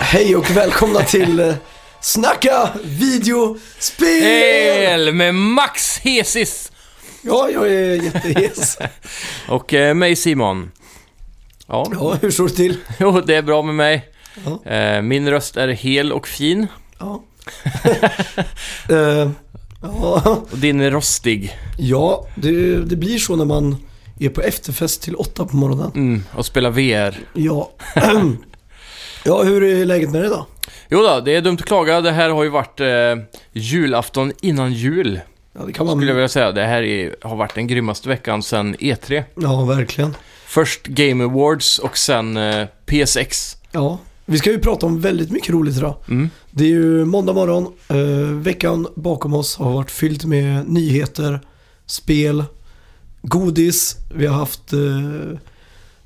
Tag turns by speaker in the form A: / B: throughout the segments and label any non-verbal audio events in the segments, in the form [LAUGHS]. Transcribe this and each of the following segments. A: Hej och välkomna till eh, Snacka videospel!
B: El med Max Hesis
A: Ja, jag är jättehes.
B: och eh, mig Simon. Ja, [LAUGHS]
A: Ja, hur står det till?
B: jo, det är bra med mig.
A: Ja.
B: Eh, min röst är hel och fin [LAUGHS]
A: Ja. Eh, ja.
B: och din är rostig.
A: ja det, det blir så när man är på efterfest till åtta på morgonen.
B: Mm, och spelar VR.
A: Ja. [CLEARS THROAT] ja, hur är läget med dig då?
B: Jo då, det är dumt att klaga. Det här har ju varit eh, julafton innan jul,
A: Ja, det kan
B: skulle jag
A: man...
B: vilja säga. Det här är, har varit den grymmaste veckan sedan E3.
A: Ja, verkligen.
B: Först Game Awards och sen eh, PSX.
A: Ja. Vi ska ju prata om väldigt mycket roligt idag.
B: Mm.
A: Det är ju måndag morgon. Eh, veckan bakom oss har varit fylld med nyheter, spel, godis. Vi har haft eh,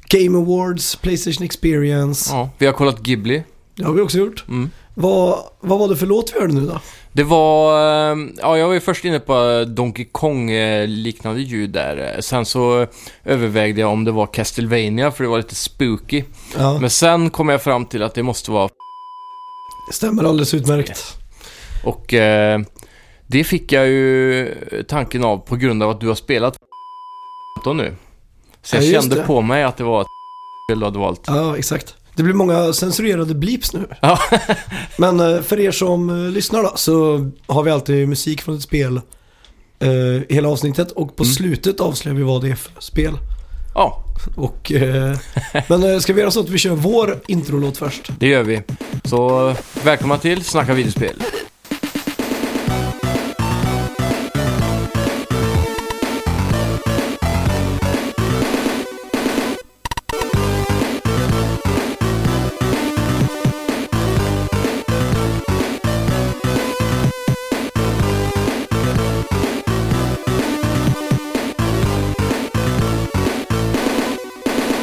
A: Game Awards, Playstation Experience.
B: Ja, vi har kollat Ghibli.
A: Det har vi också gjort.
B: Mm.
A: Vad, vad var det för låt vi hörde nu då?
B: Det var... eh, Ja, jag var ju först inne på eh, Donkey Kong-liknande ljud där. Eh, Sen så eh, övervägde jag om det var Castlevania för det var lite spooky.
A: Ja,
B: Men sen kom jag fram till att det måste vara...
A: stämmer alldeles utmärkt.
B: Och eh, det fick jag ju tanken av på grund av att du har spelat nu. Så jag
A: Ja, just
B: kände
A: det.
B: på mig att det var ett du hade valt. [LAUGHS]
A: Ja, exakt. Det blir många censurerade bleeps nu.
B: Ja.
A: Men eh, för er som eh, lyssnar då, så har vi alltid musik från ett spel eh, hela avsnittet och på slutet avslöjar vi vad det är för spel.
B: Ja,
A: Och, eh, men eh, ska vi göra så att vi kör vår introlåt först?
B: det gör vi. Så eh, välkomna till Snacka videospel.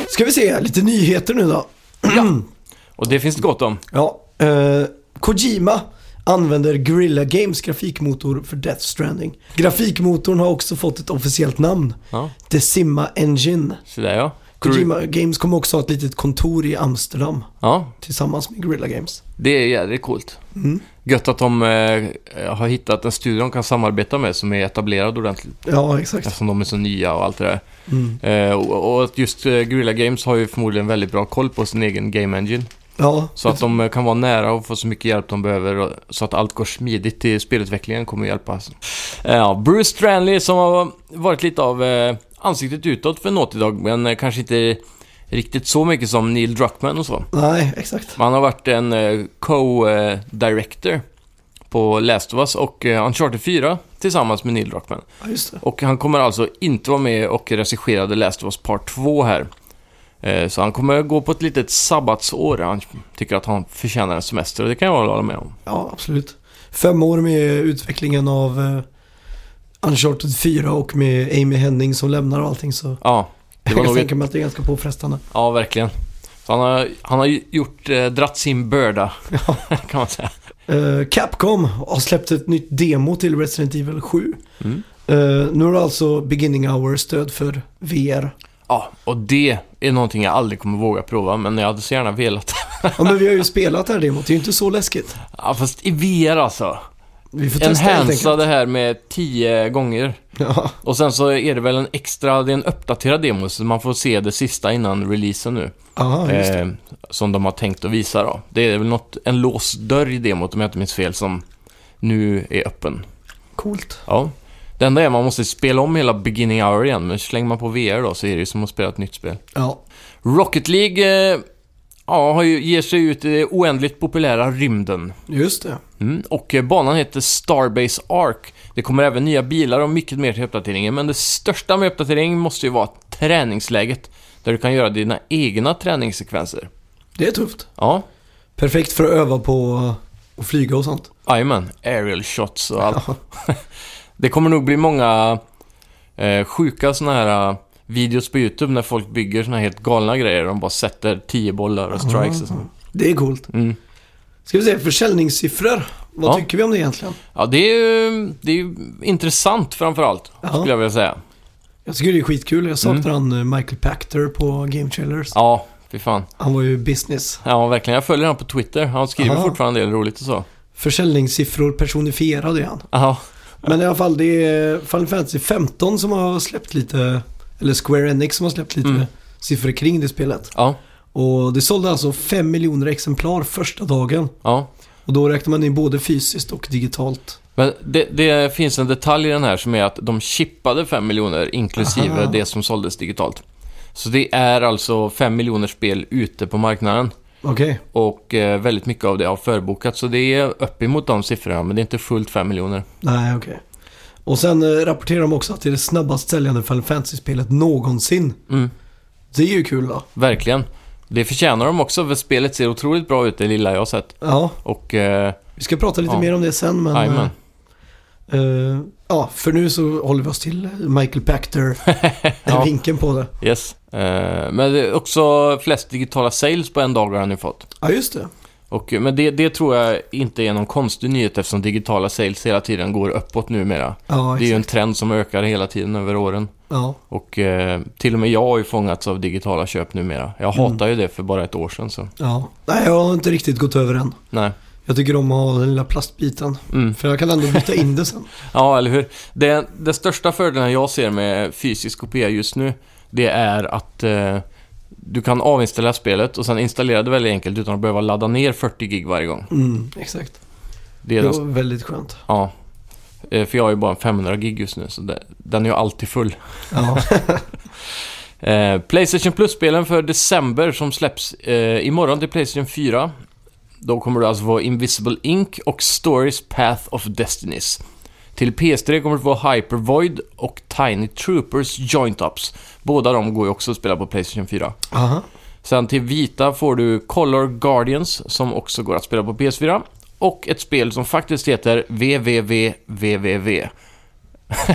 A: Ska vi se, lite nyheter nu då.
B: Och det finns det gott om.
A: Ja, eh, Kojima använder Guerrilla Games grafikmotor för Death Stranding. Grafikmotorn har också fått ett officiellt namn,
B: Ja,
A: Decima Engine.
B: så där ja.
A: Kojima Games kommer också ha ett litet kontor i Amsterdam
B: Ja,
A: tillsammans med Guerrilla Games.
B: Det är jävligt coolt.
A: Mm.
B: Gött att de eh, har hittat en studio de kan samarbeta med som är etablerad ordentligt.
A: Ja, exakt.
B: Eftersom de är så nya och allt det
A: Mm.
B: där. Eh, och, och att just eh, Guerrilla Games har ju förmodligen väldigt bra koll på sin egen game engine.
A: Ja,
B: Så att de eh, kan vara nära och få så mycket hjälp de behöver och, så att allt går smidigt till spelutvecklingen kommer att hjälpa. Eh, ja, Bruce Stranley som har varit lite av eh, ansiktet utåt för Naughty Dog men eh, kanske inte riktigt så mycket som Neil Druckmann och så.
A: nej, exakt.
B: Men Han har varit en eh, co-director på Last of Us och eh, Uncharted 4 tillsammans med Neil Druckmann.
A: Ja, just det.
B: Och han kommer alltså inte vara med och regissera The Last of Us Part 2 här. Eh, Så han kommer gå på ett litet sabbatsår. Han tycker att han förtjänar en semester och det kan jag hålla med om.
A: Ja, absolut. Fem år med utvecklingen av eh, Uncharted 4 och med Amy Henning som lämnar och allting så
B: Ja, det var
A: jag
B: nog...
A: tänker mig att det är ganska påfrestande.
B: Ja, verkligen. Så han har, han har ju gjort, eh, dratt sin börda,
A: Ja.
B: [LAUGHS] kan man säga.
A: Eh, Capcom har släppt ett nytt demo till Resident Evil 7.
B: Mm.
A: Eh, nu har alltså Beginning Hour stöd för VR.
B: Ja, och det är någonting jag aldrig kommer våga prova, men jag hade så gärna velat. [LAUGHS]
A: Ja, men vi har ju spelat det här demot, det är ju inte så läskigt.
B: Ja, fast i VR alltså.
A: Vi får testa helt enkelt.
B: Enhansa det här med 10 gånger.
A: Ja,
B: Och sen så är det väl en extra, det är en uppdaterad demo, så man får se det sista innan releasen nu.
A: aha, just det.
B: Eh, som de har tänkt att visa då. Det är väl något, en låst dörr i demot om jag inte minns fel, som nu är öppen.
A: Coolt.
B: Ja. Det enda är man måste spela om hela beginning hour igen, men slänger man på VR då så är det ju som att spela ett nytt spel.
A: Ja,
B: Rocket League, eh, ja, har ju, ger sig ut i det oändligt populära rymden.
A: just det.
B: Mm, och eh, banan heter Starbase Arc. Det kommer även nya bilar och mycket mer till uppdateringen, men det största med uppdateringen måste ju vara träningsläget, där du kan göra dina egna träningssekvenser.
A: Det är tufft.
B: Ja,
A: Perfekt för att öva på att flyga och sånt.
B: jajamän. Aerial shots och allt.
A: Ja.
B: Det kommer nog bli många eh, sjuka såna här eh, videos på YouTube när folk bygger såna här helt galna grejer. De bara sätter tio bollar och strikes och sånt.
A: Det är coolt.
B: Mm.
A: Ska vi se, försäljningssiffror. Vad
B: Ja.
A: tycker vi om det egentligen?
B: Ja, det är ju, det är ju intressant framförallt,
A: Ja.
B: skulle jag vilja säga.
A: Mm. Jag tycker det är skitkul. Jag saknar han eh, Michael Pachter på Game Trailers.
B: Ja, Fy fan.
A: Han var ju business.
B: Ja, verkligen. Jag följer honom på Twitter. Han skriver
A: Aha.
B: fortfarande en del roligt och så.
A: Försäljningssiffror personifierade är han.
B: Ja,
A: Men i alla fall, det är Final Fantasy 15 som har släppt lite, eller Square Enix som har släppt lite
B: Mm.
A: siffror kring det spelet.
B: ja,
A: Och det sålde alltså 5 miljoner exemplar första dagen.
B: ja.
A: Och då räknar man in både fysiskt och digitalt.
B: Men det, det finns en detalj i den här som är att de chippade 5 miljoner inklusive
A: Aha.
B: det som såldes digitalt. Så det är alltså 5 miljoner spel ute på marknaden.
A: Okej.
B: Och eh, väldigt mycket av det har förbokats. Så det är uppemot de siffrorna, men det är inte fullt 5 miljoner.
A: Nej, okej. Och sen eh, rapporterar de också att det är det snabbast säljande Final Fantasy-spelet någonsin.
B: Mm,
A: Det är ju kul då.
B: verkligen. Det förtjänar de också, för spelet ser otroligt bra ut, det lilla jag har sett.
A: Ja,
B: Och... Eh,
A: vi ska prata lite
B: Ja.
A: mer om det sen men...
B: jajamän.
A: eh, eh, ja, för nu så håller vi oss till Michael Pachter. Den
B: [LAUGHS] Ja.
A: vinkeln på det.
B: Yes. Eh, men det är också flest digitala sales på en dag har han ju fått.
A: Ja, just det.
B: Och, eh, men det, det tror jag inte är någon konstig nyhet eftersom digitala sales hela tiden går uppåt numera.
A: Ja,
B: Det är ju
A: exakt.
B: en trend som ökar hela tiden över åren.
A: ja.
B: Och eh, till och med jag har ju fångats av digitala köp numera. Jag
A: Mm.
B: hatar ju det för bara ett år sedan så.
A: ja. Nej, jag har inte riktigt gått över än.
B: Nej.
A: Jag tycker om att ha den lilla plastbiten.
B: Mm.
A: För jag kan ändå byta in det
B: [LAUGHS]
A: sen.
B: Ja, eller hur? Det, den största fördelen jag ser med fysisk kopia just nu, det är att eh, du kan avinställa spelet och sen installera det väldigt enkelt utan att behöva ladda ner 40 gig varje gång.
A: Mm, exakt.
B: Det
A: Det
B: är den
A: var väldigt skönt.
B: Ja. Eh, För jag har ju bara en 500 gig just nu, så det- den är ju alltid full.
A: Ja, [LAUGHS]
B: Eh, Playstation Plus-spelen för december som släpps eh, imorgon till Playstation 4. Då kommer det alltså vara Invisible Ink och Stories Path of Destinies. Till PS3 kommer det vara Hyper Void och Tiny Troopers Joint Ups. Båda de går ju också att spela på Playstation 4.
A: Aha.
B: Sen till vita får du Color Guardians som också går att spela på PS4. Och ett spel som faktiskt heter VVVVVV.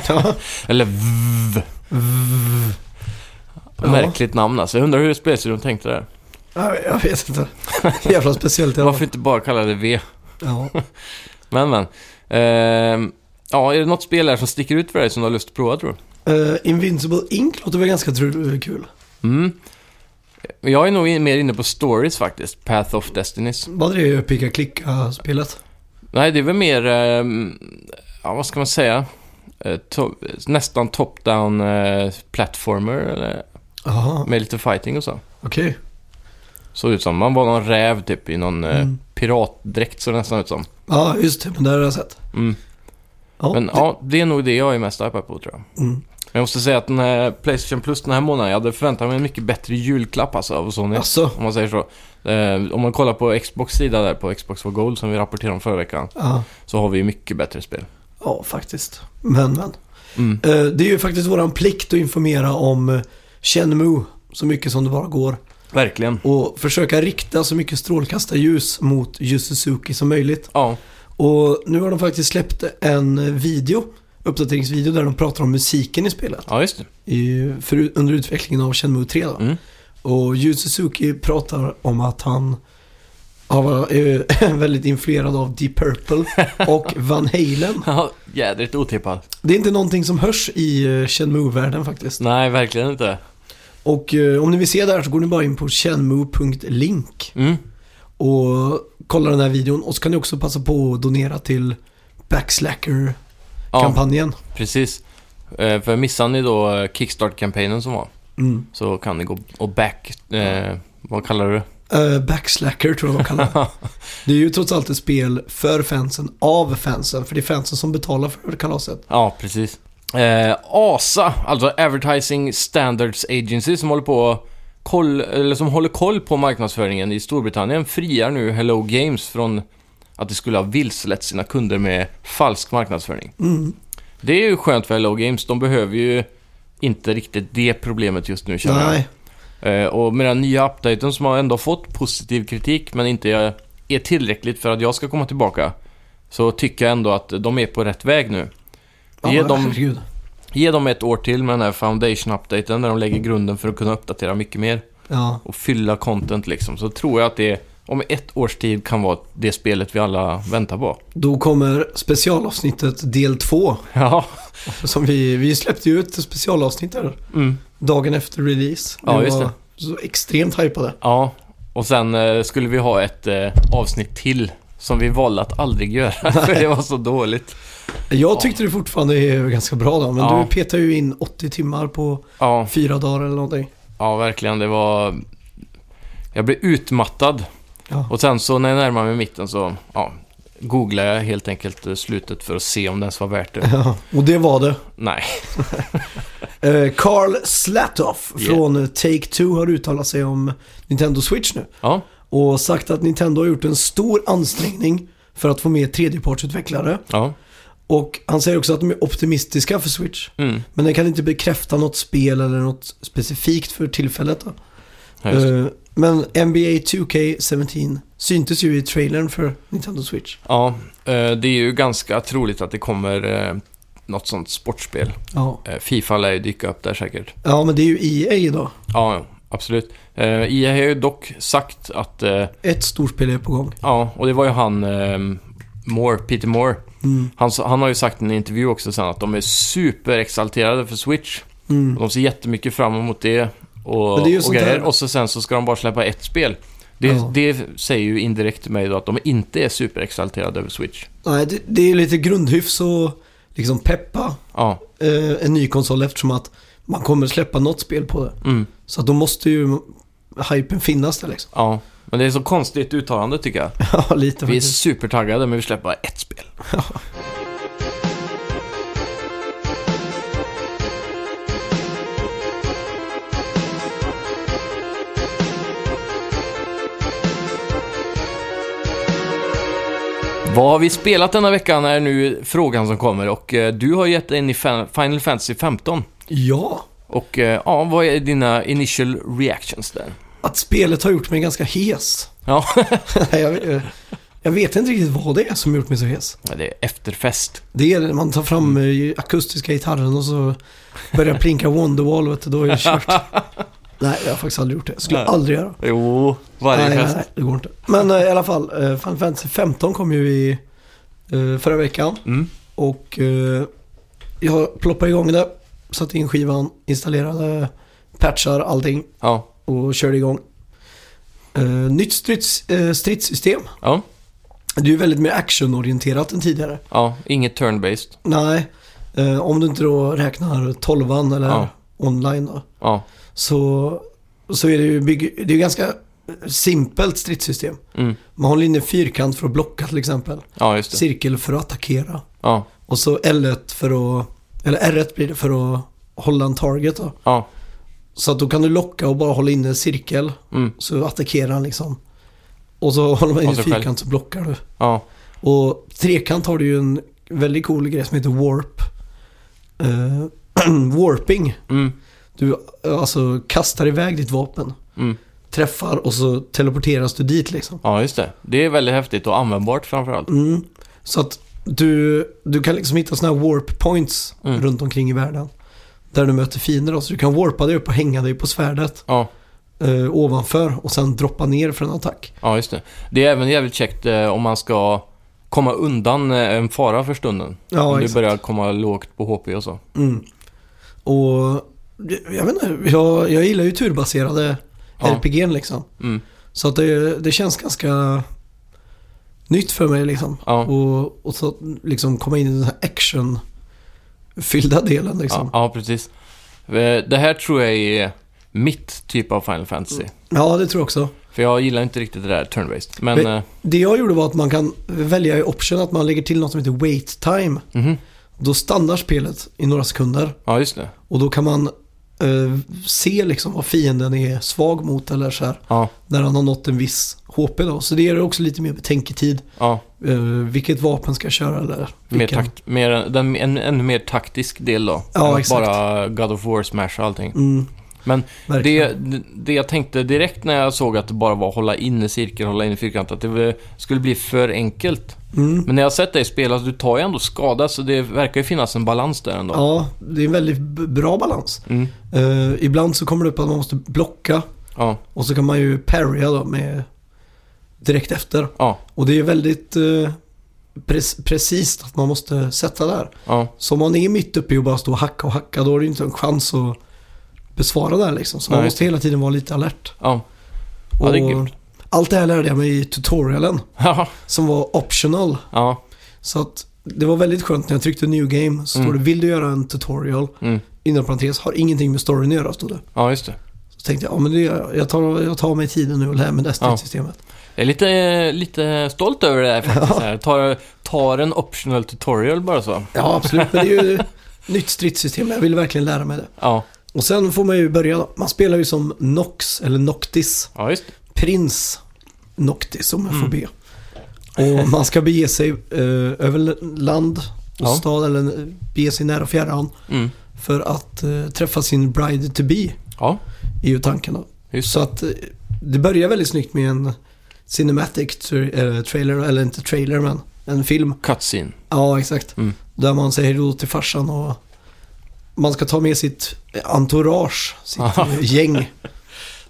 A: ja.
B: Eller VV.
A: Ja.
B: Märkligt namn alltså. Jag undrar hur spelstudion tänkte där.
A: Ja, Jag vet
B: [LAUGHS]
A: inte. Jävla speciellt. i alla
B: Varför inte bara kalla det V?
A: fall. Ja.
B: Men men. Ehm, ja, är det något spel här som sticker ut för dig som du har lust att prova tror du?
A: Eh, Invincible Ink låter väl ganska tr- kul.
B: Mm. Jag är nog in- mer inne på stories faktiskt. Path of Destinies.
A: Vad är det picka klicka-spelet?
B: Nej, det är väl mer... ehm, ja, vad ska man säga? Eh, to- nästan top-down eh, platformer eller,
A: Jaha,
B: med lite fighting och så.
A: okej.
B: Såg ut som. Man var någon räv typ i någon eh,
A: Mm.
B: piratdräkt såg det nästan ut som.
A: Ja, just det. Men det har jag sett.
B: Mm.
A: Ja,
B: Men
A: det-
B: ja, det är nog det jag är mest hypad på tror jag.
A: Mm.
B: Men jag måste säga att den här Playstation Plus den här månaden, jag hade förväntat mig en mycket bättre julklapp alltså av Sony.
A: Alltså,
B: Om man säger så. Eh, om man kollar på Xbox sida där, på Xbox for Gold som vi rapporterade om förra veckan,
A: ja.
B: så har vi ju mycket bättre spel.
A: ja, faktiskt. Men, men.
B: Mm.
A: Eh, det är ju faktiskt våran plikt att informera om eh, Shenmue så mycket som det bara går.
B: Verkligen.
A: Och försöka rikta så mycket strålkastarljus mot Yu Suzuki som möjligt.
B: Ja,
A: Och nu har de faktiskt släppt en eh, video, uppdateringsvideo där de pratar om musiken i spelet.
B: ja just det.
A: I, för, under utvecklingen av Shenmue 3 då.
B: Mm.
A: Och Yu Suzuki pratar om att han har- är [LAUGHS] väldigt influerad av Deep Purple
B: [LAUGHS]
A: och Van Halen.
B: [LAUGHS] Ja, jädrigt otippat.
A: Det är inte någonting som hörs i eh, Shenmue-världen faktiskt.
B: Nej, verkligen inte.
A: Och eh, om ni vill se det här så går ni bara in på shenmue.link
B: Mm.
A: och kollar den här videon. Och så kan ni också passa på att donera till Backslacker-kampanjen.
B: Ja, precis. Eh, för missar ni då eh, Kickstart-kampanjen som var,
A: Mm.
B: så kan ni gå och back... Eh, vad kallar du det?
A: Eh, backslacker tror jag de kallar
B: [LAUGHS]
A: det. Det är ju trots allt ett spel för fansen, av fansen. För det är fansen som betalar för kalaset.
B: Ja, precis. Eh, ASA, alltså Advertising Standards Agency, som håller på koll, eller som håller koll på marknadsföringen i Storbritannien, friar nu Hello Games från att de skulle ha vilselett sina kunder med falsk marknadsföring.
A: Mm.
B: Det är ju skönt för Hello Games, de behöver ju inte riktigt det problemet just nu känner jag.
A: Nej,
B: Eh, och med den nya updaten som har ändå fått positiv kritik men inte är- är tillräckligt för att jag ska komma tillbaka. Så tycker jag ändå att de är på rätt väg nu. Ge
A: ja,
B: dem-
A: herregud.
B: Ge dem ett år till med den här foundation-updaten där de lägger grunden för att kunna uppdatera mycket mer
A: Ja,
B: och fylla content liksom. Så tror jag att det om ett års tid kan vara det spelet vi alla väntar på.
A: då kommer specialavsnittet del två.
B: Ja,
A: Som vi, vi släppte ju ett specialavsnitt där
B: mm.
A: dagen efter release.
B: Ja, just
A: var
B: det.
A: så extremt hypade.
B: Ja, och sen eh, skulle vi ha ett eh, avsnitt till som vi valde att aldrig göra, [LAUGHS] för det var så dåligt.
A: Jag tyckte det fortfarande är ganska bra då, men
B: Ja.
A: du petar ju in 80 timmar på
B: Ja,
A: fyra dagar eller någonting.
B: ja verkligen. Det var... Jag blev utmattad.
A: Ja.
B: Och sen så när jag närmade mig mitten så ja, googlade jag helt enkelt eh, slutet för att se om det ens var värt det.
A: Ja, och det var det.
B: Nej.
A: Eh, Carl Slatoff
B: Yeah.
A: från Take-Two har uttalat sig om Nintendo Switch nu.
B: Ja,
A: Och sagt att Nintendo har gjort en stor ansträngning för att få med tredjepartsutvecklare.
B: ja,
A: Och han säger också att de är optimistiska för Switch.
B: mm.
A: Men den kan inte bekräfta något spel eller något specifikt för tillfället. Då.
B: Ja, just.
A: Eh, Men NBA 2K17 syntes ju i trailern för Nintendo Switch.
B: ja eh, det är ju ganska troligt att det kommer eh, något sånt sportspel.
A: Ja.
B: Eh, Fifa lär ju dyka upp där säkert.
A: ja, men det är ju EA då.
B: Ja, ja, absolut. Eh, EA har ju dock sagt att... Eh,
A: Ett storspel är på gång.
B: ja, och det var ju han eh, Moore, Peter Moore.
A: Mm.
B: Han, sa- han har ju sagt i en intervju också sen att de är superexalterade för Switch.
A: Mm.
B: Och de ser jättemycket fram emot det och,
A: Men det är ju
B: och
A: sånt
B: grejer.
A: där-
B: Och så sen så ska de bara släppa ett spel. Det,
A: Ja.
B: det säger ju indirekt till mig då att de inte är superexalterade över Switch.
A: Nej, det, det är lite grundhyfs och liksom peppa
B: Ja,
A: eh, en ny konsol eftersom att man kommer släppa något spel på det.
B: mm,
A: Så att då måste ju hypen finnas där liksom.
B: ja. Men det är så konstigt uttalande tycker jag.
A: [LAUGHS] Ja, lite
B: Vi är
A: faktiskt.
B: supertaggade men vi släpper bara ett spel. [LAUGHS] Vad har vi spelat denna veckan är nu frågan som kommer och eh, du har gett dig in i Fan- Final Fantasy 15.
A: Ja,
B: Och eh, ja, vad är dina initial reactions där?
A: att spelet har gjort mig ganska hes. [LAUGHS]
B: Ja, [LAUGHS]
A: Nej, jag, eh, jag vet inte riktigt vad det är som gjort mig så hes.
B: det är efterfest.
A: Det är när man tar fram eh, akustiska gitarren och så börjar plinka Wonderwall, vet du, då är det kört. Nej, jag har faktiskt aldrig gjort det. Skulle
B: Nej.
A: aldrig göra.
B: Jo, varje
A: Nej, nej,
B: fest.
A: nej, det går inte. Men eh, i alla fall, eh, Final Fantasy 15 kom ju i eh, förra veckan.
B: Mm.
A: Och eh, jag ploppade igång det, satte in skivan, installerade patchar, allting
B: Ja,
A: och körde igång. Eh, nytt strids, eh, stridssystem.
B: ja,
A: Det är ju väldigt mer actionorienterat än tidigare.
B: ja, inget turn-based.
A: Nej, eh, om du inte då räknar tolvan eller
B: Ja.
A: online då.
B: Ja,
A: Så, så är det ju bygg, det är ju ganska simpelt stridssystem.
B: mm.
A: Man håller inne fyrkant för att blocka till exempel.
B: ja just det.
A: Cirkel för att attackera.
B: Ja,
A: Och så L1 för att, eller R1 blir det för att hålla en target då.
B: ja,
A: Så att då kan du locka och bara hålla inne en cirkel.
B: mm.
A: Så attackerar han liksom. Och så håller man
B: Av
A: inne
B: sig själv.
A: fyrkant så blockar du.
B: ja,
A: Och trekant har du ju en väldigt cool grej som heter warp. Eh, [CLEARS THROAT] warping.
B: mm.
A: Du eh, alltså kastar iväg ditt vapen.
B: Mm.
A: Träffar och så teleporteras du dit liksom.
B: ja, just det. Det är väldigt häftigt och användbart framförallt.
A: Mm. Så att du, du kan liksom hitta sådana här warp points
B: Mm.
A: runt omkring i världen. Där du möter fiender. då. Så du kan warpa dig upp och hänga dig på svärdet
B: Ja,
A: eh, ovanför och sen droppa ner för en attack.
B: ja, just det. Det är även jävligt käckt eh, om man ska komma undan eh, en fara för stunden. om
A: Ja,
B: du
A: exakt.
B: börjar komma lågt på HP och så.
A: Mm. Och jag vet inte, jag, jag gillar ju turbaserade
B: Ja.
A: RPG'n liksom.
B: Mm.
A: Så att det, det känns ganska nytt för mig liksom.
B: Ja.
A: Och, och så liksom komma in i den här actionfyllda delen liksom.
B: Ja, ja, precis. Eh, Det här tror jag är mitt typ av Final Fantasy.
A: Ja, det tror jag också.
B: För jag gillar inte riktigt det där turn-based. Men...
A: Men-
B: eh,
A: Det jag gjorde var att man kan välja i option att man lägger till något som heter wait time.
B: mhm.
A: Då stannar spelet i några sekunder
B: Ja, just det.
A: och då kan man eh, se liksom vad fienden är svag mot eller så här.
B: Ja,
A: När han har nått en viss HP då. Så det ger också lite mer betänketid.
B: ja.
A: Eh, vilket vapen ska jag köra eller
B: Mer
A: vilken.
B: takt, mer, den, en ännu mer taktisk del då.
A: Ja,
B: Än att
A: exakt.
B: Bara God of War, Smash och allting.
A: Mm,
B: Men
A: verkligen.
B: det, det jag tänkte direkt när jag såg att det bara var hålla in i cirkel, hålla in i fyrkant, att det väl skulle bli för enkelt.
A: Mm.
B: Men när jag har sett dig spela, så du tar ju ändå skada, så det verkar ju finnas en balans där ändå.
A: Ja, det är en väldigt b- bra balans.
B: Mm.
A: Eh, ibland så kommer det upp att man måste blocka
B: Ja,
A: och så kan man ju parrya då med direkt efter.
B: ja,
A: Och det är väldigt eh, pre- precis att man måste sätta där.
B: ja.
A: Så om man är mitt uppe i och bara står och hacka och hacka då har du inte en chans att besvara där liksom. Så man
B: Nej.
A: måste hela tiden vara lite alert.
B: Ja. Ja, det är
A: Och
B: grymt.
A: allt det här lärde jag mig i tutorialen
B: Ja.
A: som var optional.
B: Ja.
A: Så att det var väldigt skönt när jag tryckte new game så står
B: Mm.
A: det vill du göra en tutorial
B: Mm.
A: inom parentes har ingenting med storyn att göra stod det.
B: ja, just det.
A: Så tänkte jag, ja men det gör jag. Jag tar, jag tar mig tiden nu och lär mig det här
B: Ja.
A: stridssystemet.
B: Jag är lite, lite stolt över det här faktiskt. Här. Tar, tar en optional tutorial bara så.
A: Ja. absolut, men det är ju nytt stridssystem. Jag vill verkligen lära mig det.
B: Ja,
A: Och sen får man ju börja då. Man spelar ju som Nox eller Noctis.
B: ja just det.
A: Prins Noctis om jag
B: Mm.
A: får be. Och man ska bege sig eh, över land och
B: Ja.
A: stad eller eh, bege sig nära fjärran
B: Mm.
A: för att eh, träffa sin bride to be
B: Ja,
A: är ju tanken då.
B: just
A: Så
B: det.
A: att eh, det börjar väldigt snyggt med en cinematic tra- eller trailer, eller inte trailer men en film.
B: Cutscene.
A: Ja, exakt.
B: Mm.
A: Där man säger då till farsan och man ska ta med sitt entourage, sitt
B: Aha.
A: [LAUGHS] gäng.
B: [LAUGHS]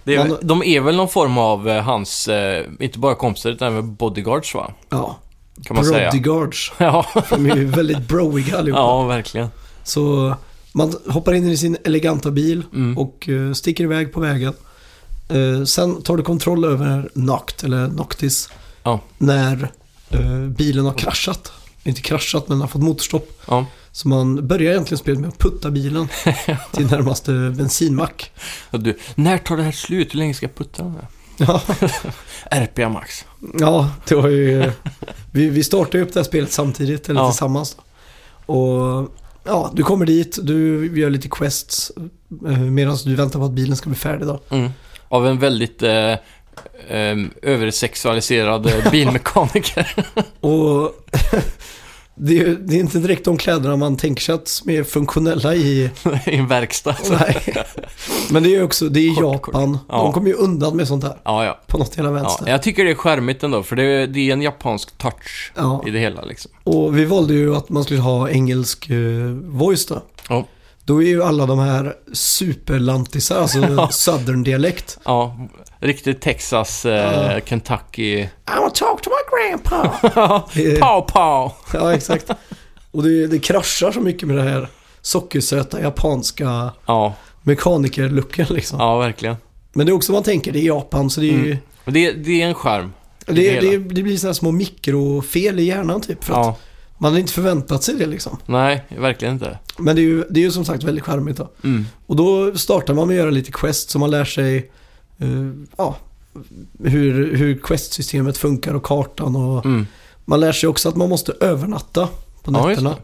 B: Det är,
A: Man-
B: de är väl någon form av eh, hans, eh, inte bara kompisar utan även bodyguards va?
A: Ja,
B: Kan man säga.
A: Brodyguards.
B: [LAUGHS] Ja,
A: De är ju väldigt broiga allihopa.
B: ja, verkligen.
A: Så man hoppar in i sin eleganta bil
B: Mm.
A: och eh, sticker iväg på vägen. Eh, Sen tar du kontroll över Noct, eller Noctis,
B: Ja.
A: när eh, bilen har kraschat. Inte kraschat, men har fått motorstopp.
B: Ja,
A: Så man börjar egentligen spelet med att putta
B: [LAUGHS]
A: bilen till närmaste bensinmack.
B: Och du, när tar det här slut? Hur länge ska jag putta den här?
A: Ja,
B: RPA max.
A: ja det var ju... Vi, vi startade ju upp det här spelet samtidigt, eller
B: Ja.
A: tillsammans. Och ja, du kommer dit, du gör lite quests eh, medan du väntar på att bilen ska bli färdig då.
B: Mm. Av en väldigt eh, eh, översexualiserad eh, bilmekaniker. [LAUGHS]
A: Och [LAUGHS] det, är, ju- det är inte direkt de kläderna man tänker sig att som är funktionella i.
B: [LAUGHS] I en verkstad.
A: Nej. Men det är ju också, det är
B: Kort,
A: Japan.
B: Ja.
A: De kommer ju undan med sånt här.
B: Ja, ja.
A: På något jävla
B: ja.
A: vänster. Ja,
B: Jag tycker det är charmigt ändå, för det, det är en japansk touch i det hela liksom.
A: Och vi valde ju att man skulle ha engelsk eh, voice då.
B: Ja.
A: Då är ju alla de här superlantisar,
B: [LAUGHS]
A: alltså southern-dialekt.
B: Ja, riktigt Texas, eh,
A: Ja.
B: Kentucky.
A: I wanna talk to my grandpa. Det är-
B: pow, pow!
A: Eh, ja, exakt. Och det, det kraschar så mycket med det här sockersöta japanska
B: Ja,
A: mekanikerlooken liksom.
B: ja verkligen.
A: Men det är också vad man tänker, det är Japan så det är ju...
B: Och Det, det är en skärm.
A: Det,
B: hela.
A: det, det blir sådana små mikrofel i hjärnan typ. För att
B: Ja,
A: Man hade inte förväntat sig det liksom.
B: nej, verkligen inte.
A: Men det är ju, det är ju som sagt väldigt charmigt då.
B: Mm.
A: Och då startar man med att göra lite quest så man lär sig eh, ja, hur, hur questsystemet funkar och kartan. Och
B: Mm.
A: Man lär sig också att man måste övernatta på
B: Ja, just
A: nätterna.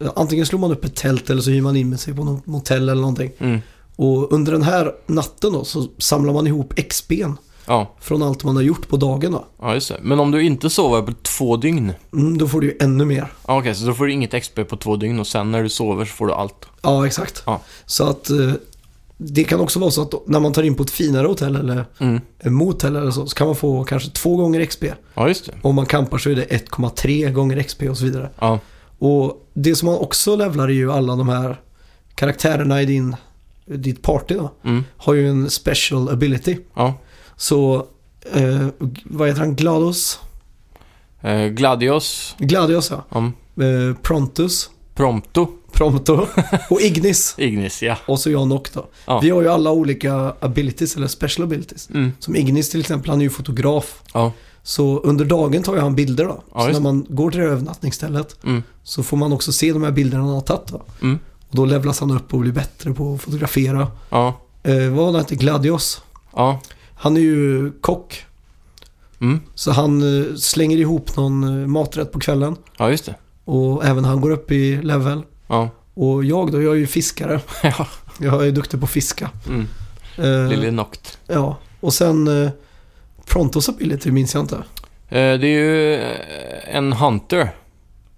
A: Eh, Antingen slår man upp ett tält eller så hyr man in med sig på något motell eller någonting.
B: Mm.
A: Och under den här natten då så samlar man ihop XP'n
B: Ja,
A: från allt man har gjort på dagen då.
B: ja, just det. Men om du inte sover på två dygn?
A: Mm, då får du ju ännu mer.
B: Ja, Okej, så då får du inget XP på två dygn och sen när du sover så får du allt.
A: Ja, exakt.
B: Ja.
A: Så att eh, det kan också vara så att när man tar in på ett finare hotell eller
B: Mm.
A: eh, motell eller så, så kan man få kanske två gånger XP.
B: Ja, just det.
A: Om man kampar så är det 1,3 gånger XP och så vidare.
B: Ja,
A: Och det som man också levlar är ju alla de här karaktärerna i din, ditt party då.
B: mm.
A: Har ju en special ability.
B: ja.
A: Så, eh, vad heter han? Glados?
B: Eh, Gladios,
A: Gladios ja.
B: um,
A: Eh, Prontus,
B: Prompto, [LAUGHS]
A: Prompto och Ignis.
B: Ignis, ja.
A: Och så jag och Nock då.
B: Ja.
A: Vi har ju alla olika abilities eller special abilities.
B: Mm.
A: Som Ignis till exempel, han är ju fotograf.
B: Ja,
A: Så under dagen tar ju han bilder då.
B: Ja,
A: så
B: just
A: när man går till det här övernattningsstället
B: mm.
A: så får man också se de här bilderna han har tagit då.
B: Mm.
A: Och då levlas han upp och blir bättre på att fotografera.
B: ja,
A: Eh, vad var det inte? Gladios.
B: ja.
A: Han är ju kock.
B: Mm.
A: Så han eh, slänger ihop någon eh, maträtt på kvällen.
B: ja, just det.
A: Och även han går upp i level.
B: Ja, [LAUGHS]
A: Och jag då, jag är ju fiskare. [LAUGHS]
B: ja.
A: Jag är duktig på att fiska.
B: Mm.
A: Eh,
B: Lille Noct.
A: Ja, och sen eh, Prontos ability minns jag inte.
B: Eh, det är ju eh, en hunter,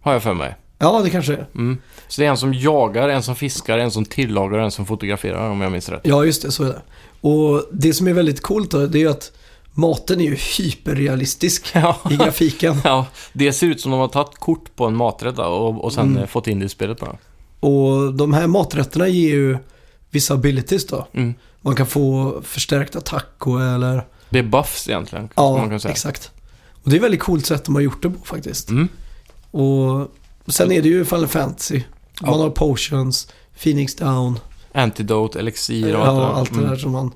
B: har jag för mig.
A: Ja, det kanske är.
B: Mm. Så det är en som jagar, en som fiskar, en som tillagar och en som fotograferar om jag
A: [LAUGHS]
B: minns rätt.
A: Ja, just det, så är det. Och det som är väldigt coolt då, det är ju att maten är ju hyperrealistisk
B: Ja. [LAUGHS]
A: i grafiken.
B: ja, det ser ut som de har tagit kort på en maträtt där och, och sen
A: Mm.
B: eh, fått in det i spelet bara.
A: Och de här maträtterna ger ju vissa abilities då.
B: Mm.
A: Man kan få förstärkt attack och eller...
B: Det är buffs egentligen, ja, man
A: Ja,
B: kan säga.
A: exakt. Och det är ett väldigt coolt sätt de har gjort det på faktiskt.
B: Mm.
A: Och sen är det ju Final Fantasy. Man
B: Ja.
A: har potions, Phoenix Down,
B: Antidote, Elixir och allt
A: Ja,
B: där.
A: allt det där
B: Mm.
A: som man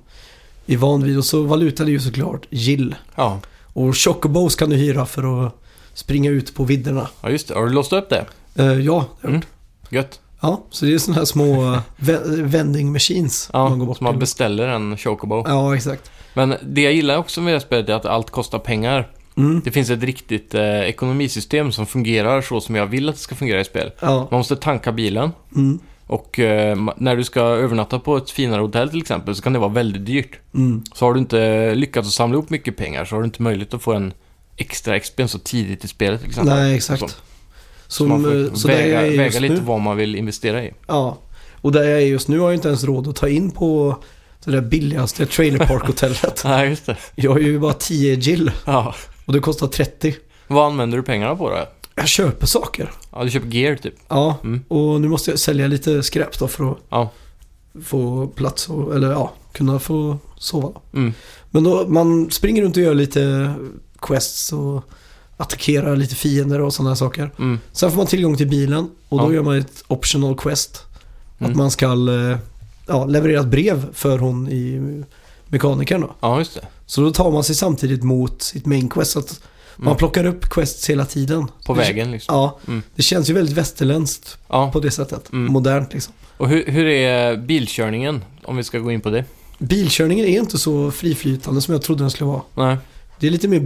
A: är van vid. Och så valutan är ju såklart gill.
B: Ja.
A: Och chocobos kan du hyra för att springa ut på vidderna.
B: ja, just det. Har du låst upp det?
A: Eh, ja, det har
B: Mm.
A: jag gjort.
B: Gött.
A: Ja, så det är sådana här små eh, ve- vending machines.
B: Ja,
A: man går bort
B: så man
A: till.
B: beställer en Chocobo.
A: Ja, exakt.
B: Men det jag gillar också med det här spelet är att allt kostar pengar.
A: Mm.
B: Det finns ett riktigt eh, ekonomisystem som fungerar så som jag vill att det ska fungera i spel.
A: Ja,
B: Man måste tanka bilen
A: mm.
B: och eh, ma- när du ska övernatta på ett finare hotell till exempel så kan det vara väldigt dyrt.
A: Mm.
B: Så har du inte lyckats att samla ihop mycket pengar så har du inte möjlighet att få en extra XP så tidigt i spelet till exempel.
A: Nej, exakt.
B: Så.
A: Som,
B: så man
A: eh,
B: får
A: så där
B: väga,
A: jag är
B: väga
A: just
B: lite
A: nu.
B: vad man vill investera i. [LAUGHS]
A: Ja, och där jag är just nu har jag inte ens råd att ta in på det där billigaste trailer park
B: [LAUGHS]
A: hotellet.
B: Nej, just det.
A: Jag har ju bara 10 gill
B: Ja.
A: och det kostar 30.
B: Vad använder du pengarna på då?
A: Jag köper saker.
B: Ja, du köper gear typ.
A: Ja,
B: Mm.
A: och nu måste jag sälja lite skräp då för att
B: Ja.
A: få plats och, eller ja, kunna få sova.
B: Mm.
A: Men då, man springer runt och gör lite quests och attackerar lite fiender och sådana här saker.
B: Mm.
A: Sen får man tillgång till bilen och då
B: Ja.
A: gör man ett optional quest. Att
B: Mm.
A: man ska eh, ja, leverera ett brev för hon i mekanikern då.
B: Ja, just det.
A: Så då tar man sig samtidigt mot sitt main quest. Så att man
B: Mm.
A: plockar upp quests hela tiden.
B: På
A: Det-
B: vägen liksom.
A: Ja,
B: Mm.
A: det känns ju väldigt västerländskt
B: Ja.
A: på det sättet.
B: Mm.
A: Modernt liksom.
B: Och hur, hur är bilkörningen? Om vi ska gå in på det.
A: Bilkörningen är inte så friflytande som jag trodde den skulle vara.
B: Nej. [LAUGHS]
A: Det är lite mer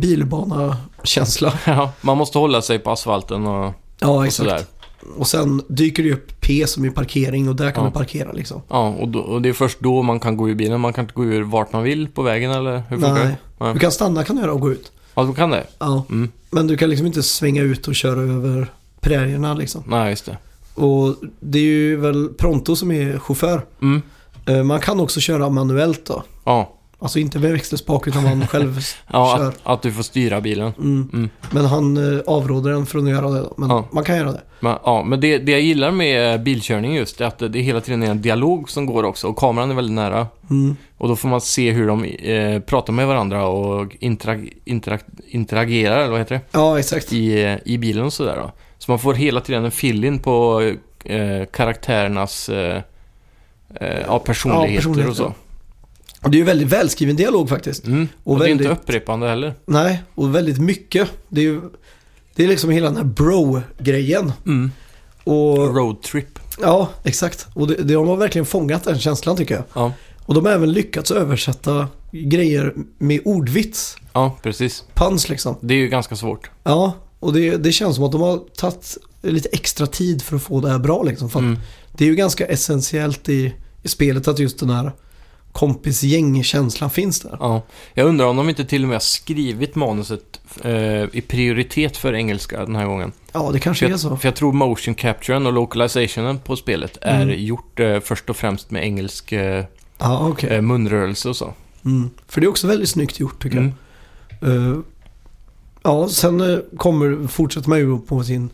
A: bilbana-känsla.
B: Ja, man måste hålla sig på asfalten och,
A: Ja,
B: och sådär.
A: exakt. Och sen dyker det ju upp P som är parkering och där kan
B: Ja.
A: man parkera liksom.
B: Ja, och, då, och det är först då man kan gå ur bilen. Man kan inte gå ur vart man vill på vägen eller hur funkar det?
A: Nej.
B: Nej.
A: Du kan stanna kan du göra och gå ut.
B: Ja, man kan det.
A: Ja.
B: Mm.
A: Men du kan liksom inte svänga ut och köra över prärierna liksom.
B: Nej, just det.
A: Och det är ju väl Pronto som är chaufför.
B: Mm.
A: Eh, Man kan också köra manuellt då.
B: Ja,
A: Alltså inte med växelspak utan
B: [LAUGHS]
A: man själv
B: ja
A: kör.
B: att, att du får styra bilen.
A: Mm.
B: Mm.
A: Men han eh, avråder en från att göra det då. Men
B: Ja.
A: man kan göra det.
B: Men, ja, men det, det jag gillar med eh, bilkörning just är att det hela tiden är en dialog som går också och kameran är väldigt nära.
A: Mm.
B: Och då får man se hur de eh, pratar med varandra och interag, interag, interagerar, eller vad heter det?
A: Ja, exakt.
B: i, eh, i bilen och sådär då. Så man får hela tiden en fill-in på eh, karaktärernas eh, eh, ja, personligheter,
A: Ja, personligheter.
B: och så.
A: Och det är ju väldigt välskriven dialog faktiskt.
B: Mm.
A: Och
B: Och, det är inte
A: väldigt-
B: upprepande heller.
A: Nej, och väldigt mycket. Det är ju det är liksom hela den här bro-grejen.
B: Mm.
A: Och,
B: Roadtrip.
A: ja, exakt. Och det, det, de har verkligen fångat den känslan tycker jag.
B: Ja.
A: Och de har även lyckats översätta grejer med ordvits.
B: ja, precis.
A: Pans liksom.
B: Det är ju ganska svårt.
A: Ja, och det, det känns som att de har tagit lite extra tid för att få det här bra liksom. För att
B: Mm.
A: Det är ju ganska essentiellt i, i spelet att just den här kompisgängkänslan finns där.
B: Ja. Jag undrar om de inte till och med har skrivit manuset eh, i prioritet för engelska den här gången.
A: Ja, det kanske
B: För
A: är
B: jag,
A: så.
B: för jag tror motion capturen och localizationen på spelet är
A: Mm.
B: gjort eh, först och främst med engelsk eh,
A: Ja, okej.
B: eh, munrörelse och så.
A: Mm. För det är också väldigt snyggt gjort tycker jag.
B: Eh. Mm.
A: Eh, ja, sen eh, kommer, fortsätter man ju på sin,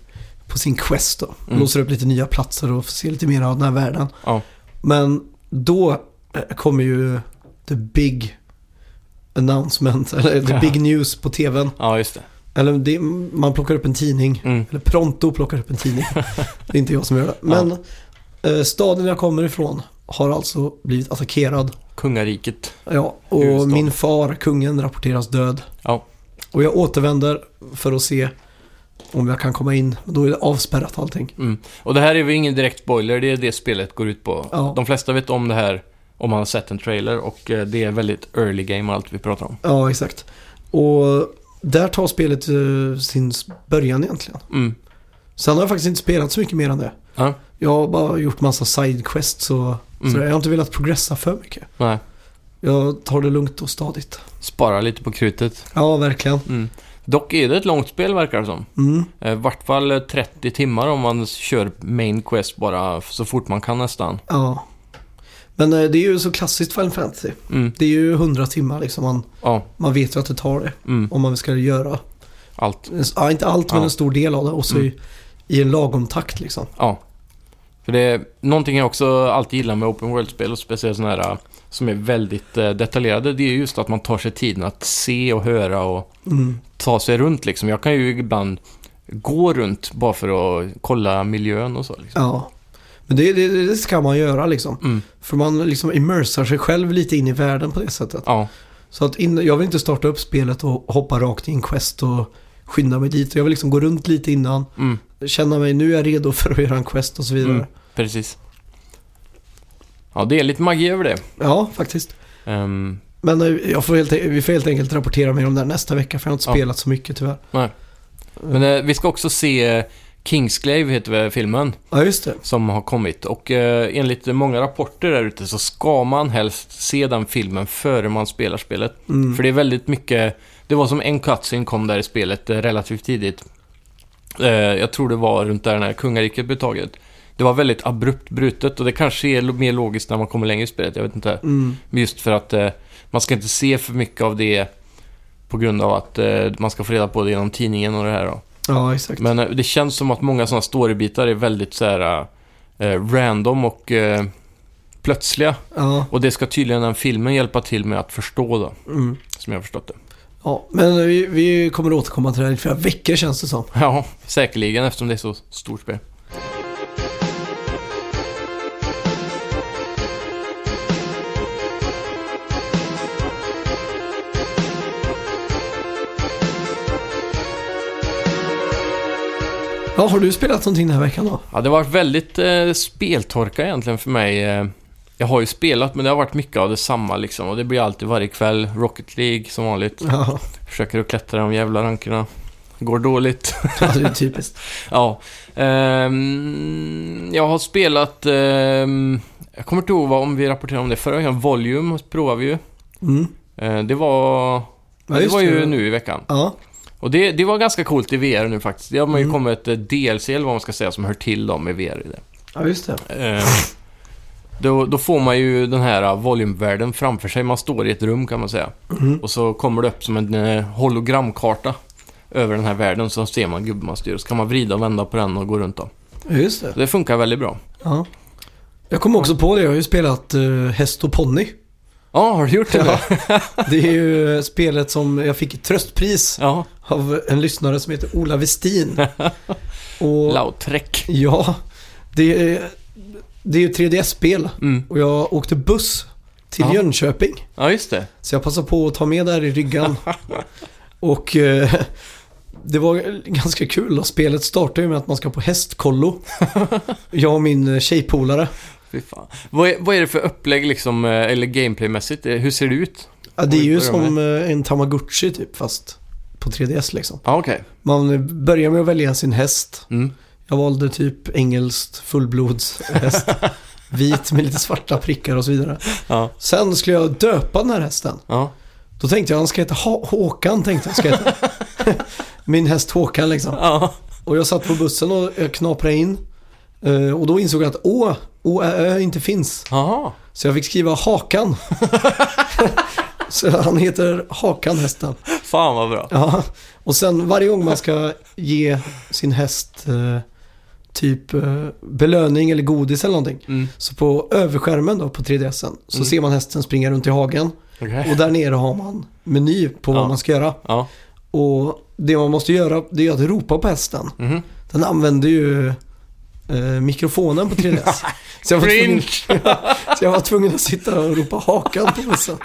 A: på sin quest då.
B: Mm.
A: Låser upp lite nya platser och ser lite mer av den här världen.
B: Ja.
A: Men då eh, kommer ju the big announcement, eller the
B: Ja.
A: big news på tvn.
B: ja, just det.
A: Eller det, man plockar upp en tidning.
B: Mm.
A: Eller Pronto plockar upp en
B: [LAUGHS]
A: tidning. det är inte jag som gör det. Men eh, staden jag kommer ifrån har alltså blivit attackerad.
B: Kungariket.
A: Ja,
B: Huvudstad.
A: och min far, kungen, rapporteras död.
B: Ja.
A: Och jag återvänder för att se om jag kan komma in. Men Då är det avspärrat allting.
B: Mm. Och det här är väl ingen direkt spoiler, det är det spelet går ut på.
A: Ja.
B: De flesta vet om det här om man har sett en trailer och eh, det är väldigt early game allt vi pratar om.
A: Ja, exakt. Och där tar spelet eh, sin s- början egentligen.
B: Mm.
A: Sen har jag faktiskt inte spelat så mycket mer än det.
B: Ja.
A: Jag har bara gjort massa sidequests så,
B: Mm.
A: så jag har inte velat progressa för mycket.
B: Nej.
A: Jag tar det lugnt och stadigt.
B: Spara lite på krutet.
A: Ja, verkligen.
B: Mm. Dock är det ett långt spel verkar det som.
A: Mm.
B: Eh, I vart fall eh, 30 timmar om man kör main quest bara så fort man kan nästan.
A: Ja. Men eh, det är ju så klassiskt Final Fantasy.
B: Mm.
A: Det är ju 100 timmar liksom. Man,
B: Ja,
A: man vet ju att det tar det.
B: mm.
A: Om man ska göra,
B: allt.
A: ja, inte allt men
B: Ja.
A: en stor del av det. Och så
B: Mm.
A: i, i en lagom takt liksom.
B: Ja. För det är någonting jag också alltid gillar med open world-spel och speciellt sådana här eh, som är väldigt eh, detaljerade. Det är just att man tar sig tiden att se och höra och
A: Mm.
B: ta sig runt liksom. Jag kan ju ibland gå runt bara för att kolla miljön och så. Liksom.
A: Ja. Men det, det, det ska man göra liksom.
B: Mm.
A: För man liksom immersar sig själv lite in i världen på det sättet.
B: Ja.
A: Så att in, jag vill inte starta upp spelet och hoppa rakt i en quest och skynda mig dit. Jag vill liksom gå runt lite innan,
B: Mm.
A: känna mig, nu är jag redo [LAUGHS] för att göra en quest och så vidare.
B: Mm. Precis. Ja, det är lite magi över det.
A: Ja, faktiskt.
B: Ehm,
A: Men eh, jag får helt, vi får helt enkelt rapportera mer om det här nästa vecka för jag har inte
B: Ja.
A: spelat så mycket tyvärr.
B: men eh, vi ska också se eh, Kingsglaive heter väl filmen
A: Ja, just det.
B: som har kommit. Och eh, enligt många rapporter där ute så ska man helst se den filmen före man spelar spelet.
A: Mm.
B: För det är väldigt mycket... Det var som en cutscene kom där i spelet eh, relativt tidigt. Eh, jag tror det var runt där när kungariket blev taget. Det var väldigt abrupt brutet och det kanske är lo- mer logiskt när man kommer längre i spelet, jag vet inte.
A: Mm.
B: Men Just för att eh, man ska inte se för mycket av det på grund av att eh, man ska få reda på det genom tidningen och det här då.
A: Ja, exakt.
B: Men eh, det känns som att många sådana storybitar är väldigt så här eh, random och eh, plötsliga.
A: Ja,
B: Och det ska tydligen den filmen hjälpa till med att förstå då,
A: mm.
B: som jag har förstått det. [LAUGHS]
A: ja. men vi, vi kommer återkomma till det här i flera veckor känns det som.
B: Ja, säkerligen eftersom det är så stort spel.
A: Ja, har du spelat någonting den här veckan då?
B: Ja, det har varit väldigt eh, speltorka egentligen för mig. Eh, Jag har ju spelat, men det har varit mycket av detsamma liksom. Och det blir alltid varje kväll. Rocket League som vanligt.
A: Ja,
B: Försöker att klättra de jävla rankerna. Går dåligt. [LAUGHS]
A: det är typiskt.
B: ja. Ehm, jag har spelat... ehm, jag kommer inte ihåg vad, om vi rapporterade om det förra veckan. Volume provade vi ju.
A: Mm.
B: Eh, det var...
A: Ja,
B: det
A: just
B: var ju
A: det.
B: nu i veckan.
A: Ja,
B: Och det, det var ganska coolt i VR nu faktiskt. Det har man ju
A: Mm.
B: kommit ett eh, DLC, eller vad man ska säga, som hör till dem med VR i det.
A: ja just det.
B: Eh, Då, då får man ju den här eh, volymvärlden framför sig. Man står i ett rum kan man säga.
A: Mm.
B: Och så kommer det upp som en eh, hologramkarta över den här världen. Så ser man gubben man styr. Så kan man vrida och vända på den och gå runt då.
A: Ja, Just det.
B: Så det funkar väldigt bra.
A: Ja. Jag kom också på det, jag har ju spelat eh, Häst och ponny.
B: Ja, har du gjort det? Ja.
A: Det är ju eh, spelet som jag fick ett tröstpris
B: [LAUGHS] ja.
A: av en lyssnare som heter Ola Westin.
B: [LAUGHS]
A: Och
B: Lautrec.
A: ja, det är, det är ju 3DS-spel
B: Mm.
A: och jag åkte buss till
B: Ja.
A: Jönköping.
B: Ja, just det.
A: Så jag passade på att ta med det här i ryggan. och eh, det var ganska kul då. Spelet startar ju med att man ska på hästkollo. jag och min eh, tjejpolare.
B: Fy fan. Vad är, vad är det för upplägg liksom, eh, eller gameplaymässigt? Eh, Hur ser det ut?
A: Ja, det är ju
B: Oj, börja
A: som eh, en tamagotchi typ fast på 3DS liksom.
B: Ja, okej.
A: Man eh, börjar med att välja sin häst.
B: Mm.
A: Jag valde typ engelskt fullblodshäst. vit med lite svarta prickar och så vidare.
B: Ja.
A: Sen skulle jag döpa den här hästen.
B: Ja.
A: Då tänkte jag han ska heta ha- Håkan. Tänkte jag, ska heta. [LAUGHS] Min häst Håkan liksom.
B: Ja.
A: Och jag satt på bussen och jag knaprade in. Eh, Och då insåg jag att Å, Å, Ä, Ö inte finns.
B: Jaha.
A: Så jag fick skriva Hakan. [LAUGHS] så han heter Hakan hästen.
B: Fan vad bra.
A: Ja. Och sen varje gång man ska ge sin häst eh, typ eh, belöning eller godis eller någonting.
B: Mm.
A: Så på överskärmen då på 3DSen så
B: Mm.
A: ser man hästen springa runt i hagen.
B: Okej.
A: Och där nere har man meny på
B: Ja.
A: vad man ska göra.
B: Ja.
A: Och det man måste göra det är att ropa på hästen.
B: Mhm.
A: Den använde ju eh, mikrofonen på 3DS. så, jag var tvungen,
B: Cringe!
A: [LAUGHS] så jag var tvungen att sitta och ropa hakan på bussen.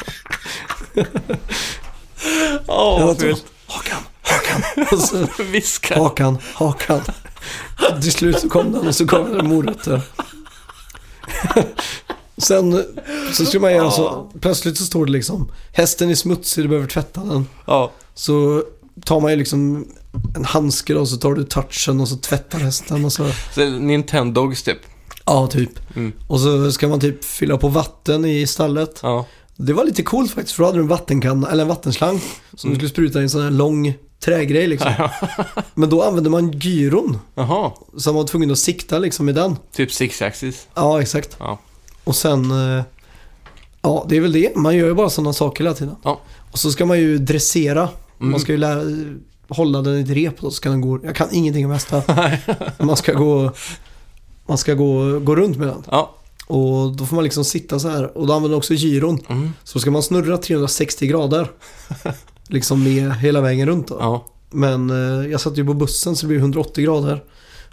B: Åh,
A: jag var
B: vad
A: tvungen,
B: fult.
A: hakan, hakan. Och så,
B: Viska.
A: hakan, hakan. Till slut så kom den och så gav jag den morötter. [LAUGHS] Sen så skulle man göra så, plötsligt så står det liksom hästen är smutsig, du behöver tvätta den.
B: Ja.
A: Så tar man ju liksom en handske då, och så tar du touchen och så tvättar hästen och så
B: Så Nintendogs typ.
A: Ja, typ.
B: Mm.
A: Och så ska man typ fylla på vatten i stallet.
B: Ja.
A: Det var lite coolt faktiskt, för då hade du en vattenkanna, eller en vattenslang som
B: Mm.
A: du skulle spruta i en sån här lång trägrej liksom. [LAUGHS] Men då använde man gyron,
B: Jaha.
A: så man var tvungen att sikta liksom i den.
B: Typ six axis.
A: Ja, exakt.
B: Ja.
A: Och sen, eh, ja det är väl det. Man gör ju bara sådana saker hela tiden.
B: Ja.
A: Och så ska man ju dressera.
B: Mm.
A: Man ska ju lära, hålla den i ett rep och så ska den gå, jag kan ingenting om
B: [LAUGHS]
A: hästar. Men man ska gå, man ska gå, gå runt med den.
B: Ja.
A: Och då får man liksom sitta så här och då använder man också gyron.
B: Mm.
A: Så ska man snurra 360
B: [LAUGHS]
A: grader. Liksom med hela vägen runt då.
B: Ja.
A: Men eh, jag satt ju på bussen så det blev 180 grader.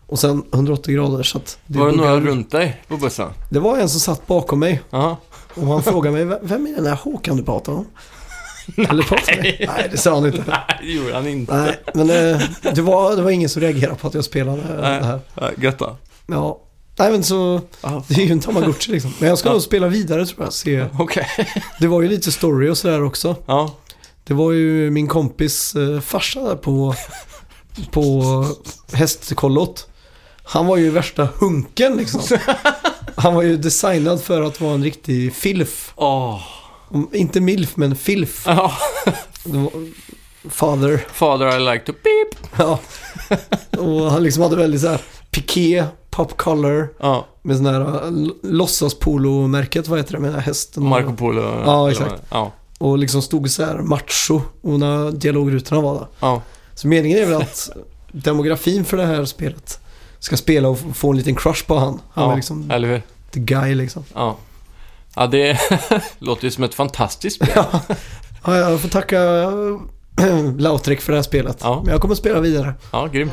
A: Och sen 180 grader så att
B: Var det
A: borde-
B: några runt dig på bussen?
A: Det var en som satt bakom mig
B: Ja. [LAUGHS]
A: och han frågade mig, "V- vem är den där Håkan du pratar om? Eller pratar med? Nej, det sa han inte.
B: Nej, det gjorde han inte.
A: Nej, men eh, det var, det var ingen som reagerade på att jag spelade det här.
B: Ja, Gött då.
A: Ja, nej men så,
B: Ja,
A: det är ju en tamagotchi liksom. Men jag ska nog spela vidare tror jag. Se.
B: Okej.
A: Det var ju lite story och sådär också.
B: Ja.
A: Det var ju min kompis eh, farsa där på, på hästkollot. Han var ju värsta hunken liksom. Han var ju designad för att vara en riktig filf.
B: Åh.
A: Om- Inte milf, men filf.
B: Ja.
A: Det var- Father. [LAUGHS]
B: Father I like to beep.
A: Ja. Och han liksom hade väldigt så här piké, pop color.
B: Ja.
A: Med sån här eh, l- låtsaspolomärket, vad heter det med den här hästen?
B: Marco Polo.
A: Ja, exakt.
B: Ja.
A: Och liksom stod så här macho och när dialogrutorna var där.
B: Ja.
A: Så meningen är väl att demografin för det här spelet ska spela och f- få en liten crush på han. Han
B: ja.
A: är liksom
B: Eller hur?
A: the guy liksom.
B: Ja. Ja, det [LAUGHS] låter ju som ett fantastiskt spel.
A: Ja, jag får tacka [CLEARS THROAT] eh, Lautrec för det här spelet.
B: Ja.
A: Men jag kommer spela vidare.
B: Ja, grymt.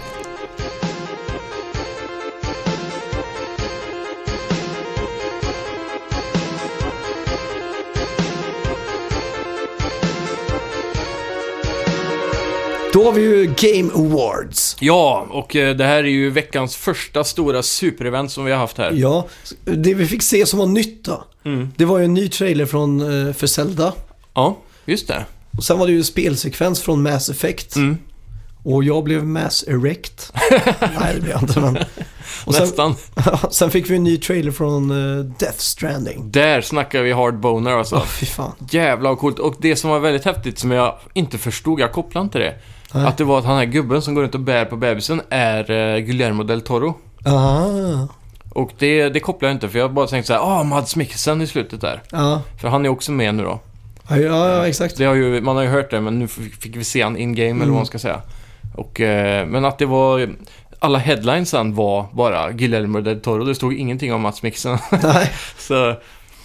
A: Då har vi ju Game Awards.
B: Ja, och eh, det här är ju veckans första stora superevent som vi har haft här.
A: Ja, det vi fick se som var nytt då,
B: Mm.
A: det var ju en ny trailer från, eh, för Zelda.
B: Ja, just det.
A: Och sen var det ju spelsekvens från Mass Effect.
B: Mm.
A: Och jag blev Mass
B: [LAUGHS]
A: Erect. Nej, det blev jag inte men. Och sen,
B: Nästan.
A: [LAUGHS] sen fick vi en ny trailer från eh, Death Stranding.
B: Där snackar vi hard boner alltså.
A: Ja, fy fan.
B: Jävla vad coolt. Och det som var väldigt häftigt som jag inte förstod, jag kopplade inte det. Att det var att han här gubben som går runt och bär på bebisen är eh, Guillermo del Toro.
A: Ah,
B: Och det, det kopplar jag inte för jag bara tänkte såhär, ah Mads Mikkelsen i slutet där.
A: ja.
B: För han är också med nu då.
A: Ja, ja, ja, exakt. Mm.
B: Det har ju, man har ju hört det men nu fick fick vi se han in-game eller vad man ska säga. Och, eh, men att det var, alla headlines sen var bara Guillermo del Toro. Det stod ingenting om Mads Mikkelsen.
A: [LAUGHS]
B: [LAUGHS]
A: Nej,
B: Så,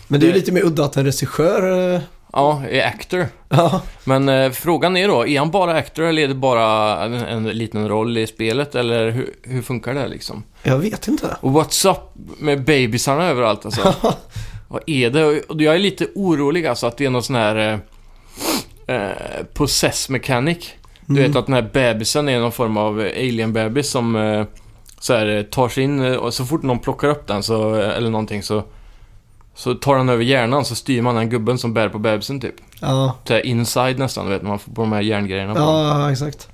A: men det är ju
B: Det-
A: lite mer udda att en regissör... eh,
B: ja, är actor.
A: Ja,
B: Men eh, frågan är då, är han bara actor eller är det bara en, en liten roll i spelet? Eller hur, hur funkar det liksom?
A: jag vet inte.
B: Och what's up med bebisarna överallt alltså? Vad är det? Och jag är lite orolig alltså att det är någon sån här eh, eh, possess mechanic. Du
A: Mm.
B: vet att den här bebisen är någon form av alien-bebis som eh, så här, eh, tar sig in eh, och så fort någon plockar upp den så, eh, eller någonting så, så tar han över hjärnan så styr man den gubben som bär på bebisen typ
A: Ja,
B: så här inside nästan, du vet, när man får på de här järngrejerna på ja.
A: ja exakt.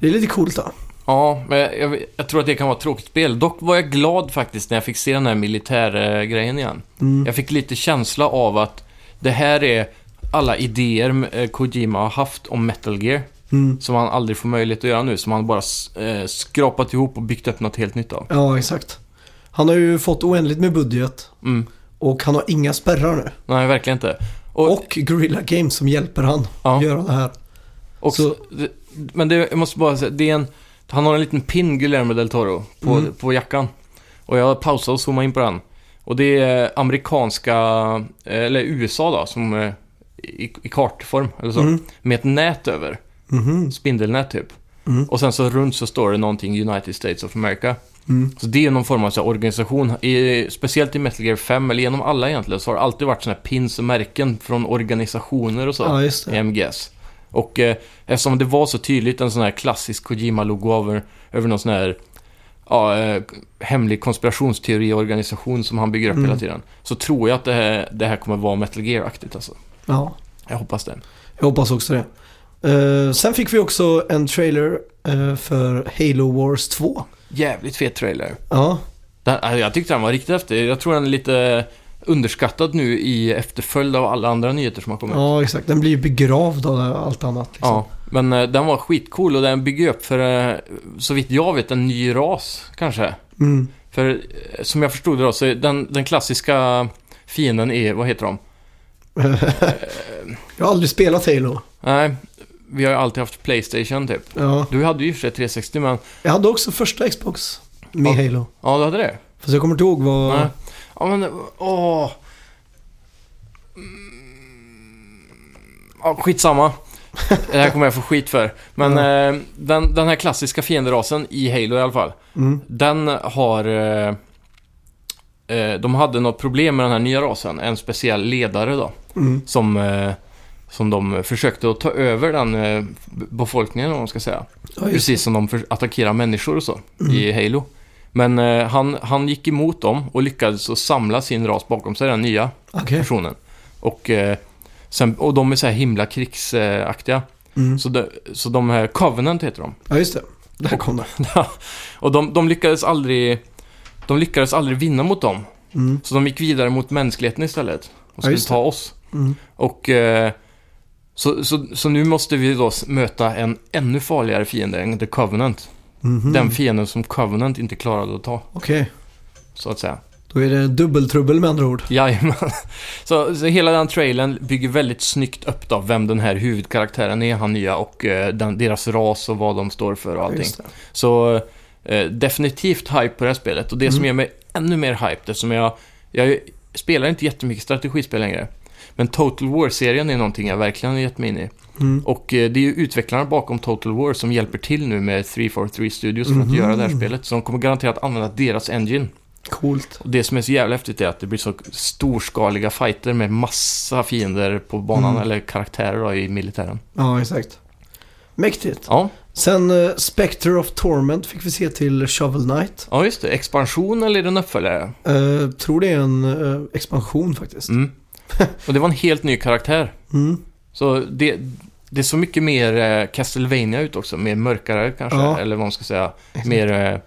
A: Det är lite coolt då.
B: ja, men jag, jag tror att det kan vara ett tråkigt spel. Dock var jag glad faktiskt när jag fick se den här militärgrejen igen.
A: Mm.
B: Jag fick lite känsla av att det här är alla idéer eh, Kojima har haft om Metal Gear.
A: Mm.
B: Som han aldrig får möjlighet att göra nu, som han bara s- eh, skrapat ihop och byggt upp något helt nytt av.
A: Ja, exakt. Han har ju fått oändligt med budget
B: Mm.
A: och han har inga spärrar nu.
B: Nej, verkligen inte. Och,
A: Och Guerrilla Games som hjälper han
B: Ja.
A: göra det här.
B: Och
A: Så-
B: det, men det, jag måste bara säga, det är en, han har en liten pin, Guillermo del Toro, på,
A: Mm.
B: på jackan. Och jag pausade och zoomade in på den. Och det är amerikanska, eh, eller USA då, som eh, i, i kartform eller så.
A: Mm.
B: Med ett nät över,
A: Mhm.
B: spindelnät typ.
A: Mm.
B: Och sen så runt så står det någonting United States of America.
A: Mm.
B: Så det är någon form av så här, organisation. I, speciellt i Metal Gear 5, eller genom alla egentligen, så har det alltid varit sådana här pins och märken från organisationer och så
A: Ja, just
B: i
A: det.
B: MGS. Och eh, eftersom det var så tydligt en sån här klassisk Kojima-logo över, över någon sån här ja, eh, hemlig konspirationsteoriorganisation som han bygger upp
A: Mm.
B: hela tiden. Så tror jag att det här, det här kommer vara Metal Gear-aktigt alltså.
A: Ja,
B: Jag hoppas det.
A: jag hoppas också det. Eh, sen fick vi också en trailer eh, för Halo Wars 2.
B: Jävligt fet trailer.
A: Ja,
B: Den, alltså, jag tyckte den var riktigt häftig. Jag tror den är lite underskattad nu i efterföljd av alla andra nyheter som har kommit.
A: ja exakt. Den blir ju begravd av allt annat. Liksom.
B: Ja, men eh, den var skitcool och den bygger upp för, eh, så vitt jag vet, en ny ras kanske.
A: Mm.
B: För eh, som jag förstod det då, så är den, den klassiska fienden är, vad heter de?
A: jag har aldrig spelat Halo.
B: Nej, vi har ju alltid haft Playstation typ.
A: Ja.
B: Du hade ju i och för sig 360 men,
A: Jag hade också första Xbox med
B: Ja.
A: Halo.
B: ja du hade det?
A: Fast jag kommer inte ihåg vad...
B: Nej. Ja men, åh. Mm. Ja, skitsamma. Det här kommer jag få skit för. Men eh, den, den här klassiska fienderasen i Halo i alla fall.
A: Mm.
B: Den har... Eh, eh, de hade något problem med den här nya rasen. En speciell ledare då.
A: Mm.
B: Som, eh, som de försökte att ta över den eh, befolkningen om man ska säga.
A: Ja, just. Mm.
B: Precis som de för- attackerar människor och så i Halo. Men eh, han, han gick emot dem och lyckades att samla sin ras bakom sig, den nya
A: Okej.
B: personen. Och, eh, sen, och de är så här himla krigsaktiga.
A: Mm.
B: Så, de, så de här Covenant heter de. [LAUGHS]
A: Ja, just det. Där kom det.
B: och de, de lyckades aldrig De lyckades aldrig vinna mot dem.
A: Mm.
B: Så de gick vidare mot mänskligheten istället. Och
A: Ja,
B: skulle
A: just det.
B: ta oss.
A: Mm.
B: Och eh, så, så, så nu måste vi då s- möta en ännu farligare fiende än The Covenant.
A: Mhm.
B: Den fienden som Covenant inte klarade att ta,
A: Okej,
B: så att säga.
A: då är det dubbeltrubbel med andra ord.
B: Jajamän. [LAUGHS] Så, så hela den trailern bygger väldigt snyggt upp då vem den här huvudkaraktären är, han nya, och eh, den, deras ras och vad de står för och allting.
A: Just det.
B: Så eh, definitivt hype på det här spelet. Och det som
A: Mm.
B: ger mig ännu mer hype, eftersom jag, jag spelar inte jättemycket strategispel längre. Men Total War-serien är någonting jag verkligen har gett mig in i.
A: Mm.
B: Och eh, det är ju utvecklarna bakom Total War som hjälper till nu med 343 Studios för
A: Mhm.
B: att göra det här spelet. Så de kommer garanterat använda deras engine.
A: Coolt.
B: Och det som är så jävla häftigt är att det blir så storskaliga fighter med massa fiender på banan,
A: Mm.
B: eller karaktärer då, i militären.
A: Ja, exakt. Mäktigt.
B: Ja,
A: Sen eh, Spectre of Torment fick vi se till Shovel Knight.
B: ja just det. Expansion eller är det en uppföljare?
A: Eh, tror det är en eh, expansion faktiskt. [LAUGHS]
B: Mm. Och det var en helt ny karaktär.
A: Mm.
B: Så det, det är så mycket mer eh, Castlevania ut också. Mer mörkare kanske,
A: Ja.
B: eller vad man ska säga.
A: Exakt.
B: Mer, eh,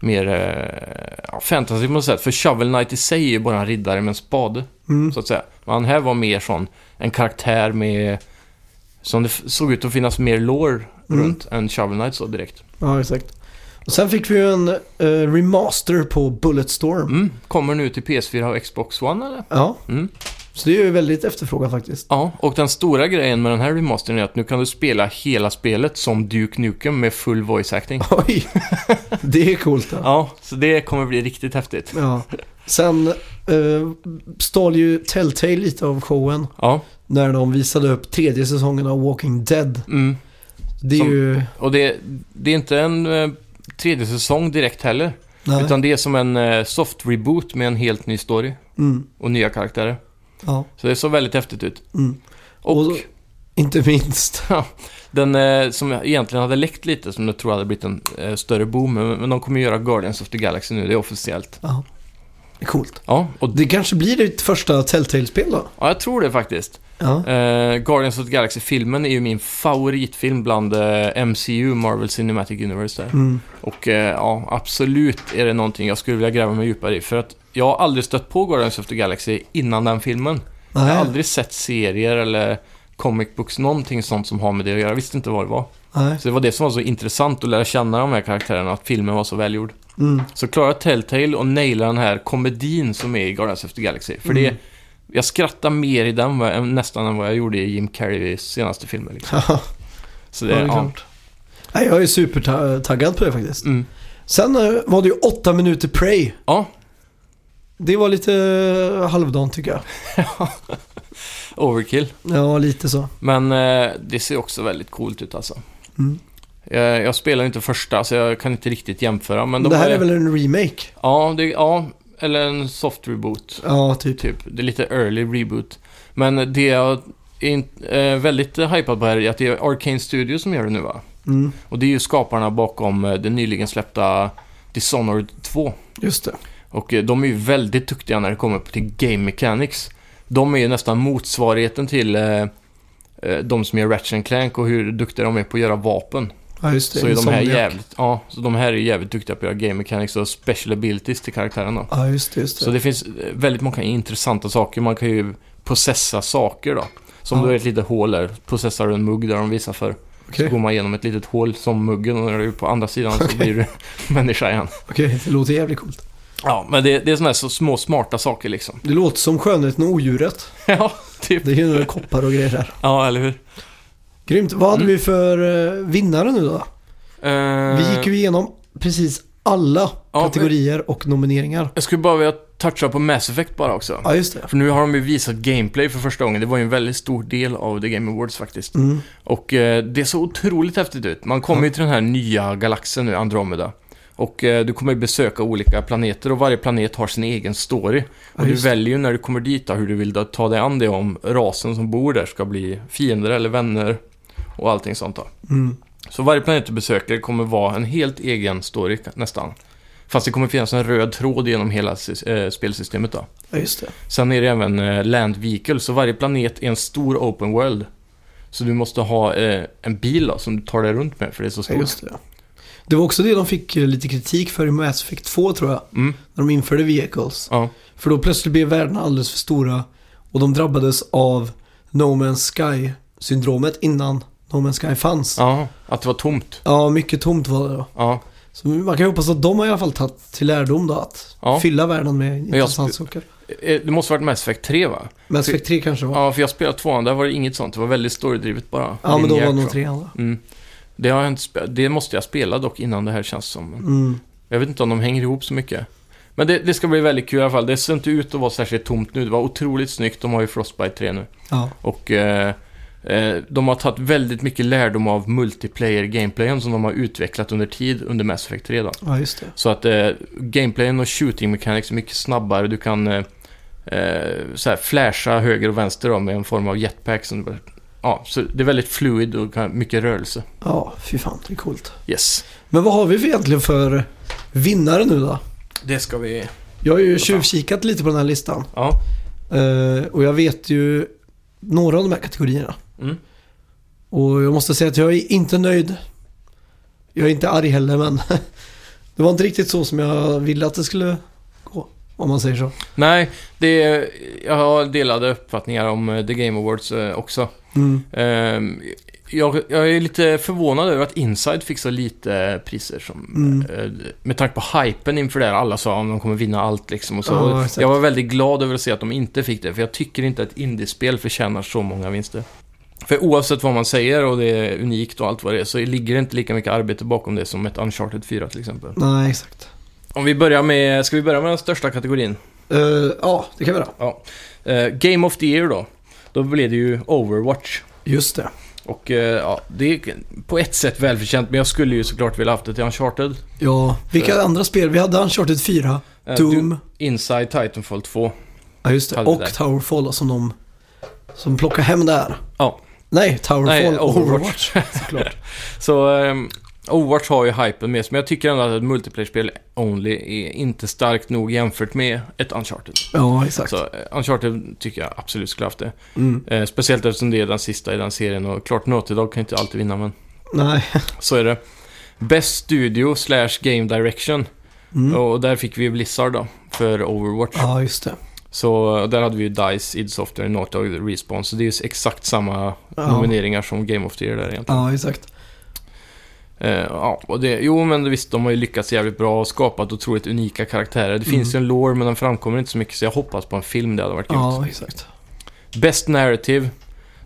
B: mer eh, ja, fantasy på något sätt. För Shovel Knight i sig är ju bara en riddare med en spade,
A: Mm.
B: så att säga. Men han här var mer sån, en karaktär med... Som det f- såg ut att finnas mer lore
A: Mm.
B: runt än Shovel Knight så direkt.
A: Ja, exakt. Och sen fick vi ju en eh, remaster på Bulletstorm.
B: Mm. Kommer nu till PS4 och Xbox One eller?
A: Ja,
B: Mm.
A: så det är ju väldigt efterfrågan faktiskt.
B: Ja, och den stora grejen med den här remastern är att nu kan du spela hela spelet som Duke Nukem med full voice acting.
A: Oj, [LAUGHS] det är coolt. Ja.
B: Ja, så det kommer bli riktigt häftigt.
A: Ja. Sen eh, stal ju Telltale lite av showen
B: Ja,
A: när de visade upp tredje säsongen av Walking Dead.
B: mm.
A: Det är
B: Som-
A: ju...
B: och det, det är inte en eh, tredje säsong direkt heller.
A: Nej.
B: Utan det är som en eh, soft reboot med en helt ny story
A: Mm.
B: och nya karaktärer.
A: Ja.
B: Så det såg väldigt häftigt ut.
A: Mm.
B: Och,
A: Och- Inte minst.
B: den eh, som egentligen hade läckt lite, som jag tror hade blivit en eh, större boom, men, men de kommer göra Guardians of the Galaxy nu, det är officiellt.
A: Ja. Det är coolt.
B: Ja, och
A: Det kanske blir ditt första Telltale-spel då?
B: ja, jag tror det faktiskt.
A: Ja.
B: Eh, Guardians of the Galaxy-filmen är ju min favoritfilm bland eh, MCU, Marvel Cinematic Universe där.
A: Mm.
B: Och eh, ja, absolut är det någonting jag skulle vilja gräva mig djupare i. För att jag har aldrig stött på Guardians of the Galaxy innan den filmen. Jag har
A: Nej.
B: aldrig sett serier eller comic books, någonting sånt som har med det att göra. Jag visste inte vad det var.
A: Nej.
B: Så det var det som var så intressant att lära känna de här karaktärerna, att filmen var så välgjord.
A: Mm. [LAUGHS]
B: Så klara Telltale och naila den här komedin som är i Guardians of the Galaxy. För det,
A: Mm.
B: jag skrattar mer i den vad jag- nästan än vad jag gjorde i Jim Carreys senaste filmer. Liksom.
A: Ja,
B: Så
A: det
B: det,
A: är
B: ja. liksom.
A: klart. Nej, jag är supertaggad på det faktiskt.
B: Mm.
A: Sen eh, var det ju åtta minuter Prey.
B: ja,
A: Det var lite eh, halvdant tycker jag.
B: overkill.
A: Ja, lite så.
B: Men eh, det ser också väldigt coolt ut alltså.
A: Mm.
B: Jag, Eh, jag spelar ju inte första, så jag kan inte riktigt jämföra. Men de
A: det här är väl en remake?
B: Ja, det, ja, eller en soft reboot.
A: Ja, typ.
B: Typ. Det är lite early reboot. Men det jag är in, eh, väldigt eh, hypad på här är att det är Arcane Studios som gör det nu va?
A: Mm.
B: Och det är ju skaparna bakom eh, den nyligen släppta Dishonored 2.
A: Just det.
B: Och eh, de är ju väldigt duktiga när det kommer till game mechanics. De är ju nästan motsvarigheten till eh, eh, de som gör Ratchet and Clank och hur duktiga de är på att göra vapen.
A: Ja, just det.
B: Så är de här
A: Insomniac.
B: jävligt, ja, så de här är jävligt duktiga på att göra game mechanics och special abilities till karaktären då.
A: Ja, just det. Just det.
B: Så det finns eh, väldigt många intressanta saker. Man kan ju processa saker då. Som
A: Ja.
B: du är ett litet hål där, processar du en mugg där de visar för.
A: Okej,
B: Så går man igenom ett litet hål som muggen och när du är på andra sidan så blir du [LAUGHS] människa igen.
A: Okej, det låter jävligt coolt.
B: Ja, men det, det är sådana här så små smarta saker liksom.
A: Det låter som Skönheten och Odjuret.
B: [LAUGHS] ja, typ.
A: Det är ju några koppar och grejer där.
B: Ja, eller hur?
A: Grymt. Vad hade
B: Mm.
A: vi för eh, vinnare nu då?
B: Eh,
A: Vi gick ju igenom precis alla
B: Ja,
A: kategorier och nomineringar.
B: Jag skulle bara vilja toucha på Mass Effect bara också.
A: Ja, just det.
B: För nu har de ju visat gameplay för första gången. Det var ju en väldigt stor del av The Game Awards faktiskt.
A: Mm.
B: Och eh, det såg otroligt häftigt ut. Man kommer ju till den här nya galaxen nu, Andromeda. Och eh, du kommer ju besöka olika planeter och varje planet har sin egen story.
A: Ja,
B: Och du
A: just det.
B: väljer ju när du kommer dit då, hur du vill då ta dig an det om rasen som bor där ska bli fiender eller vänner och allting sånt då.
A: Mm.
B: Så varje planet du besöker kommer vara en helt egen story nästan. Fast det kommer finnas en röd tråd genom hela sy- eh, spelsystemet då.
A: Ja, just det.
B: Sen är det även eh, Land Vehicle, så varje planet är en stor open world. Så du måste ha eh, en bil då, som du tar dig runt med, för det är så
A: Ja,
B: stort.
A: just det. Det var också det de fick eh, lite kritik för i Mass Effect 2 tror jag.
B: Mm,
A: När de införde Vehicles.
B: ja.
A: För då plötsligt blev världarna alldeles för stora. Och de drabbades av No Man's Sky-syndromet innan No Man's Sky fanns. Ja,
B: ja, att det var tomt.
A: mycket tomt var det då.
B: Ja.
A: Så man kan ju hoppas att de har i alla fall tagit till lärdom då att
B: Ja.
A: fylla världen med
B: jag
A: intressant saker.
B: Eh, Det måste varit Mass Effect 3 va?
A: Mass Effect 3 kanske var. Ja,
B: Ja, för jag spelade tvåan, där var det inget sånt. Det var väldigt storydrivet bara.
A: men då var det
B: Linjärt,
A: nog
B: så.
A: trean va?
B: Mm. Det, har jag inte spe- det måste jag spela dock innan det här känns som.
A: Mm.
B: Jag vet inte om de hänger ihop så mycket. Men det, det ska bli väldigt kul i alla fall. Det ser inte ut att vara särskilt tomt nu. Det var otroligt snyggt. De har ju Frostbite 3 nu.
A: Ja,
B: Och eh, eh, de har tagit väldigt mycket lärdom av multiplayer-gameplayen som de har utvecklat under tid under Mass Effect 3 då.
A: ja just det.
B: Så att eh, gameplayen och shooting mechanics är mycket snabbare. Du kan eh, eh, så här flasha höger och vänster då, med en form av jetpack. Som, du bara- ja, så det är väldigt fluid och kan- mycket rörelse.
A: Ja, fy fan, det är coolt.
B: Yes.
A: Men vad har vi för egentligen för vinnare nu då?
B: Det ska vi...
A: Jag har ju tjuvkikat lite på den här listan.
B: Ja.
A: Eh, och jag vet ju några av de här kategorierna.
B: Mm.
A: Och jag måste säga att jag är inte nöjd. Jag är inte arg heller men [LAUGHS] det var inte riktigt så som jag ville att det skulle gå. Om man säger så.
B: Nej, det är, jag har delade uppfattningar om eh, The Game Awards eh, också.
A: Mm.
B: Ehm, jag, jag är lite förvånad över att Inside fick så lite priser som...
A: Mm.
B: eh, Med tanke på hypen inför det här, alla sa att de kommer vinna allt liksom och så.
A: Ja, exakt.
B: jag var väldigt glad över att se att de inte fick det, för jag tycker inte att indiespel förtjänar så många vinster. För oavsett vad man säger och det är unikt och allt vad det är, så ligger det inte lika mycket arbete bakom det som ett Uncharted 4 till exempel.
A: Nej, exakt.
B: Om vi börjar med, ska vi börja med den största kategorin?
A: Eh, ja, det kan vi göra.
B: Eh, Game of the Year då. Då blev det ju Overwatch.
A: Just det.
B: Och eh, ja, det är på ett sätt välförtjänt, men jag skulle ju såklart vilja haft det till Uncharted.
A: Ja, vilka andra spel? Vi hade Uncharted 4,
B: Eh,
A: Doom,
B: Inside Titanfall 2.
A: ja, just det.
B: hade vi
A: och
B: där.
A: Towerfall då, som de som plockar hem där.
B: Ja.
A: Nej, Towerfall
B: Nej,
A: och
B: Overwatch.
A: Overwatch.
B: [LAUGHS]
A: Såklart.
B: Så ehm, Overwatch har ju hypen med sig, men jag tycker ändå att ett multiplayer-spel only är inte starkt nog jämfört med ett Uncharted.
A: ja, exakt.
B: Så eh, Uncharted tycker jag absolut skulle haft det.
A: Mm.
B: Eh, speciellt eftersom det är den sista i den serien och klart Naughty Dog kan inte alltid vinna, men
A: Nej.
B: så är det. Best Studio slash Game Direction.
A: Mm.
B: Och där fick vi Blizzard då, för Overwatch.
A: Ja, just det.
B: Så eh, där hade vi ju DICE, id Software, Naughty Dog, Respawn. Så det är ju exakt samma
A: Ja.
B: nomineringar som Game of the Year där egentligen.
A: Ja, exakt.
B: Eh, ja, och det, jo, men visst, de har ju lyckats jävligt bra och skapat otroligt unika karaktärer. Det finns ju en lore, men den framkommer inte så mycket, så jag hoppas på en film. Det hade varit grymt.
A: Mm. Ja, exakt.
B: Best Narrative,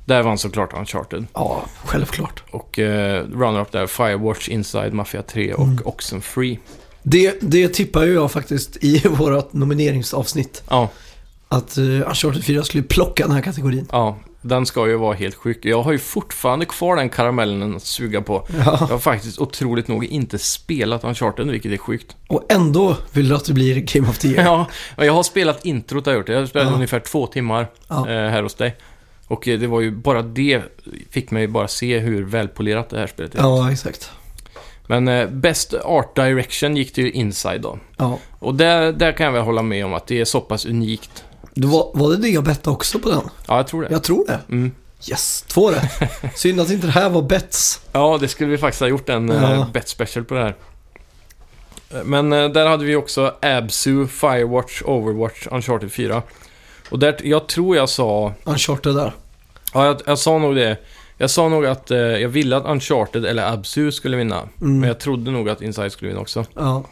B: där vann såklart Uncharted.
A: Ja, självklart.
B: Och eh, runner-up där, Firewatch, Inside, Mafia 3 och
A: Mm.
B: Oxenfree.
A: Det, det tippar ju jag faktiskt i [LAUGHS] vårt nomineringsavsnitt.
B: Ja,
A: Att uh, Uncharted 4 skulle plocka den här kategorin.
B: ja, den ska ju vara helt sjuk. Jag har ju fortfarande kvar den karamellen att suga på. Jag
A: Ja.
B: har faktiskt otroligt nog inte spelat Uncharted, vilket är sjukt.
A: Och ändå vill du att det blir Game of the Year.
B: Ja, och jag har spelat introt har jag gjort. Jag har spelat
A: Ja.
B: ungefär två timmar
A: Ja.
B: eh, här hos dig. Och eh, det var ju bara det fick mig bara se hur välpolerat det här spelet är.
A: Ja, exakt.
B: Men eh, Best Art Direction gick till ju Inside då.
A: Ja.
B: Och där, där kan jag väl hålla med om att det är så pass unikt.
A: Det var, var det det jag bett också på den?
B: Ja, jag tror det.
A: Jag tror det.
B: Mm.
A: Yes, två
B: [LAUGHS]
A: rätt. Synd att inte det här var bets.
B: Ja, det skulle vi faktiskt ha gjort en
A: Ja.
B: eh, bet special på det här. Eh, Men eh, där hade vi också Absu, Firewatch, Overwatch, Uncharted 4. Och där, jag tror jag sa,
A: Uncharted där.
B: ja jag, jag sa nog det. Jag sa nog att eh, jag ville att Uncharted eller Absu skulle vinna.
A: Mm.
B: Men jag trodde nog att Inside skulle vinna också.
A: Ja,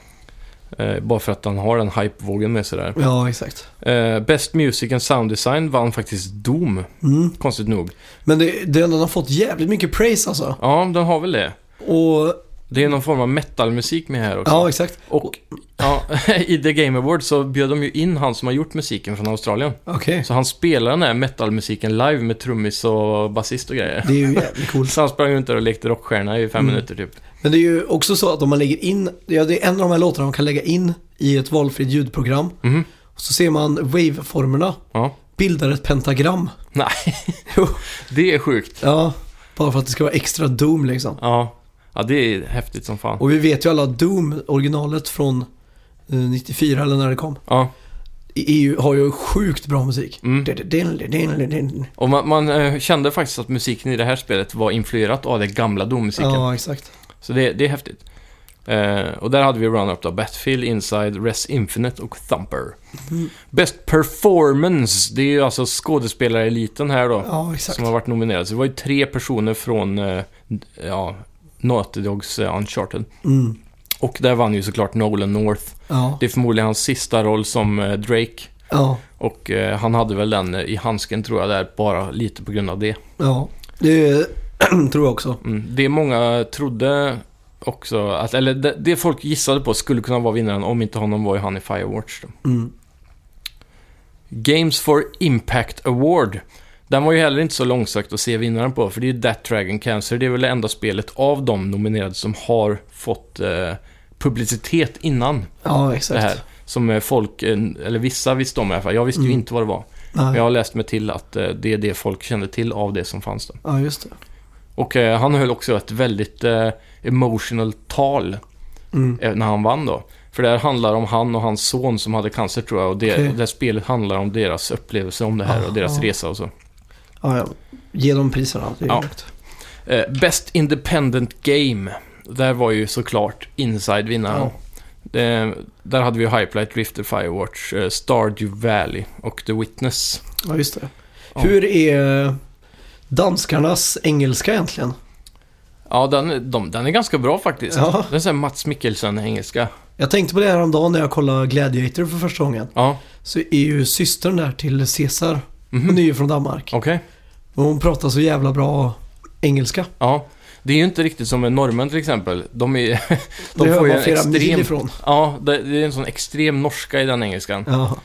B: Eh, bara för att han har den hypevågen med sig där.
A: ja exakt.
B: Eh, Best Music and Sound Design vann faktiskt Doom,
A: Mm.
B: konstigt nog.
A: Men det, den har fått jävligt mycket praise alltså.
B: Ja, den har väl det.
A: Och
B: Det är någon form av metalmusik med här också.
A: Ja, exakt.
B: Och ja, [LAUGHS] i The Game Awards så bjöd de ju in han som har gjort musiken från Australien.
A: Okej.
B: Så han spelar den här metalmusiken live med trummis och basist och grejer.
A: Det är ju jävligt coolt.
B: Så han sprang runt där och lekte rockstjärna i fem minuter typ.
A: Men det är ju också så att om man lägger in, ja, det är en av de här låtarna man kan lägga in i ett valfritt ljudprogram.
B: Mhm.
A: Och så ser man waveformerna
B: Ja.
A: bildar ett pentagram.
B: Nej,
A: Jo.
B: det är sjukt.
A: Ja, bara för att det ska vara extra Doom liksom.
B: Ja. ja, det är häftigt som fan.
A: Och vi vet ju alla att Doom, originalet från eh, 94 eller när det kom,
B: Ja.
A: i EU har ju sjukt bra musik.
B: Mm.
A: Din-din-din-din-din.
B: Och man, man eh, kände faktiskt att musiken i det här spelet var influerat av den gamla dommusiken.
A: Ja, exakt.
B: Så det, det är häftigt. Eh, och där hade vi run-up då. Battlefield, Inside, Res Infinite och Thumper. Best Performance, det är ju alltså skådespelareliten här då.
A: Ja, exakt.
B: som har varit nominerade. Så det var ju tre personer från eh, ja, Naughty Dogs eh, Uncharted.
A: Mm.
B: Och där vann ju såklart Nolan North.
A: Ja,
B: Det är förmodligen hans sista roll som eh, Drake.
A: ja,
B: Och eh, han hade väl den eh, i handsken tror jag där, bara lite på grund av det.
A: ja. Det [CLEARS THROAT] tror jag också.
B: Mm. Det många trodde också, att, eller det, det folk gissade på skulle kunna vara vinnaren om inte honom var ju han i Firewatch. Då.
A: Mm.
B: Games for Impact Award. Den var ju heller inte så långsökt att se vinnaren på, för det är ju That Dragon Cancer. Det är väl det enda spelet av de nominerade som har fått eh, publicitet innan
A: Ja,
B: det här.
A: exakt.
B: Som eh, folk, eh, eller vissa visste om i alla fall. Jag visste ju
A: Mm.
B: inte vad det var. Men
A: Nej.
B: jag har läst mig till att eh, det är det folk kände till av det som fanns där.
A: Ja, just det.
B: Och eh, han höll också ett väldigt eh, emotional tal
A: Mm.
B: eh, när han vann då. För det här handlar om han och hans son som hade cancer tror jag. Och det,
A: Okej. Ah,
B: och det här spelet handlar om deras upplevelse om det här och deras
A: Aha.
B: resa och så.
A: Ja, ja. Ge dem priserna. Det är
B: Ja.
A: lugnt.
B: Eh, Best Independent Game. Där var ju såklart Inside vinnaren.
A: Ja.
B: Det- där hade vi ju Hypelight, Drifter, Firewatch, eh, Stardew Valley och The Witness.
A: ja, just det.
B: Ja.
A: Hur är danskarnas engelska egentligen?
B: Ja, den, de, den är ganska bra faktiskt.
A: Ja.
B: Den är såhär Mats Mikkelsen-engelska.
A: Jag tänkte på det här om dagen när jag kollade Gladiator för första gången.
B: Ja,
A: Så är ju systern där till Caesar.
B: Mhm.
A: Hon är ju från Danmark.
B: okej.
A: Och hon pratar så jävla bra engelska.
B: Ja. Det är ju inte riktigt som med norrmän till exempel. De, är, [LAUGHS]
A: Det hör
B: ju
A: man flera mil ifrån.
B: Ja, det, det är en sån extrem norska i den engelskan.
A: Ja,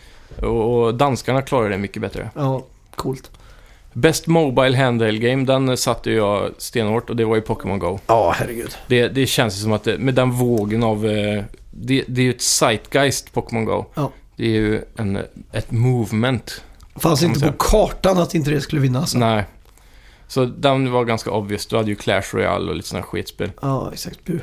B: Och, och danskarna klarar det mycket bättre.
A: ja, coolt.
B: Best Mobile Handheld Game, den satte jag stenhårt och det var ju Pokémon Go.
A: Ja, herregud.
B: Det, det känns ju som att det, med den vågen av... eh, Det, det är ju ett zeitgeist, Pokémon Go.
A: Ja.
B: Det är ju en, ett movement.
A: Fanns
B: Kan man
A: inte
B: säga.
A: på kartan att inte det skulle vinna. alltså. Så.
B: Nej. Så den var ganska obvious. Du hade ju Clash Royale och lite sådana skitspel.
A: Ja, exakt. Bu.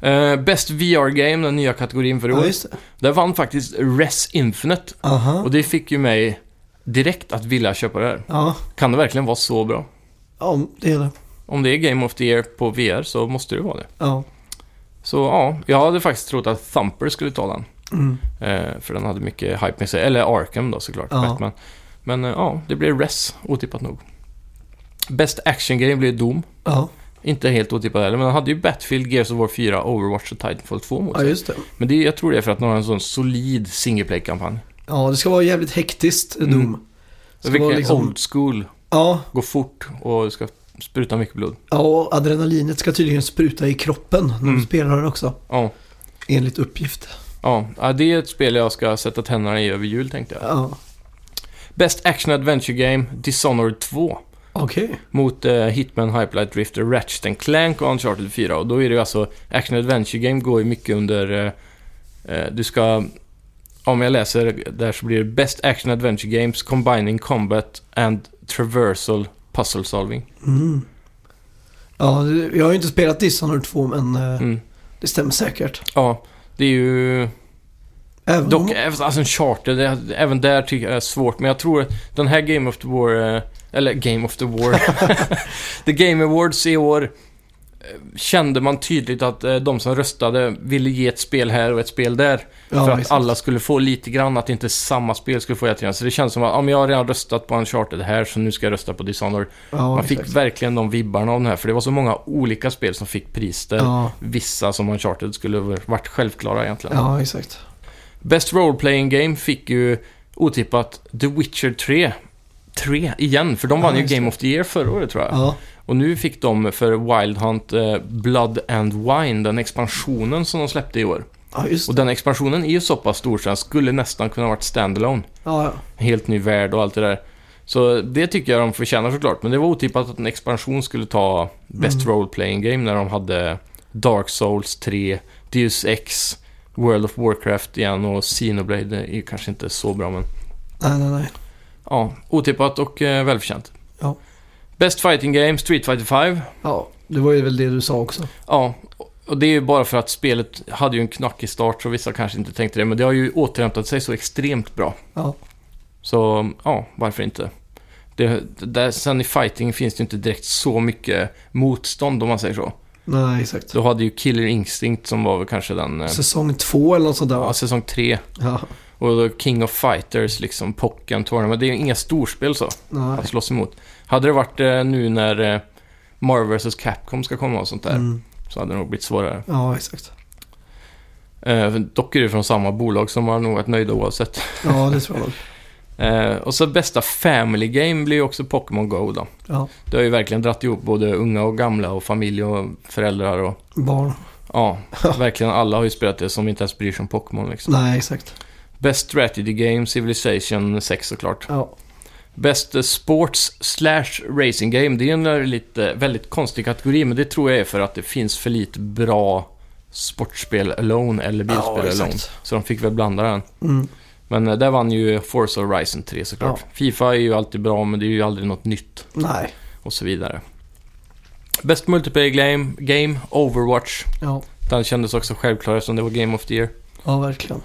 B: Eh, Best VR Game, den nya kategorin för i
A: Ja,
B: år.
A: just det.
B: där vann faktiskt Res Infinite.
A: Aha.
B: Och det fick ju mig direkt att vilja köpa det här.
A: Ja,
B: Kan det verkligen vara så bra?
A: ja, det är det.
B: Om det är Game of the Year på VR så måste det vara det.
A: Ja.
B: Så ja, jag hade faktiskt trott att Thumper skulle ta den.
A: Mm.
B: Eh, för den hade mycket hype med sig. Eller Arkham då såklart,
A: Ja.
B: Batman. Men eh, ja, det blev Res, otippat nog. Best Action Game blev Doom.
A: Ja.
B: Inte helt otippat heller, men han hade ju Battlefield, Gears of War 4, Overwatch och Titanfall 2 mot
A: ja,
B: sig.
A: just det.
B: Men det, jag tror det är för att de har en sån solid singleplay-kampanj.
A: Ja, det ska vara jävligt hektiskt, eh, Doom.
B: Mm.
A: Ska
B: Vilken
A: vara liksom-
B: old school,
A: Ja,
B: går fort och ska spruta mycket blod.
A: Ja, och adrenalinet ska tydligen spruta i kroppen när
B: Mm.
A: du spelar också,
B: Ja,
A: enligt uppgift.
B: ja, ja, det är ett spel jag ska sätta tänderna i över jul tänkte jag.
A: Ja,
B: Best Action Adventure Game, Dishonored 2.
A: okej.
B: Mot eh, Hitman, Hypelight Drifter, Ratchet and Clank och Uncharted 4. Och då är det ju alltså... Action Adventure Game går ju mycket under... Eh, eh, du ska... Om jag läser där så blir det Best Action Adventure Games Combining Combat and Traversal Puzzle Solving.
A: Mm. Ja, det- jag har ju inte spelat Dishonored 2, men eh,
B: Mm.
A: det stämmer säkert.
B: Ja, det är ju...
A: Även
B: Dock,
A: om...
B: även- alltså en charter, det, även där tycker jag är svårt. Men jag tror att den här Game of the War, eh, eller Game of the War, [LAUGHS] The Game Awards i år eh, kände man tydligt att eh, de som röstade ville ge ett spel här och ett spel där.
A: Ja,
B: för att
A: exakt.
B: alla skulle få lite grann, att inte samma spel skulle få hela tiden. Så det känns som att om jag har redan röstat på Uncharted här, så nu ska jag rösta på Dishonored.
A: Ja,
B: man fick
A: exakt.
B: verkligen de vibbarna av den här, för det var så många olika spel som fick pris där.
A: Ja,
B: Vissa som Uncharted skulle ha varit självklara egentligen.
A: ja, exakt.
B: Best Role Playing Game fick ju otippat The Witcher 3. 3 igen, för de
A: Ja,
B: vann ju
A: just det.
B: Game of the Year förra året tror jag.
A: Ja,
B: Och nu fick de för Wild Hunt eh, Blood and Wine, den expansionen som de släppte i år.
A: Ja, just
B: Och
A: det.
B: den expansionen är ju så pass stor så den skulle nästan kunna varit standalone.
A: Ja, ja.
B: En helt ny värld och allt det där. Så det tycker jag de förtjänar såklart. Men det var otippat att en expansion skulle ta Best
A: Mm.
B: Role Playing Game när de hade Dark Souls 3, Deus Ex, World of Warcraft igen och Xenoblade. Det är ju kanske inte så bra men...
A: Nej, nej, nej.
B: Ja, otippat och eh, välförtjänt.
A: Ja.
B: Best Fighting Game, Street Fighter 5.
A: Ja, det var ju väl det du sa också.
B: Ja, och det är ju bara för att spelet hade ju en knackig start så vissa kanske inte tänkte det. Men det har ju återhämtat sig så extremt bra.
A: Ja.
B: Så ja, varför inte? Det, där, sen i fighting finns det ju inte direkt så mycket motstånd om man säger så.
A: Nej, exakt.
B: Då hade ju Killer Instinct som var väl kanske den... eh,
A: Säsong två eller något sånt där.
B: Ja,
A: va?
B: säsong 3.
A: Ja.
B: Och då King of Fighters, liksom Pocken, Tournament. Det är ju inga storspel så
A: Nej.
B: att slåss emot. Hade det varit eh, nu när eh, Marvel vs Capcom ska komma och sånt där
A: Mm.
B: så hade det nog blivit svårare.
A: Ja, exakt.
B: Eh, dock är det från samma bolag som har nog varit nöjda oavsett.
A: Ja, det tror jag nog.
B: Eh, och så bästa family game blir ju också Pokémon Go då.
A: Ja.
B: Det har ju verkligen dratt ihop både unga och gamla och familj och föräldrar och...
A: Barn.
B: Ja, verkligen alla har ju spelat det som inte ens bryr sig om Pokémon liksom.
A: Nej, exakt.
B: Best strategy game, Civilization 6 såklart.
A: Ja.
B: Best eh, sports slash racing game, det är en där lite, väldigt konstig kategori men det tror jag är för att det finns för lite bra sportspel alone eller bilspel
A: Ja,
B: alone.
A: exakt.
B: Så de fick väl blanda den.
A: Mm.
B: Men eh, där vann ju Forza Horizon 3 såklart. Fifa är ju alltid bra men det är ju aldrig något nytt
A: Nej.
B: och så vidare. Best multiplayer game, game Overwatch.
A: Ja.
B: Den kändes också självklar eftersom det var Game of the Year.
A: ja, verkligen.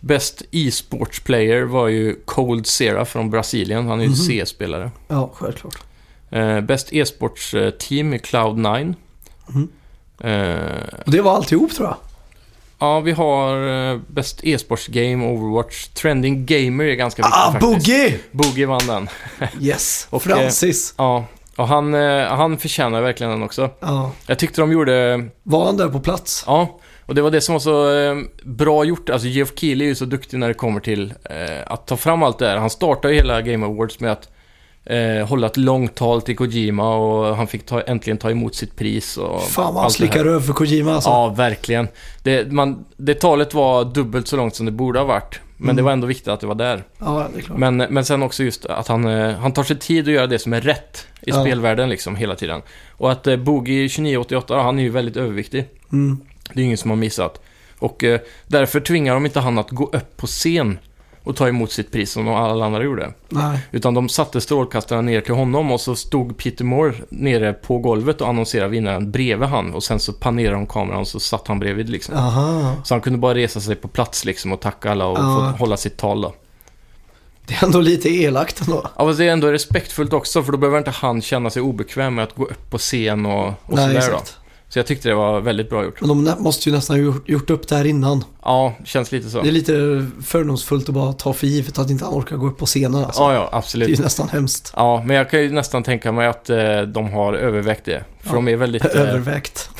B: Best e-sports player var ju Cold Sera från Brasilien. Han är ju
A: Mhm.
B: C-spelare.
A: Ja, självklart.
B: Eh, bäst e-sports eh, team är Cloud9.
A: Mhm.
B: Eh,
A: Och det var alltihop tror jag.
B: ja, vi har eh, bäst e-sports game, Overwatch. Trending Gamer är ganska viktigt
A: Ah,
B: faktiskt. [LAUGHS]
A: Boogie!
B: Boogie vann den.
A: Yes.
B: Och, eh,
A: Och Francis.
B: Ja, och han, eh, han förtjänar verkligen den också.
A: Ja.
B: Jag tyckte de gjorde...
A: Var han där på plats?
B: Ja, och det var det som var så eh, bra gjort. Alltså Geoff Keighley är ju så duktig när det kommer till eh, att ta fram allt det här. Han startade ju hela Game Awards med att eh, hålla ett långt tal till Kojima och han fick ta, äntligen ta emot sitt pris och
A: Fan vad han
B: allt det här.
A: slickar över för Kojima alltså.
B: Ja, verkligen. Det, man, det talet var dubbelt så långt som det borde ha varit. Men
A: Mm.
B: det var ändå viktigt att det var där.
A: Ja, det är klart.
B: Men, men sen också just att han, eh, han tar sig tid att göra det som är rätt i
A: Ja.
B: spelvärlden liksom hela tiden. Och att eh, Boogie 2988, han är ju väldigt överviktig.
A: Mm.
B: Det är ingen som har missat. Och eh, därför tvingar de inte han att gå upp på scen och ta emot sitt pris som alla andra gjorde.
A: Nej.
B: Utan de satte strålkastarna ner till honom och så stod Peter Moore nere på golvet och annonserade vinnaren bredvid han. Och sen så panerade de kameran och så satt han bredvid liksom.
A: Aha.
B: Så han kunde bara resa sig på plats liksom och tacka alla och
A: Ja.
B: få hålla sitt tal då.
A: Det är ändå lite elakt ändå.
B: Ja, fast det är ändå respektfullt också för då behöver inte han känna sig obekväm med att gå upp på scen och, och
A: Nej,
B: sådär då.
A: exakt.
B: Så jag tyckte det var väldigt bra gjort.
A: Men de nä- måste ju nästan ha gjort, gjort upp det här innan.
B: Ja, känns lite så.
A: Det är lite fördomsfullt att bara ta för givet att inte han orkar gå upp på scenen alltså.
B: Ja, ja,
A: det
B: absolut.
A: är ju nästan hemskt.
B: Ja, men jag kan ju nästan tänka mig att eh, de har övervägt det. För
A: Ja.
B: de är väldigt... Eh,
A: [LAUGHS] Övervägt.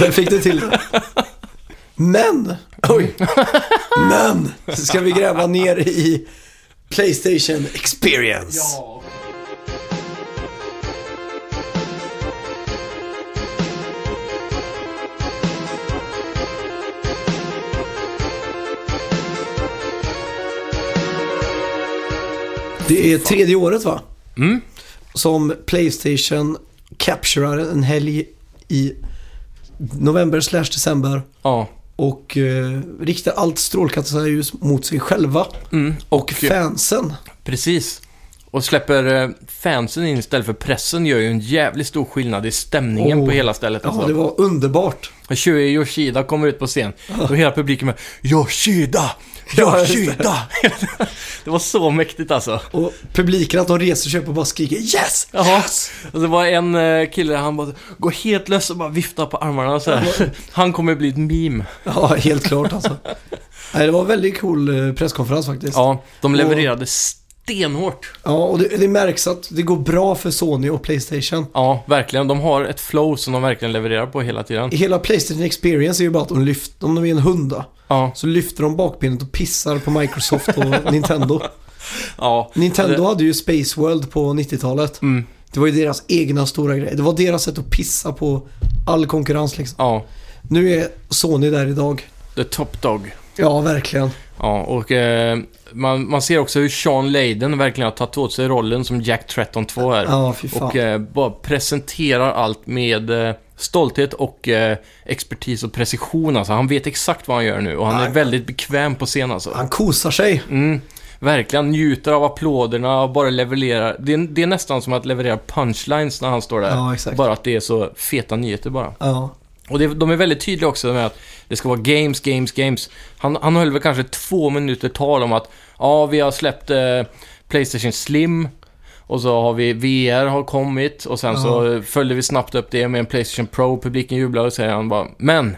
A: Men fick du till det? Men! Oj! Men! Så ska vi gräva ner i Playstation Experience.
B: eh,
A: Det är tredje året va?
B: Mm.
A: Som Playstation capturar en helg i november slash december
B: ja.
A: och eh, riktar allt strålkastarljus mot sig själva
B: Mm.
A: och fansen.
B: Precis. Och släpper eh, fansen in istället för pressen gör ju en jävligt stor skillnad i stämningen
A: Oh.
B: på hela stället.
A: Ja,
B: Alltså.
A: det var underbart.
B: Shuei Yoshida kommer ut på scen och hela publiken med Yoshida!
A: Ja, just det.
B: Yoshida! [LAUGHS] det var så mäktigt alltså.
A: Och publiken att de reser sig upp och bara skriker yes!
B: Jaha. Och det var en eh, kille, han bara går helt lös och bara viftar på armarna och så här. Han kommer bli ett meme.
A: Ja, helt klart alltså. Nej, det var en väldigt cool eh, presskonferens faktiskt. Ja,
B: Ja, de levererade stenhårt.
A: och det, det märks att det går bra för Sony och Playstation.
B: Ja, verkligen. De har ett flow som de verkligen levererar på hela tiden.
A: Hela Playstation Experience är ju bara att de lyfter, om de är en hunda,
B: Ja, [LAUGHS]
A: så lyfter de bakbenet och pissar på Microsoft och Nintendo.
B: Ja.
A: Nintendo hade ju Space World på 90-talet.
B: Mm.
A: Det var ju deras egna stora grej. Det var deras sätt att pissa på all konkurrens liksom.
B: Ja.
A: Nu är Sony där idag.
B: The Top Dog.
A: Ja, verkligen.
B: Ja, och eh, man, man ser också hur Sean Layden verkligen har tagit åt sig rollen som Jack Tretton 2 här.
A: Ja, fy fan.
B: och eh, bara presenterar allt med eh, stolthet och eh, expertis och precision alltså. Han vet exakt vad han gör nu och han
A: Ja,
B: är
A: ja.
B: väldigt bekväm på scen alltså.
A: Han kosar sig.
B: Mm. Verkligen njuter av applåderna och bara levererar. Det är, det är nästan som att leverera punchlines när han står där.
A: Ja, exakt.
B: Bara att det är så feta nyheter bara.
A: Ja.
B: Och det, de är väldigt tydliga också med att det ska vara games, games, games. Han, han höll väl kanske två minuter tal om att ja, vi har släppt eh, Playstation Slim och så har vi VR har kommit och sen så följde vi snabbt upp det med en Playstation Pro. Publiken jublade och säger han bara men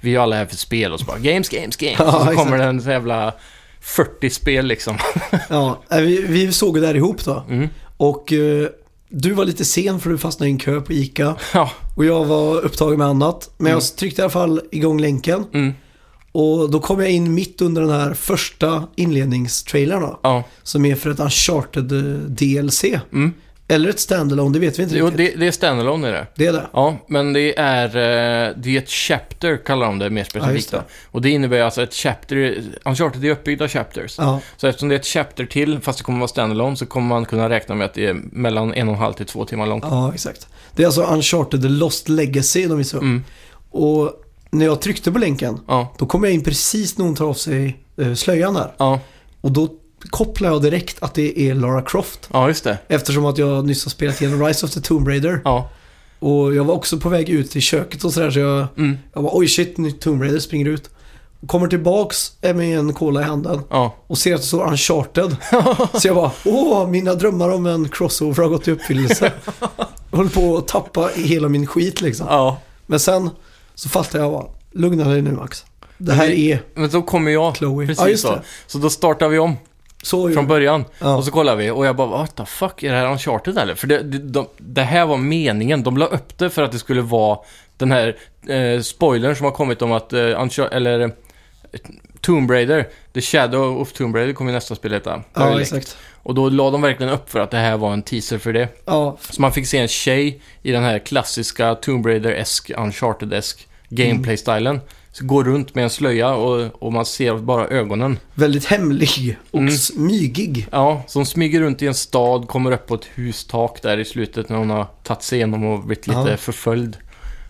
B: vi är ju alla här för spel och så bara games, games, games.
A: [LAUGHS] Ja,
B: och så
A: exakt.
B: kommer det en så jävla 40 spel liksom. [LAUGHS]
A: Ja, eh, vi, vi såg ju där ihop då.
B: Mm.
A: Och eh, du var lite sen för du fastnade i en kö på ICA.
B: ja,
A: Och jag var upptagen med annat. Men jag tryckte i alla fall igång länken.
B: Mm.
A: Och då kom jag in mitt under den här första inledningstrailern då.
B: ja.
A: Som är för ett Uncharted eh, DLC. Eller ett standalone, det vet vi inte
B: Mm. Jo,
A: riktigt.
B: det, det är standalone i det.
A: Det är det.
B: Ja, men det är, eh, det är ett chapter kallar de det mer
A: Ja,
B: specifikt.
A: just det.
B: då. Och det innebär alltså ett chapter, Uncharted är uppbyggda av chapters.
A: Ja,
B: Så eftersom det är ett chapter till, fast det kommer vara standalone, så kommer man kunna räkna med att det är mellan en och en halv till två timmar långt.
A: ja exakt. Det är alltså Uncharted The Lost Legacy de visar upp.
B: Mm.
A: Och när jag tryckte på länken,
B: Ja,
A: då kom jag in precis när hon tar av sig eh, slöjan där.
B: ja,
A: Och då kopplar jag direkt att det är Lara Croft.
B: ja just det.
A: Eftersom att jag nyss har spelat igenom Rise of the Tomb Raider.
B: Ja,
A: Och jag var också på väg ut till köket och sådär så jag,
B: mm,
A: jag var oj shit, nytt Tomb Raider springer ut. Kommer tillbaks är med en cola i handen
B: ja,
A: och ser att det står Uncharted. så jag bara, åh, mina drömmar om en crossover har gått i uppfyllelse. jag höll på att tappa hela min skit liksom.
B: ja.
A: Men sen så fattade jag bara, lugna dig nu Max. Det här är
B: Men så kommer jag.
A: Chloe. Ja,
B: Precis
A: just
B: så.
A: det.
B: Så då startar vi om
A: så.
B: från
A: Från
B: början.
A: Ja.
B: Och så kollar vi och jag bara, what the fuck, är det här Uncharted eller? För det, det, de, det här var meningen, de la upp det för att det skulle vara den här eh, spoilern som har kommit om att, eh, Unchar- eller eh, Tomb Raider, The Shadow of Tomb Raider kommer ju nästa spel heta. Har vi
A: ja,
B: läckt.
A: exakt.
B: Och då la de verkligen upp för att det här var en teaser för det.
A: Ja,
B: Så man fick se en tjej i den här klassiska Tomb Raider-esk, Uncharted-esk
A: Mm.
B: gameplay-stilen. Så går runt med en slöja och, och man ser bara ögonen.
A: väldigt hemlig och
B: Mm.
A: smygig.
B: Ja, som smyger runt i en stad, kommer upp på ett hustak där i slutet när hon har tagit sig igenom och blivit lite
A: Ja.
B: förföljd.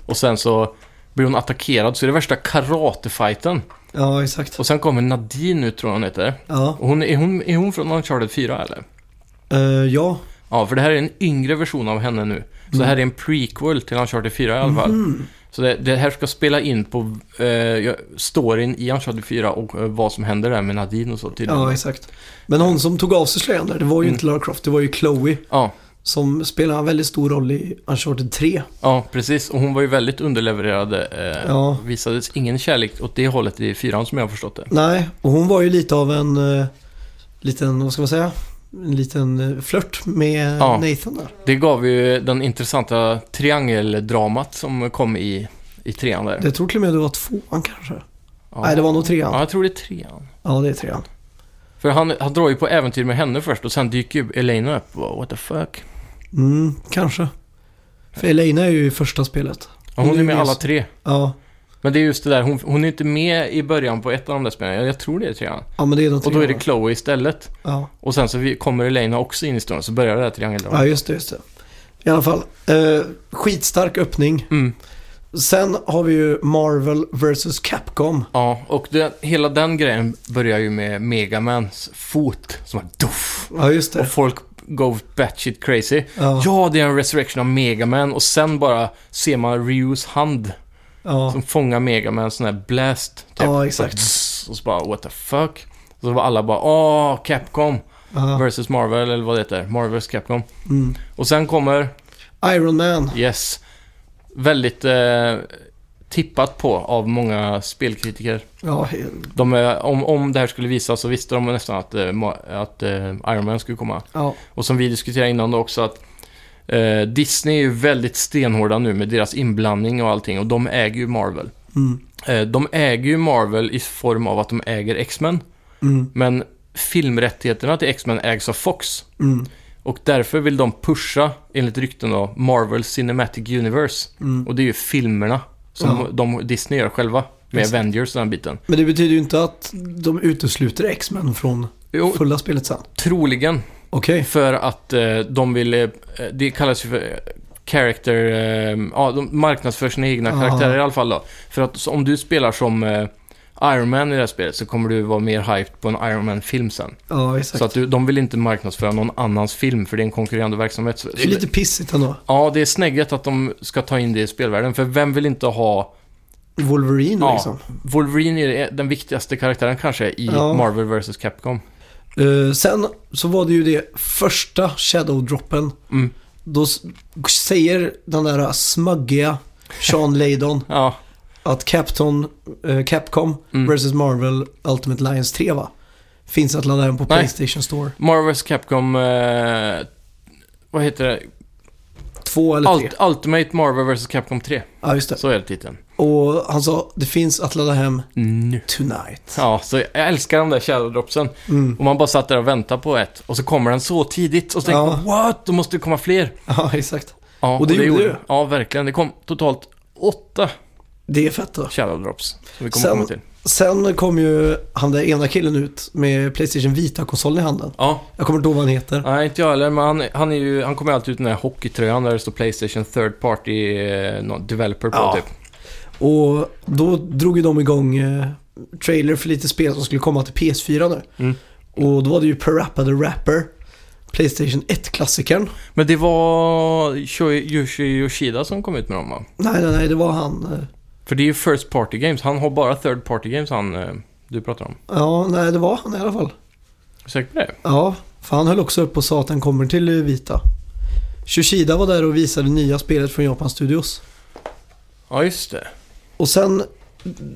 B: Och sen så blir hon attackerad, så är det värsta karatefighten.
A: Ja, exakt.
B: Och sen kommer Nadine ut tror jag hon heter.
A: Ja,
B: Och Hon, är, hon, är hon från Uncharted 4 eller?
A: Eh, ja.
B: Ja, för det här är en yngre version av henne nu. Så det här är en prequel till Uncharted 4 i alla fall.
A: Mm-hmm. Mm.
B: Så det, det här ska spela in på eh, storyn i Uncharted 4 och eh, vad som händer där med Nadine och så tydligen.
A: Ja, Mm. exakt. Men hon som tog av sig slöjan där, det var ju inte Lara Croft, det var ju Chloe.
B: ja.
A: Som spelar en väldigt stor roll i Uncharted 3.
B: Ja, precis. Och hon var ju väldigt underlevererad. Eh,
A: Ja.
B: Visades ingen kärlek åt det hållet i fyran som jag har förstått det.
A: Nej, och hon var ju lite av en eh, liten, vad ska man säga? En liten eh, flört med
B: Ja.
A: Nathan där.
B: Det gav ju den intressanta triangeldramat som kom i, i trean där.
A: Det tror till och med det var tvåan kanske.
B: ja.
A: Nej, det var nog
B: Ja,
A: trean.
B: jag tror det är trean.
A: Ja, det är trean.
B: För han, han drar ju på äventyr med henne först och sen dyker ju Elena upp. Wow, What the fuck?
A: Mm, kanske. För Elena är ju i första spelet.
B: Ja, hon är med
A: ju
B: alla
A: så-
B: tre.
A: Ja,
B: Men det är just det där, hon, hon är inte med i början på ett av de där spelen. Jag, jag tror det är trean.
A: ja men det är de
B: Och då är det
A: trean.
B: Chloe istället.
A: Ja.
B: Och sen så vi- kommer Elena också in i storyn, så börjar det där triangeldramat.
A: ja, just det, just det. I alla fall, eh, skitstark öppning.
B: Mm.
A: Sen har vi ju Marvel vs Capcom.
B: Ja, och det, hela den grejen börjar ju med Megamans fot som var doff.
A: Ja, just
B: Och
A: det.
B: folk go batshit crazy.
A: Ja,
B: Ja, det är en resurrection av Megaman och sen bara ser man Ryus hand
A: ja,
B: som fångar Megaman sån här blast. Typ.
A: Ja, exakt.
B: Så, tss, och så bara what the fuck. Och så var alla bara åh, Capcom
A: ja.
B: versus Marvel eller vad det heter. Marvels Capcom.
A: Mm.
B: Och sen kommer,
A: Iron Man.
B: yes, väldigt eh, tippat på av många spelkritiker.
A: Ja, he-
B: De, eh, om, om det här skulle visas så visste de nästan att, eh, Ma- att eh, Iron Man skulle komma.
A: ja,
B: Och som vi diskuterade innan då också att eh, Disney är ju väldigt stenhårda nu med deras inblandning och allting och de äger ju Marvel.
A: mm,
B: Eh, de äger ju Marvel i form av att de äger X-Men,
A: mm,
B: men filmrättigheterna till X-Men ägs av Fox.
A: Mm.
B: Och därför vill de pusha, enligt rykten då, Marvel Cinematic Universe.
A: Mm.
B: Och det är ju filmerna som
A: Ja.
B: de, Disney gör själva. Med
A: Exakt.
B: Avengers och den biten.
A: Men det betyder ju inte att de utesluter X-Men från
B: Jo,
A: fulla spelet sen.
B: troligen.
A: Okej.
B: För att eh, de vill... Eh, det kallas ju för eh, character... Eh, ja, de marknadsför sina egna
A: Ah.
B: karaktärer i alla fall då. För att så om du spelar som eh, Iron Man i det här spelet så kommer du vara mer hyped på en Iron Man-film sen.
A: Ja, exakt.
B: Så att du, de vill inte marknadsföra någon annans film för det är en konkurrerande verksamhet. Så,
A: det är
B: så
A: lite pissigt ändå.
B: Ja, det är snägget att de ska ta in det i spelvärlden. För vem vill inte ha...
A: Wolverine
B: Ja.
A: liksom.
B: Wolverine är den viktigaste karaktären kanske i
A: Ja.
B: Marvel vs. Capcom.
A: Eh, sen så var det ju det första Shadow-droppen.
B: Mm.
A: Då s- säger den där smuggiga
B: [LAUGHS]
A: Sean Laydon
B: Ja,
A: att Captain, eh, Capcom
B: Mm.
A: vs. Marvel Ultimate Lions 3 va? Finns att ladda hem på
B: Nej.
A: Playstation Store.
B: Marvel vs. Capcom... Eh, vad heter det?
A: Två eller tre.
B: Ult- Ultimate Marvel vs. Capcom 3.
A: Ja, just det.
B: Så är det titeln.
A: Och han sa, det finns att ladda hem
B: Nu.
A: tonight.
B: Ja, så jag älskar de där shadow dropsen.
A: Mm.
B: Och man bara satt där och väntade på ett. Och så kommer den så tidigt. Och så tänker
A: Ja.
B: man, what? Då måste det komma fler.
A: Ja, exakt.
B: Ja,
A: Och det gjorde
B: den.
A: det.
B: Ja, verkligen. Det kom totalt åtta
A: Det är fett då.
B: shadow drops. Som vi kommer
A: Sen-
B: komma till.
A: Sen kom ju han där ena killen ut med Playstation Vita-konsolen i handen.
B: Ja,
A: Jag kommer inte ihåg vad han heter.
B: Nej, inte jag heller, men han, han, är ju, han kommer ju alltid ut i den här hockeytröjan där det står Playstation Third Party eh, någon Developer på
A: Ja.
B: typ.
A: Och då drog ju de igång eh, trailer för lite spel som skulle komma till PS4 nu.
B: Mm.
A: Och då var det ju Parappa the Rapper, Playstation 1-klassikern.
B: Men det var Shoi- Yoshi Yoshida som kom ut med dem va?
A: Nej, nej, nej, det var han. eh,
B: För det är ju First Party Games, han har bara Third Party Games han eh, du pratar om.
A: Ja, nej, det var han i alla fall.
B: Är du säker på det?
A: Ja, för han höll också upp och sa att den kommer till eh, Vita. Shushida var där och visade nya spelet från Japan Studios.
B: Ja, just det.
A: Och sen,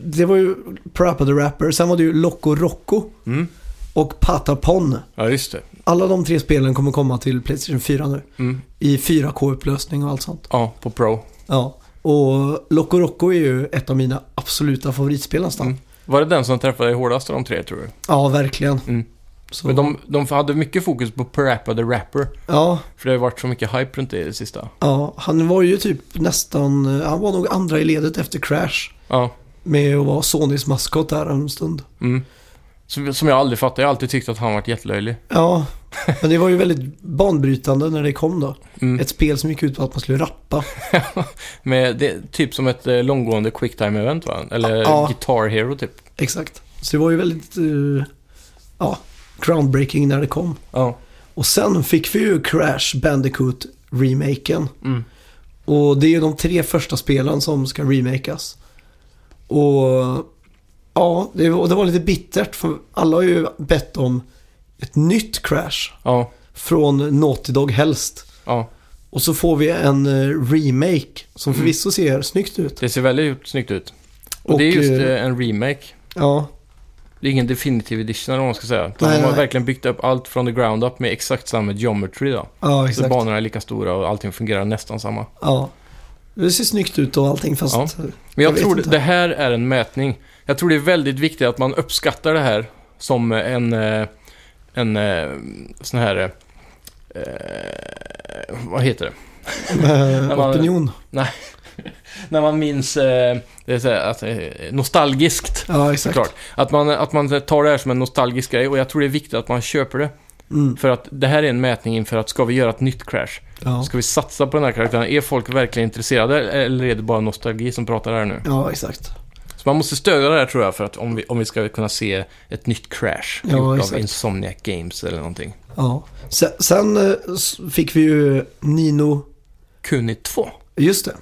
A: det var ju Parappa the Rapper, sen var det ju Loco Rocco
B: Mm.
A: och Patapon.
B: Ja, just det.
A: Alla de tre spelen kommer komma till Playstation 4 nu.
B: Mm.
A: I 4K-upplösning och allt sånt.
B: Ja, på Pro.
A: Ja, och Loco Roco är ju ett av mina absoluta favoritspel nästan.
B: Mm. Var det den som träffade dig hårdast av de tre tror du?
A: Ja, verkligen.
B: Mm.
A: Så,
B: Men de, de hade mycket fokus på Parappa the Rapper.
A: ja,
B: För det har ju varit så mycket hype runt det i det sista.
A: ja, han var ju typ nästan, han var nog andra i ledet efter Crash.
B: Ja.
A: Med att vara Sonys maskot där en stund.
B: Mm. Som, som jag aldrig fattat. Jag har alltid tyckt att han varit jättelöjlig.
A: Ja, men det var ju väldigt banbrytande när det kom då.
B: Mm.
A: Ett spel som gick ut på att man skulle rappa.
B: Med det, typ som ett eh, långgående quicktime-event va? Eller
A: Ja.
B: Guitar Hero typ.
A: Exakt. Så det var ju väldigt, eh, ja, groundbreaking när det kom.
B: Ja.
A: Och sen fick vi ju Crash Bandicoot-remaken.
B: Mm.
A: Och det är ju de tre första spelen som ska remakas. Och ja, det var, och det var lite bittert för alla har ju bett om ett nytt Crash
B: Ja.
A: från Naughty Dog helst.
B: Ja.
A: Och så får vi en eh, remake
B: Mm.
A: som förvisso ser snyggt ut.
B: Det ser väldigt snyggt ut. Och,
A: Och,
B: det är just
A: eh,
B: eh, en remake.
A: Ja,
B: Det är ingen definitiv edition eller vad man ska säga. De
A: Nej,
B: har
A: nej.
B: verkligen byggt upp allt från the ground up med exakt samma geometry då.
A: ja
B: Så
A: exakt.
B: banorna är lika stora och allting fungerar nästan samma.
A: Ja. Det ser snyggt ut och allting fast... eh,
B: Ja. Men
A: Jag
B: jag,
A: vet
B: tror det,
A: inte.
B: det här är en mätning. Jag tror det är väldigt viktigt att man uppskattar det här som en, eh, en eh, sån här... Eh, vad heter det?
A: eh,
B: man-
A: opinion.
B: När man minns... Eh, det är så här, att, eh, nostalgiskt,
A: Ja, exakt.
B: såklart. Att man, att man tar det här som en nostalgisk grej och jag tror det är viktigt att man köper det.
A: Mm,
B: För att det här är en mätning inför att ska vi göra ett nytt Crash?
A: ja.
B: Ska vi satsa på den här karaktären? Är folk verkligen intresserade eller är det bara nostalgi som pratar här nu?
A: ja, exakt.
B: Så man måste stödja det här tror jag för att om vi, om vi ska kunna se ett nytt Crash
A: Ja,
B: gjort av
A: exakt.
B: Insomniac Games eller någonting.
A: Ja. Sen, sen eh, s- fick vi ju Nino
B: Kuni 2.
A: Just det.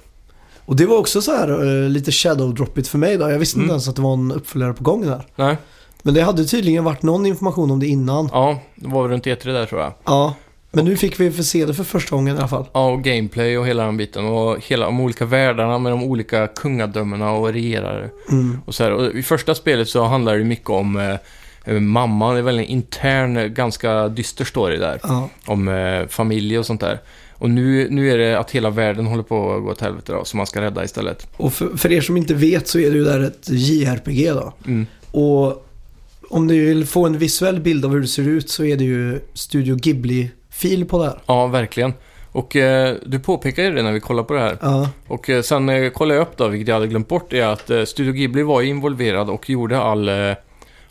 A: Och det var också så här eh, lite shadow-droppigt för mig då. Jag visste inte ens att det var en uppföljare på gång där.
B: Nej,
A: Men det hade tydligen varit någon information om det innan.
B: ja, det var runt E3 där tror jag.
A: Ja. Men nu fick vi för se det för första gången i alla fall.
B: Ja, och gameplay och hela den biten och hela de olika världarna med de olika kungadömena och regerare.
A: Mm.
B: Och så här, och i första spelet så handlar det mycket om eh, eh, mamman, det är väl en intern, eh, ganska dyster story där.
A: Ja.
B: om eh, familj och sånt där. Och nu, nu är det att hela världen håller på att gå åt helvete då, som man ska rädda istället.
A: Och för, för er som inte vet så är det ju där ett JRPG då.
B: Mm.
A: Och om ni vill få en visuell bild av hur det ser ut så är det ju Studio Ghibli-fil på det här.
B: Ja, verkligen. Och eh, du påpekade ju det när vi kollade på det här.
A: Ja,
B: Och eh, sen eh, kollade jag upp då, vilket jag hade glömt bort, är att eh, Studio Ghibli var ju involverad och gjorde all eh,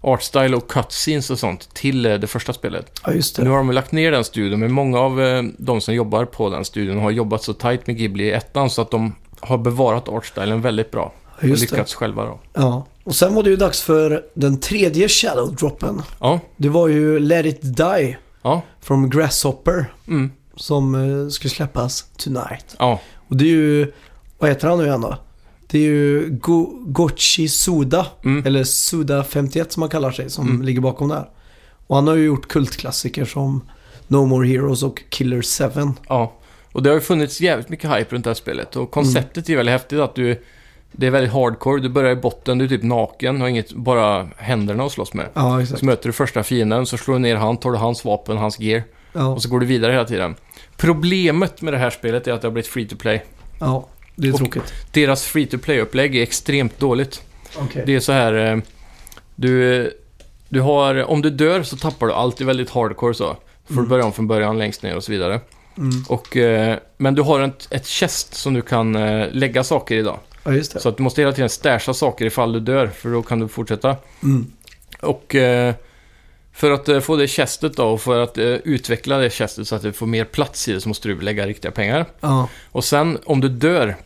B: artstyle och cutscenes och sånt till eh, det första spelet.
A: ja just
B: Nu
A: det.
B: har de ju lagt ner den studion, men många av eh, de som jobbar på den studion har jobbat så tight med Ghibli i ettan så att de har bevarat artstylen väldigt bra.
A: Ja,
B: och
A: just det.
B: lyckats själva då.
A: Ja. Och sen var det ju dags för den tredje Shadow-droppen.
B: Ja,
A: Det var ju Let It Die
B: ja,
A: från Grasshopper
B: mm,
A: som eh, ska släppas tonight.
B: ja.
A: Och det är ju, vad heter han nu igen då? Det är ju Go- Gochi Suda,
B: Mm.
A: eller Suda51 som han kallar sig, som
B: Mm.
A: ligger bakom det här. Och han har ju gjort kultklassiker som No More Heroes och Killer 7.
B: Ja, och det har ju funnits jävligt mycket hype runt det här spelet. Och konceptet är väldigt häftigt att du... Det är väldigt hardcore, du börjar i botten, du är typ naken, har inget, bara händerna att slåss med.
A: Ja,
B: Så möter du första fienden, så slår du ner han, tar du hans vapen, hans gear.
A: Ja,
B: Och så går du vidare hela tiden. Problemet med det här spelet är att det har blivit free to play.
A: ja det är
B: Och-
A: tråkigt.
B: Deras free to play-upplägg är extremt dåligt.
A: Okej.
B: Det är så här... eh, Du, du har... Om du dör så tappar du allt, det är väldigt hardcore så. Får du
A: Mm.
B: börja om från början längst ner och så vidare.
A: Mm.
B: Och, eh, men du har ett, ett chest som du kan eh, lägga saker i då.
A: Ja, just det.
B: Så att du måste hela tiden stasha saker ifall du dör, för då kan du fortsätta.
A: Mm.
B: Och eh, för att eh, få det chestet då, och för att eh, utveckla det chestet så att du får mer plats i det, så måste du lägga riktiga pengar.
A: Ja.
B: Och sen, om du dör,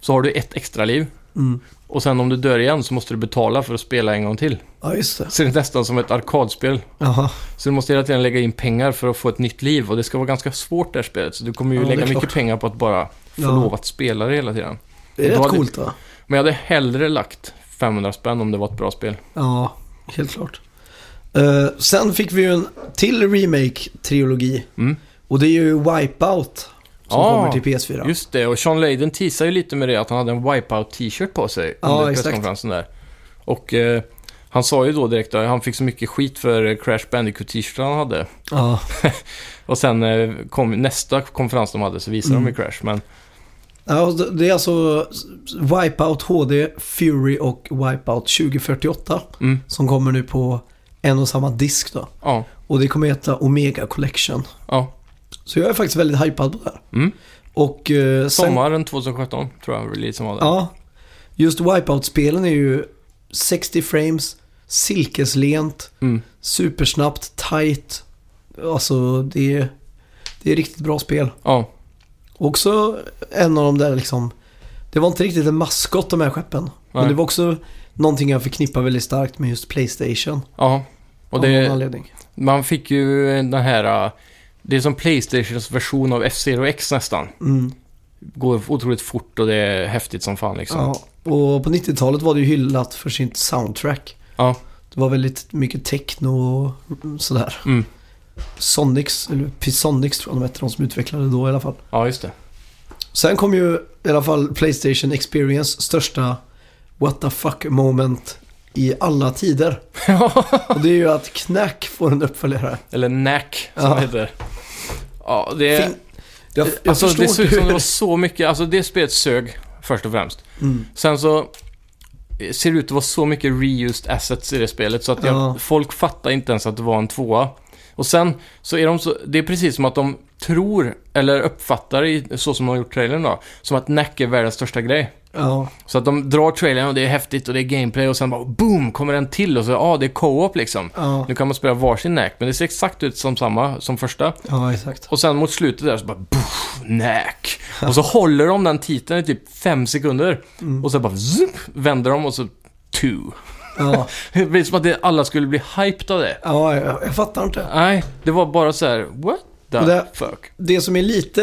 B: så har du ett extra liv.
A: Mm.
B: Och sen om du dör igen så måste du betala för att spela en gång till.
A: ja, just det.
B: Så det är nästan som ett arkadspel.
A: Jaha.
B: Så du måste hela tiden lägga in pengar för att få ett nytt liv och det ska vara ganska svårt det här spelet. Så du kommer ju
A: Ja, det är
B: lägga mycket
A: klart.
B: pengar på att bara få
A: Ja.
B: lov att spela det hela tiden.
A: Det är
B: Då
A: rätt
B: hade-
A: coolt va?
B: Men jag hade hellre lagt 500 spänn om det var ett bra spel.
A: Ja, helt klart. Eh, sen fick vi ju en till remake-trilogi.
B: Mm.
A: Och det är ju Wipeout som
B: Ah,
A: kommer till PS4.
B: Just det, och Sean Layden teasade ju lite med det att han hade en Wipeout-t-shirt på sig
A: Ja,
B: under
A: exakt.
B: presskonferensen där. Och eh, han sa ju då direkt att han fick så mycket skit för eh, Crash Bandicoot-t-shirten han hade.
A: Ja,
B: Och sen eh, kom nästa konferens de hade så visade
A: Mm.
B: de ju Crash. Men
A: Ja, och det- det är alltså Wipeout HD, Fury och Wipeout 2048
B: mm,
A: som kommer nu på en och samma disk då.
B: ja,
A: Och det kommer heta Omega Collection.
B: ja.
A: Så jag är faktiskt väldigt hypad på det här.
B: Mm.
A: Och eh, sen,
B: Sommaren 2017 tror jag releasen var där.
A: Ja, just Wipeout-spelen är ju 60 frames, silkeslent,
B: Mm.
A: supersnabbt, tight. Alltså det är, det är riktigt bra spel.
B: Ja,
A: Också en av de där liksom, det var inte riktigt en maskot de här skeppen. Men
B: Nej.
A: det var också någonting jag förknippar väldigt starkt med just Playstation.
B: ja. Och
A: av någon
B: det,
A: anledning.
B: man fick ju den här... eh, Det är som Playstations version av F-Zero X nästan.
A: Mm.
B: Går otroligt fort och det är häftigt som fan liksom.
A: Ja. Och på 90-talet var det ju hyllat för sitt soundtrack.
B: Ja.
A: Det var väldigt mycket techno och sådär.
B: Mm.
A: Sonics, eller Pisonics tror jag de hette, de som utvecklade det då i alla fall.
B: ja, just det.
A: Sen kom ju i alla fall Playstation Experience största what the fuck moment i alla
B: [LAUGHS]
A: tider. och det är ju att Knack får en uppföljare.
B: Eller Nack, som
A: Ja.
B: det heter. Ja, det är...
A: Fin- Jag, jag
B: Eh, alltså,
A: förstår
B: det ser ut
A: hur-
B: som det var så mycket... Alltså, det spelet sög, först och främst.
A: Mm.
B: Sen så ser det ut att vara så mycket reused assets i det spelet så att jag,
A: Ja.
B: folk fattar inte ens att det var en tvåa. Och sen så är de så, det är precis som att de tror, eller uppfattar i, så som de har gjort trailern då, som att Nack är världens största grej.
A: Ja,
B: Så att de drar trailern och det är häftigt och det är gameplay och sen bara boom kommer en till och så, ja ah, det är co-op liksom.
A: ja,
B: Nu kan man spela varsin Nack, men det ser exakt ut som samma som första.
A: ja exakt.
B: Och sen mot slutet där så bara boof, näk. Och så håller de den titeln i typ fem sekunder.
A: Mm.
B: Och så bara zup, vänder de och så two.
A: Ja,
B: Det blir som att det, alla skulle bli hyped av det.
A: ja jag, jag fattar inte.
B: Nej, det var bara så här, what the
A: Och det-
B: fuck.
A: Det som är lite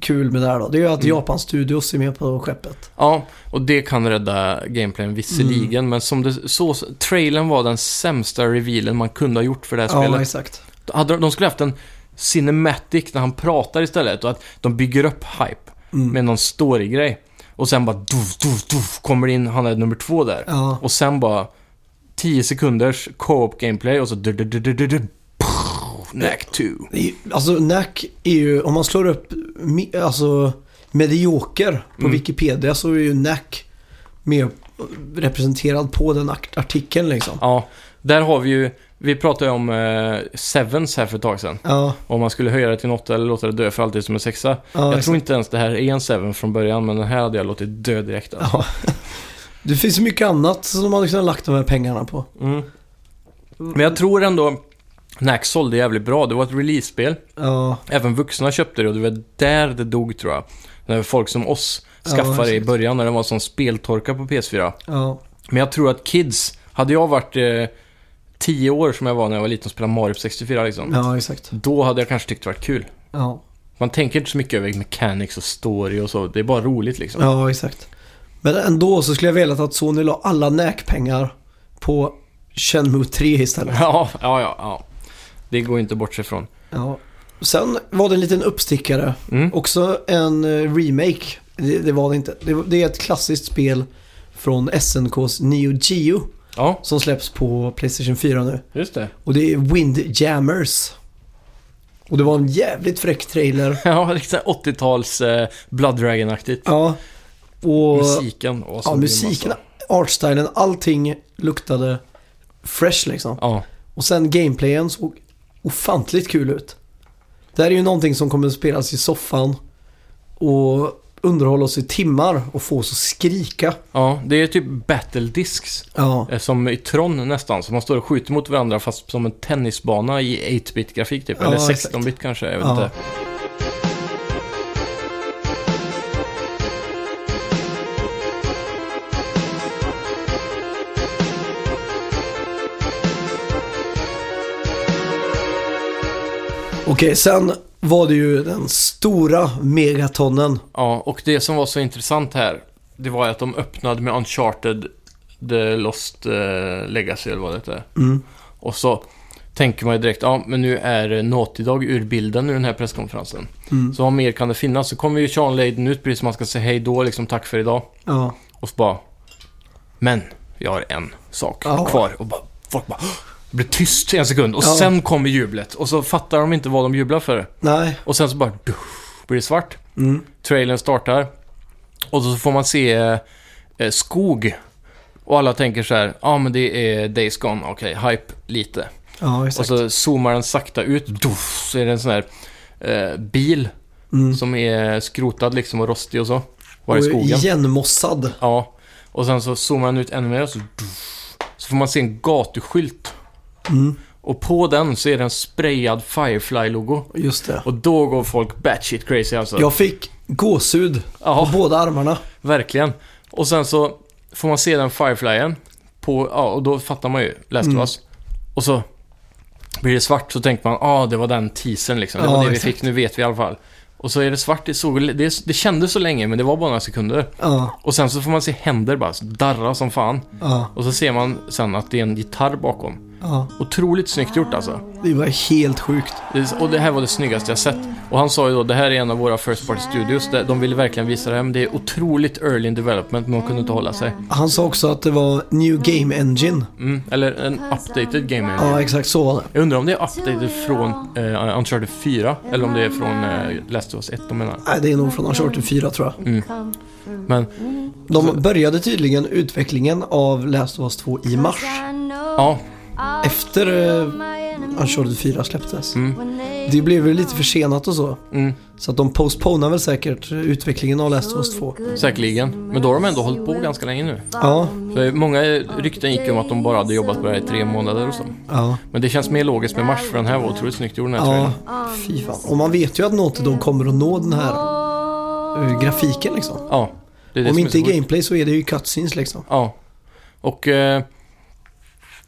A: kul med det här då, det är ju att
B: Mm.
A: Japan Studios är med på skeppet.
B: Ja, och det kan rädda gameplayen visserligen,
A: Mm.
B: men som det så, trailern var den sämsta revealen man kunde ha gjort för det här
A: Ja,
B: spelet.
A: exakt.
B: Hade, de- de skulle haft en cinematic när han pratar istället och att de bygger upp hype
A: Mm.
B: med någon storygrej. Och sen bara doof, doof, doof, kommer in, han är nummer två där.
A: Ja.
B: Och sen bara 10 sekunders co-op gameplay och så du, du, du, du, du, du, Nack 2.
A: Det är ju- Alltså Nack är ju, om man slår
B: Mm.
A: upp mi- alltså, medioker på Wikipedia så är ju Nack mer representerad på den akt- artikeln liksom.
B: Ja, där har vi ju... Vi pratade ju om eh, Sevens här för ett tag sedan.
A: Ja,
B: Om man skulle höja det till en åtta eller låta det dö för alltid som en sexa.
A: ja,
B: jag
A: exakt.
B: tror inte ens det här är en Seven från början, men den här hade jag låtit dö direkt. Alltså.
A: ja. Det finns ju mycket annat som man hade kunnat lagt de här pengarna på.
B: Mm. Men jag tror ändå... Nack sålde jävligt bra. Det var ett release-spel.
A: Ja,
B: Även vuxna köpte det och det var där det dog tror jag. När folk som oss skaffade
A: Ja,
B: det i
A: exakt.
B: början när det var sån speltorka på PS4.
A: ja.
B: Men jag tror att kids, hade jag varit eh, 10 år som jag var när jag var liten och spelade Mario 64 liksom.
A: Ja, exakt.
B: Då hade jag kanske tyckt det varit kul.
A: Ja,
B: Man tänker inte så mycket över mechanics och story och så. Det är bara roligt liksom.
A: ja exakt. Men ändå så skulle jag velat att Sony la alla näkpengar på Shenmue 3 istället.
B: [LAUGHS] Ja, ja, ja. ja. Det går ju inte bort sig från.
A: Ja. Sen var det en liten uppstickare.
B: Mm.
A: Också en eh, remake. Det, det var det inte. Det, det är ett klassiskt spel från SNKs Neo Geo
B: Ja,
A: som släpps på Playstation 4 nu.
B: just det.
A: Och det är Windjammers. Och det var en jävligt fräck trailer.
B: [LAUGHS] Ja, riktigt såhär 80-tals eh, Blood Dragon-aktigt.
A: Ja. Och
B: Musiken. Och så
A: ja,
B: blir det
A: musiken,
B: massa-
A: artstylen, allting luktade fresh liksom.
B: Ja.
A: Och sen gameplayen såg ofantligt kul ut. Det här är ju någonting som kommer att spelas i soffan och underhålla oss i timmar och få oss att skrika.
B: ja, det är typ battle discs.
A: Ja,
B: Eh, Som i Tron nästan, så man står och skjuter mot varandra fast som en tennisbana i 8-bit grafik typ.
A: Ja,
B: Eller
A: exakt.
B: 16-bit kanske, jag vet
A: Ja.
B: inte.
A: okej. Sen var det ju den stora megatonnen.
B: Ja, och det som var så intressant här, det var att de öppnade med Uncharted The Lost eh, Legacy, eller vad det heter.
A: Mm.
B: Och så tänker man ju direkt, ja men nu är Naughty Dog ur bilden nu den här presskonferensen.
A: Mm.
B: Så vad mer kan det finnas? Så kommer ju Sean Layden ut precis som man ska säga hej då, liksom tack för idag.
A: Ja,
B: Och så bara... Men, jag har en sak
A: Ja.
B: kvar. Och bara, folk bara... "Åh!" Det blir tyst i en sekund och
A: Ja.
B: sen kommer jublet. Och så fattar de inte vad de jublar för.
A: nej.
B: Och sen så bara... "Duff", Blir det svart.
A: Mm.
B: Trailern startar. Och så får man se eh, eh, skog. Och alla tänker så här, ja ah, men det är Days Gone, okej, hype lite.
A: Ja, exakt.
B: Och så zoomar den sakta ut, Duff, så är det en sån här eh, bil
A: Mm.
B: som är skrotad liksom och rostig och så. Var i
A: Och
B: skogen.
A: Igenmossad.
B: Ja, och sen så zoomar han ut ännu mer och så, så får man se en gatuskylt.
A: Mm.
B: Och på den så är det en sprayad Firefly-logo.
A: Just det.
B: Och då går folk batshit crazy alltså.
A: Jag fick gåshud på
B: ja,
A: båda armarna.
B: verkligen. Och sen så får man se den Fireflyen. På, ja, och då fattar man ju Last of
A: Mm.
B: Us. Och så blir det svart så tänker man, ah, det var den teasern liksom. Det
A: Ja,
B: var det vi
A: exakt.
B: fick, nu vet vi i alla fall. Och så är det svart, det, såg, det, det kändes så länge men det var bara några sekunder.
A: Ja,
B: Och sen så får man se händer bara darra som fan.
A: ja,
B: Och så ser man sen att det är en gitarr bakom.
A: ja.
B: Otroligt snyggt gjort alltså.
A: Det var helt sjukt.
B: Det- Och det här var det snyggaste jag sett. Och han sa ju då, det här är en av våra First Party Studios. där De ville verkligen visa det här, men det är otroligt early in development, men de kunde inte hålla sig.
A: Han sa också att det var New Game Engine.
B: Mm, eller en updated game engine.
A: Ja, exakt så var det.
B: Jag undrar om det är updated från eh, Uncharted 4, eller om det är från eh, Last of Us 1, de menar.
A: Nej, det är nog från Uncharted 4 tror jag.
C: Mm.
B: Men,
A: De
B: Alltså-
A: började tydligen utvecklingen av Last of Us 2 i mars.
B: ja,
A: Efter eh, Uncharted 4 släpptes.
B: Mm.
A: Det blev väl lite försenat och så.
B: mm,
A: Så att de postponar väl säkert utvecklingen av Last of Us 2.
B: säkerligen. Men då har de ändå hållit på ganska länge nu.
A: Ja,
B: Så många rykten gick ju om att de bara hade jobbat på det här i tre månader och så.
A: ja,
B: Men det känns mer logiskt med mars för den här var otroligt snyggt gjord den här
A: ja.
B: trailern.
A: Fy fan. Och man vet ju att Naughty Dog kommer att nå den här eh, grafiken liksom.
B: Ja. Det är det
A: Om
B: som är
A: inte
B: så
A: i
B: sjukt.
A: gameplay så är det ju i cutscenes liksom.
B: Ja. Och eh,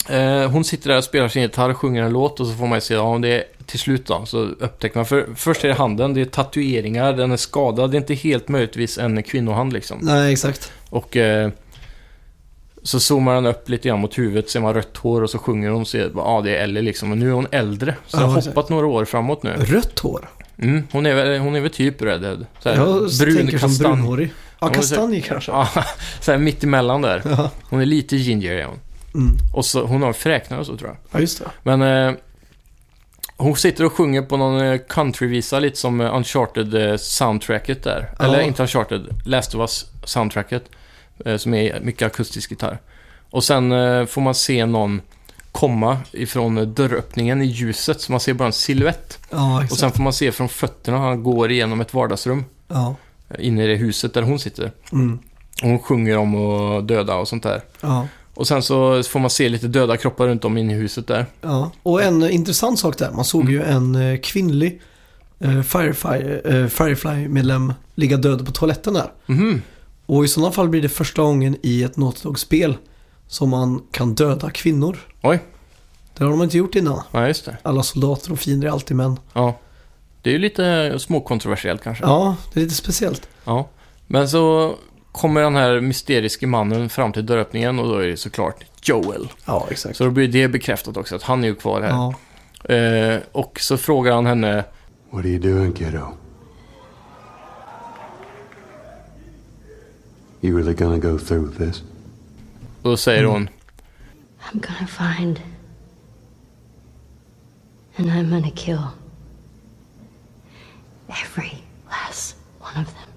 B: eh, hon sitter där och spelar sin gitarr, sjunger en låt och så får man ju se, ja om det är till slut då, så upptäcker man. För, först är det handen, det är tatueringar, den är skadad, det är inte helt möjligtvis en kvinnohand liksom.
A: Nej, exakt.
B: Och eh, så zoomar den upp lite grann mot huvudet, ser man rött hår och så sjunger hon och ser, ja det är Ellie liksom. Och nu är hon äldre, så
A: Ja,
B: den har
A: exakt.
B: hoppat några år framåt nu.
A: Rött hår.
B: Mm, hon, är, väl- hon är väl typ Red Dead. Så här,
A: Jag
B: brun,
A: tänker som
B: kastanj.
A: brunhårig. Ja,
B: men så-
A: kastanj kanske. [LAUGHS]
B: [LAUGHS] Ja, så här mitt emellan där.
A: Ja.
B: Hon är lite ginger är hon.
A: Mm.
B: Och så, hon har fräknar och så tror jag.
A: ja, just det.
B: Men eh, hon sitter och sjunger på någon eh, countryvisa lite som eh, Uncharted eh, soundtracket där.
A: Ja.
B: Eller inte Uncharted, Last of Us soundtracket. eh, som är mycket akustisk gitarr. Och sen eh, får man se någon komma ifrån eh, dörröppningen i ljuset, så man ser bara en silhuett.
A: Ja, exakt.
B: Och sen får man se från fötterna, han går igenom ett vardagsrum
A: Ja.
B: eh, inne i det huset där hon sitter.
A: Mm.
B: Och hon sjunger om att döda och sånt där.
A: Ja.
B: Och sen så får man se lite döda kroppar runt om inne i huset där.
A: Ja, och en eh, intressant sak där. Man såg
B: Mm.
A: ju en eh, kvinnlig eh, Firefly, eh, Firefly-medlem ligga död på toaletten där.
B: Mhm.
A: Och i sådana fall blir det första gången i ett Naughty Dog-spel som man kan döda kvinnor.
B: Oj.
A: Det har de inte gjort innan.
B: Ja, just det.
A: Alla soldater och fiender är alltid män.
B: Ja. Det är ju lite småkontroversiellt kanske.
A: Ja, det är lite speciellt.
B: Ja. Men så kommer den här mysteriske mannen fram till dörröppningen och då är det såklart Joel.
A: Ja, exakt.
B: Så då blir det bekräftat också att han är ju kvar här.
A: Ja,
B: Eh, och så frågar han henne,
C: What are you doing, kiddo? You really gonna go through with this?
B: och då
A: Mm.
B: säger hon,
D: I'm gonna find. And I'm gonna kill. Every last one of them.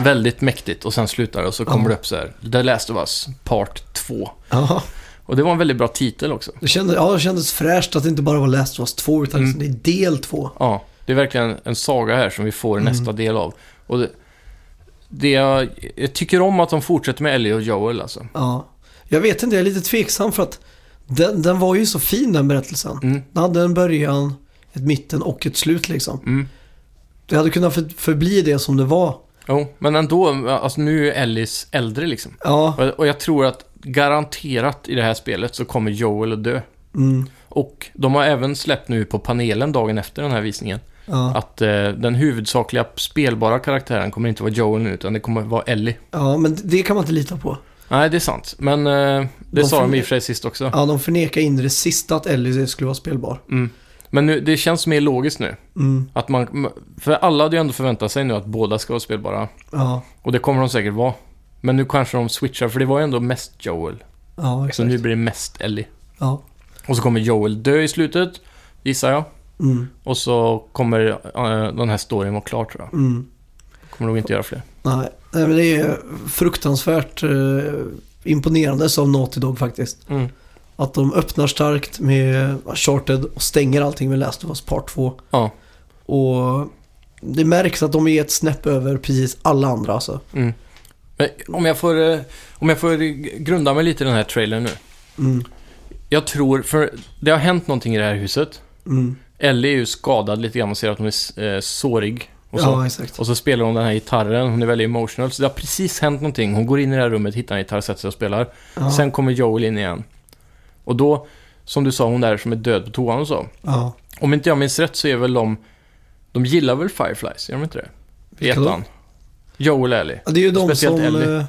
B: väldigt mäktigt. Och sen slutar det och så kommer
A: Ja.
B: det upp så här, The Last of Us, Part 2.
A: ja.
B: Och det var en väldigt bra titel också.
A: Det, kändes, ja, det kändes fräscht att det inte bara var Last of Us 2 utan
B: Mm.
A: liksom det är del 2.
B: Ja, det är verkligen en saga här som vi får
A: Mm.
B: nästa del av. Och det, det jag, jag tycker om att de fortsätter med Ellie och Joel alltså.
A: Ja. Jag vet inte, jag är lite tveksam för att den, den var ju så fin den berättelsen.
B: Mm.
A: Den hade en början, ett mitten och ett slut liksom.
B: Mm.
A: Det hade kunnat för, förbli det som det var.
B: Jo, men ändå, alltså nu är Ellis äldre liksom.
A: Ja,
B: Och- Och jag tror att garanterat i det här spelet så kommer Joel att dö.
A: mm,
B: Och de har även släppt nu på panelen dagen efter den här visningen
A: ja.
B: att eh, den huvudsakliga spelbara karaktären kommer inte vara Joel nu utan det kommer vara Ellie.
A: ja, men det kan man inte lita på.
B: Nej, det är sant. Men eh, det
A: De
B: sa de
A: får-
B: i och för sig sist också.
A: Ja, de förnekar in i det sista att Ellie skulle vara spelbar.
B: Mm. Men nu, det känns mer logiskt nu.
A: Mm,
B: Att man, för alla hade ju ändå förväntat sig nu att båda ska vara spelbara.
A: ja,
B: Och det kommer de säkert vara. Men nu kanske de switchar, för det var ju ändå mest Joel.
A: ja,
B: Så
A: exakt.
B: nu blir det mest Ellie.
A: Ja,
B: Och så kommer Joel dö i slutet, gissar jag.
A: mm,
B: Och så kommer eh, den här storyn vara klar tror jag.
A: mm.
B: Kommer nog inte göra fler.
A: Nej, nej, men det är fruktansvärt eh, imponerande som Naughty Dog faktiskt.
B: Mm.
A: Att de öppnar starkt med Charted och stänger allting med Last of Us Part 2.
B: Ja.
A: Och det märks att de är ett snäpp över precis alla andra alltså.
B: Mm. Men om jag får, eh, om jag får grunda mig lite i den här trailern nu.
A: Mm,
B: Jag tror, för det har hänt någonting i det här huset.
A: mm.
B: Ellie är ju skadad lite grann, man ser att hon är eh, sårig. Och så.
A: Ja, exakt.
B: Och så spelar hon den här gitarren, hon är väldigt emotional. Så det har precis hänt någonting. Hon går in i det här rummet, hittar en gitarr, sätter sig och spelar.
A: Ja,
B: Sen kommer Joel in igen. Och då, som du sa, hon där som är död på toan och så.
A: ja.
B: Om inte jag minns rätt så är väl de... De gillar väl Fireflies, gör de inte det? I
A: Vilka då?
B: ettan. Joel och Ellie.
A: Ja, det är ju de
B: Speciellt
A: som...
B: Ellie.
A: eh,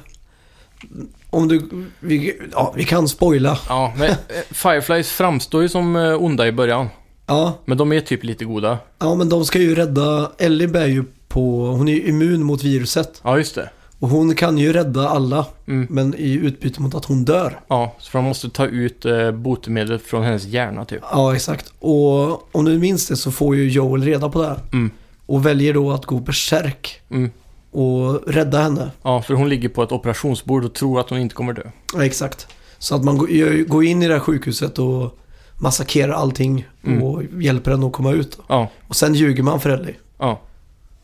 A: Om du... Vi, ja, vi kan spoila.
B: Ja, men eh, Fireflies framstår ju som eh, onda i början.
A: Ja,
B: Men de är typ lite goda.
A: ja, men de ska ju rädda... Ellie bär ju på... Hon är ju immun mot viruset.
B: Ja, just det.
A: Och hon kan ju rädda alla.
B: Mm.
A: Men i utbyte mot att hon dör.
B: Ja, så de måste ta ut eh, botemedlet från hennes hjärna typ.
A: Ja, exakt. Och om du minns det så får ju Joel reda på det här.
B: Mm.
A: Och väljer då att gå berserk
B: Mm.
A: och rädda henne.
B: Ja, för hon ligger på ett operationsbord och tror att hon inte kommer dö.
A: Ja, exakt. Så att man går- gör- går in i det här sjukhuset och massakrerar allting
B: Mm.
A: och hjälper henne att komma ut.
B: Ja,
A: Och sen ljuger man för Ellie.
B: ja,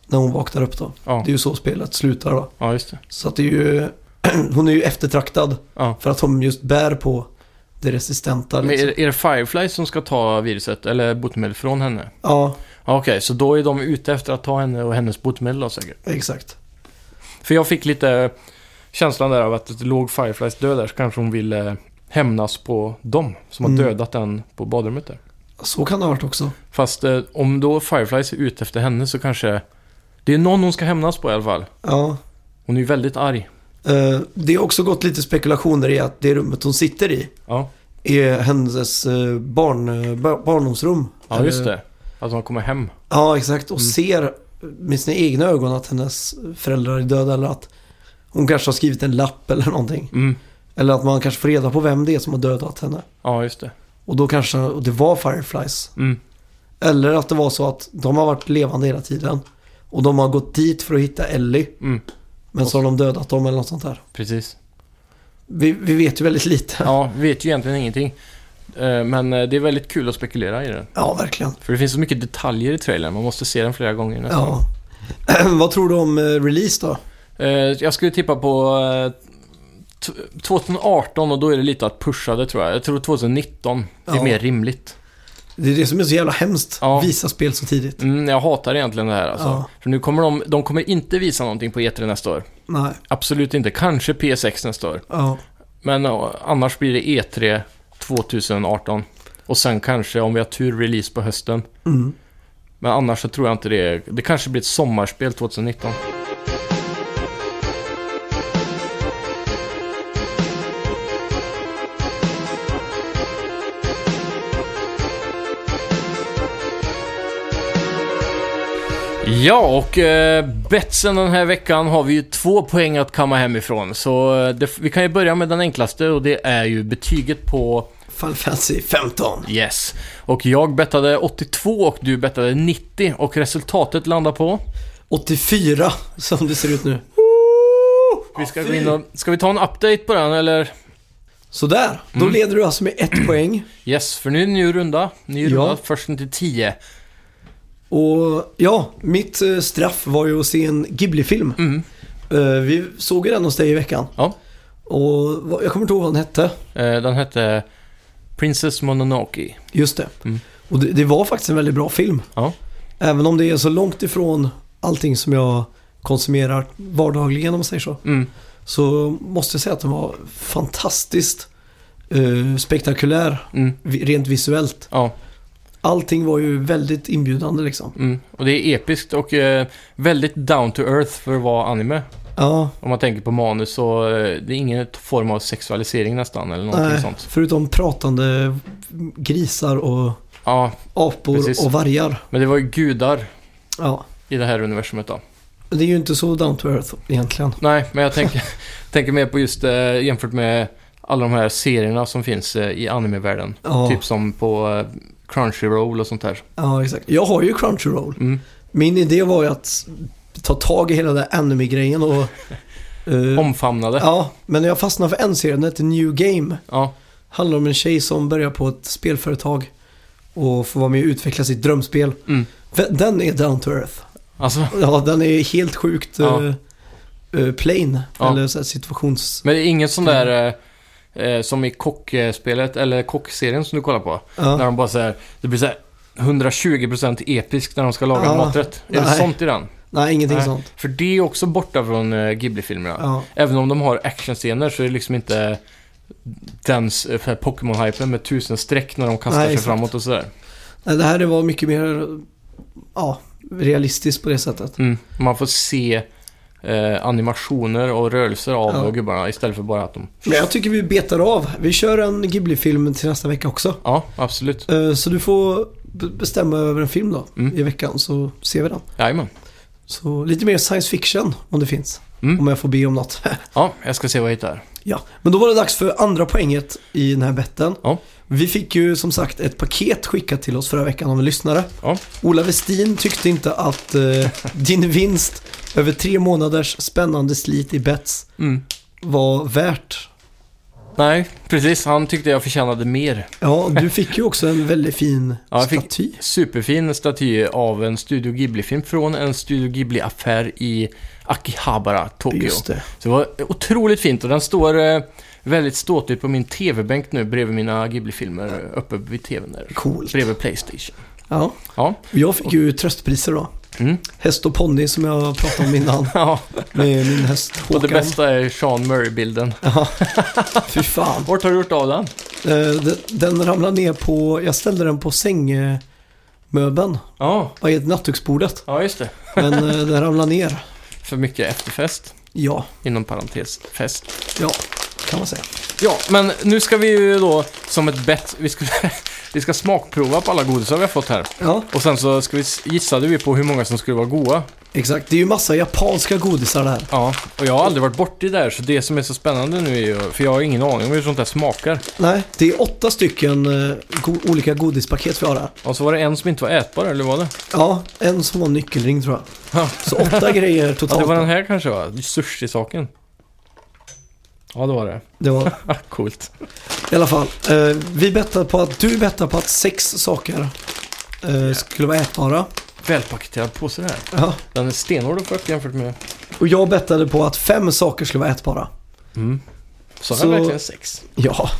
A: när hon vaknar upp då.
B: ja.
A: Det är ju så spelet slutar då.
B: Ja, just det.
A: Så att det är ju, [CLEARS THROAT] hon är ju eftertraktad
B: Ja.
A: för att hon just bär på det resistenta.
B: Men är,
A: Liksom.
B: det- är det Fireflies som ska ta viruset, eller botemedel från henne?
A: Ja,
B: Ja, Okej, så då är de ute efter att ta henne och hennes botemedel då säkert.
A: exakt.
B: För jag fick lite känslan där av att det låg Fireflies död där, så kanske hon ville eh, hämnas på dem som har
A: Mm.
B: dödat den på badrummet där.
A: Så kan det ha varit också.
B: Fast eh, om då Fireflies är ute efter henne så kanske... Det är någon hon ska hämnas på i alla fall.
A: Ja.
B: Hon är ju väldigt arg.
A: Eh, Det har också gått lite spekulationer i att det rummet hon sitter i
B: Ja,
A: är hennes eh, barn, eh, bar- barndomsrum.
B: ja just
A: Eller-
B: det. Mm. Att hon kommer hem.
A: Ja, exakt. Och ser med sina egna ögon att hennes föräldrar är döda eller att hon kanske har skrivit en lapp eller någonting.
B: Mm.
A: Eller att man kanske får reda på vem det är som har dödat henne.
B: Ja, just det.
A: Och då kanske och det var Fireflies.
B: Mm.
A: Eller att det var så att de har varit levande hela tiden. Och de har gått dit för att hitta Ellie.
B: Mm.
A: Men så har de dödat dem eller något sånt där.
B: Precis.
A: Vi, vi vet ju väldigt lite. Ja,
B: Ja, vi vet ju egentligen ingenting. Eh, Men eh, det är väldigt kul att spekulera i det.
A: verkligen.
B: För det finns så mycket detaljer i trailern, man måste se den flera gånger nästan.
A: Ja. [CLEARS THROAT] Vad tror du om eh, release då?
B: Eh, Jag skulle tippa på eh, t- 2018 och då är det lite att pusha det tror jag. Jag tror 2019 är
A: Ja.
B: mer rimligt.
A: Det är det som är så jävla hemskt.
B: Ja.
A: Visa spel så tidigt.
B: Mm, jag hatar egentligen det här alltså.
A: Ja.
B: För nu kommer de, de kommer inte visa någonting på E3 nästa år.
A: Nej.
B: Absolut inte. Kanske PS6 nästa år.
A: Ja.
B: Men ja, annars blir det E3 2018. Och sen kanske, om vi har tur, release på hösten.
A: Mm.
B: Men annars så tror jag inte det. är- Det kanske blir ett sommarspel 2019. Ja, och eh, betsen den här veckan har vi ju två poäng att kamma hemifrån. Så eh, det, vi kan ju börja med den enklaste och det är ju betyget på
A: Final Fantasy 15.
B: Yes. Och jag bettade 82 och du bettade 90 och resultatet landar på...
A: 84 som det ser ut nu.
B: Vi ska, gå in och, ska vi ta en update på den eller?
A: Sådär, då
B: Mm.
A: leder du alltså med
B: [CLEARS THROAT]
A: ett poäng.
B: Yes, för nu är det en ny runda. Ny
A: Ja.
B: runda, först till 10.
A: Och ja, mitt eh, straff var ju att se en Ghibli-film. Eh, Vi såg ju den hos dig i veckan.
B: Mm. Ja.
A: Och vad- jag kommer inte ihåg vad den hette.
B: Eh, Den hette Princess Mononoke.
A: Just det.
B: Mm.
A: Och det, det var faktiskt en väldigt bra film.
B: Ja.
A: Även om det är så långt ifrån allting som jag konsumerar vardagligen om man säger så.
B: Mm.
A: Så måste jag säga att den var fantastiskt eh, spektakulär
B: Mm.
A: vi- rent visuellt.
B: Ja.
A: Allting var ju väldigt inbjudande liksom.
B: Mm. Och det är episkt och eh, väldigt down to earth för att vara anime.
A: Ja,
B: Om man tänker på manus så eh, det är ingen form av sexualisering nästan eller någonting
A: nej,
B: sånt.
A: förutom pratande grisar och
B: Ja,
A: apor
B: Precis.
A: och vargar.
B: men det var ju gudar
A: Ja,
B: i det här universumet då.
A: det är ju inte så down to earth egentligen.
B: Nej, men jag tänker, [LAUGHS] tänker mer på just eh, jämfört med alla de här serierna som finns eh, i animevärlden.
A: Ja,
B: Typ som på eh, Crunchyroll och sånt där.
A: ja, exakt. Jag har ju Crunchyroll.
B: Mm.
A: Min idé var ju att ta tag i hela den där anime-grejen och... eh,
B: Omfamnade. Ja. [LAUGHS]
A: Ja, men jag fastnade för en serie, den heter New Game. Handlar om en tjej som börjar på ett spelföretag och får vara med och utveckla sitt drömspel.
B: Mm.
A: V- Den är down to earth.
B: Alltså,
A: Ja, den är helt sjukt
B: Ja.
A: eh, eh, plain.
B: Ja.
A: Eller så här situations...
B: men det är ingen sån
A: Mm.
B: där eh, eh, som i kockspelet eller kockserien som du kollar på. När
A: Ja.
B: de bara säger det blir så här 120% episkt när de ska laga
A: Ja.
B: en maträtt. Är det
A: Nej.
B: sånt i den?
A: Nej, ingenting
B: Nej.
A: sånt.
B: För det är också borta från eh, Ghibli-filmerna.
A: Ja.
B: Även om de har actionscener så är det liksom inte den s- eh, Pokémon-hypen med tusen streck när de kastar
A: Nej,
B: sig
A: exakt.
B: framåt och sådär.
A: Nej, det här det var mycket mer ja, realistiskt på det sättet.
B: Mm. Man får se eh, animationer och rörelser av
A: Ja.
B: gubbarna istället för bara att de...
A: Men jag tycker vi betar av. Vi kör en Ghibli-film till nästa vecka också.
B: Ja, absolut.
A: Eh, Så du får b- bestämma över en film då
B: Mm.
A: i veckan så ser vi den.
B: Jajamän.
A: Så lite mer science fiction om det finns.
B: Mm.
A: Om jag får be om något. [LAUGHS]
B: Ja, jag ska se vad jag hittar.
A: ja, men då var det dags för andra poänget i den här betten.
B: Ja.
A: Vi fick ju som sagt ett paket skickat till oss förra veckan av en lyssnare.
B: Ja.
A: Ola Westin tyckte inte att eh, [LAUGHS] din vinst över tre månaders spännande slit i bets
B: Mm.
A: var värt.
B: Nej, precis. Han tyckte jag förtjänade mer.
A: Ja,
B: [LAUGHS]
A: du fick ju också en väldigt fin
B: Ja, jag fick-
A: staty.
B: Superfin staty av en Studio Ghibli-film från en Studio Ghibli-affär i Akihabara, Tokyo.
A: Just det.
B: Så det var otroligt fint och den står eh, väldigt ståtligt på min TV-bänk nu bredvid mina Ghibli-filmer eh, uppe vid TVn där.
A: Coolt.
B: Bredvid Playstation.
A: Ja.
B: Ja.
A: Jag fick ju tröstpriser då.
B: Mm.
A: Häst och ponny som jag pratade om
B: [LAUGHS]
A: innan.
B: ja.
A: Med min häst Håkan.
B: Och det bästa är Sean Murray-bilden.
A: Fy fan.
B: Vart har du gjort av den?
A: Eh, den, den ramlade ner på, jag ställde den på sängmöbeln.
B: Ja,
A: Vad heter nattduksbordet?
B: ja just det.
A: Men eh, den ramlade ner.
B: För mycket efterfest.
A: Ja,
B: Inom parentes, fest.
A: ja. kan man säga.
B: Ja, men nu ska vi ju då som ett bett... Vi ska, [LAUGHS] vi ska smakprova på alla godisar vi har fått här.
A: Ja,
B: Och sen så ska vi gissade vi på hur många som skulle vara goda.
A: exakt. Det är ju massa japanska godisar där.
B: Ja, och jag har aldrig varit borti det här, så det som är så spännande nu är ju... För jag har ingen aning om hur sånt där smakar.
A: Nej, det är åtta stycken eh, go olika godispaket vi har här.
B: Och så var det en som inte var ätbar, eller var det?
A: Ja, en som var en nyckelring tror jag.
B: Ja.
A: Så åtta grejer
B: Ja,
A: totalt.
B: det var den här kanske va? Sushi-saken. Ja, det var det.
A: det var det.
B: Ah, Coolt.
A: I alla fall, eh, vi bettade på att du bettade på att sex saker eh, skulle vara ätbara.
B: Välpaketerad påse det här.
A: Ja.
B: Den är stenhård och skött jämfört med...
A: Och jag bettade på att fem saker skulle vara ätbara. Så-
B: Så, så... verkligen sex.
A: Ja,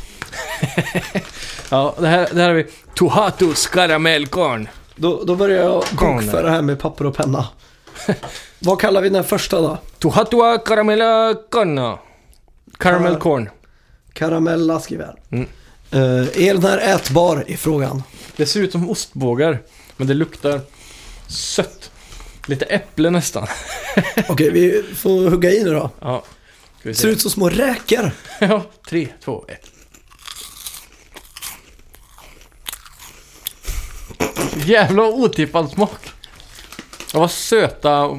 B: Ja, det här, det här har vi. Tohatus karamellkorn.
A: då, då börjar jag
B: Corner.
A: bokföra här med papper och
B: [LAUGHS]
A: penna. Vad kallar vi den här första då?
B: Tohatua karamella corn. Caramel corn.
A: Karamella skriver jag.
B: Mm.
A: Eh, är den här ätbar i
B: [LAUGHS]
A: frågan?
B: Det ser ut som ostbågar, men det luktar sött. Lite äpple nästan.
A: Okej, vi får hugga i nu då.
B: Ja. Ska vi se.
A: Ser ut som små räkor.
B: Ja, tre, två, ett. Jävla otippad smak. Det var söta och...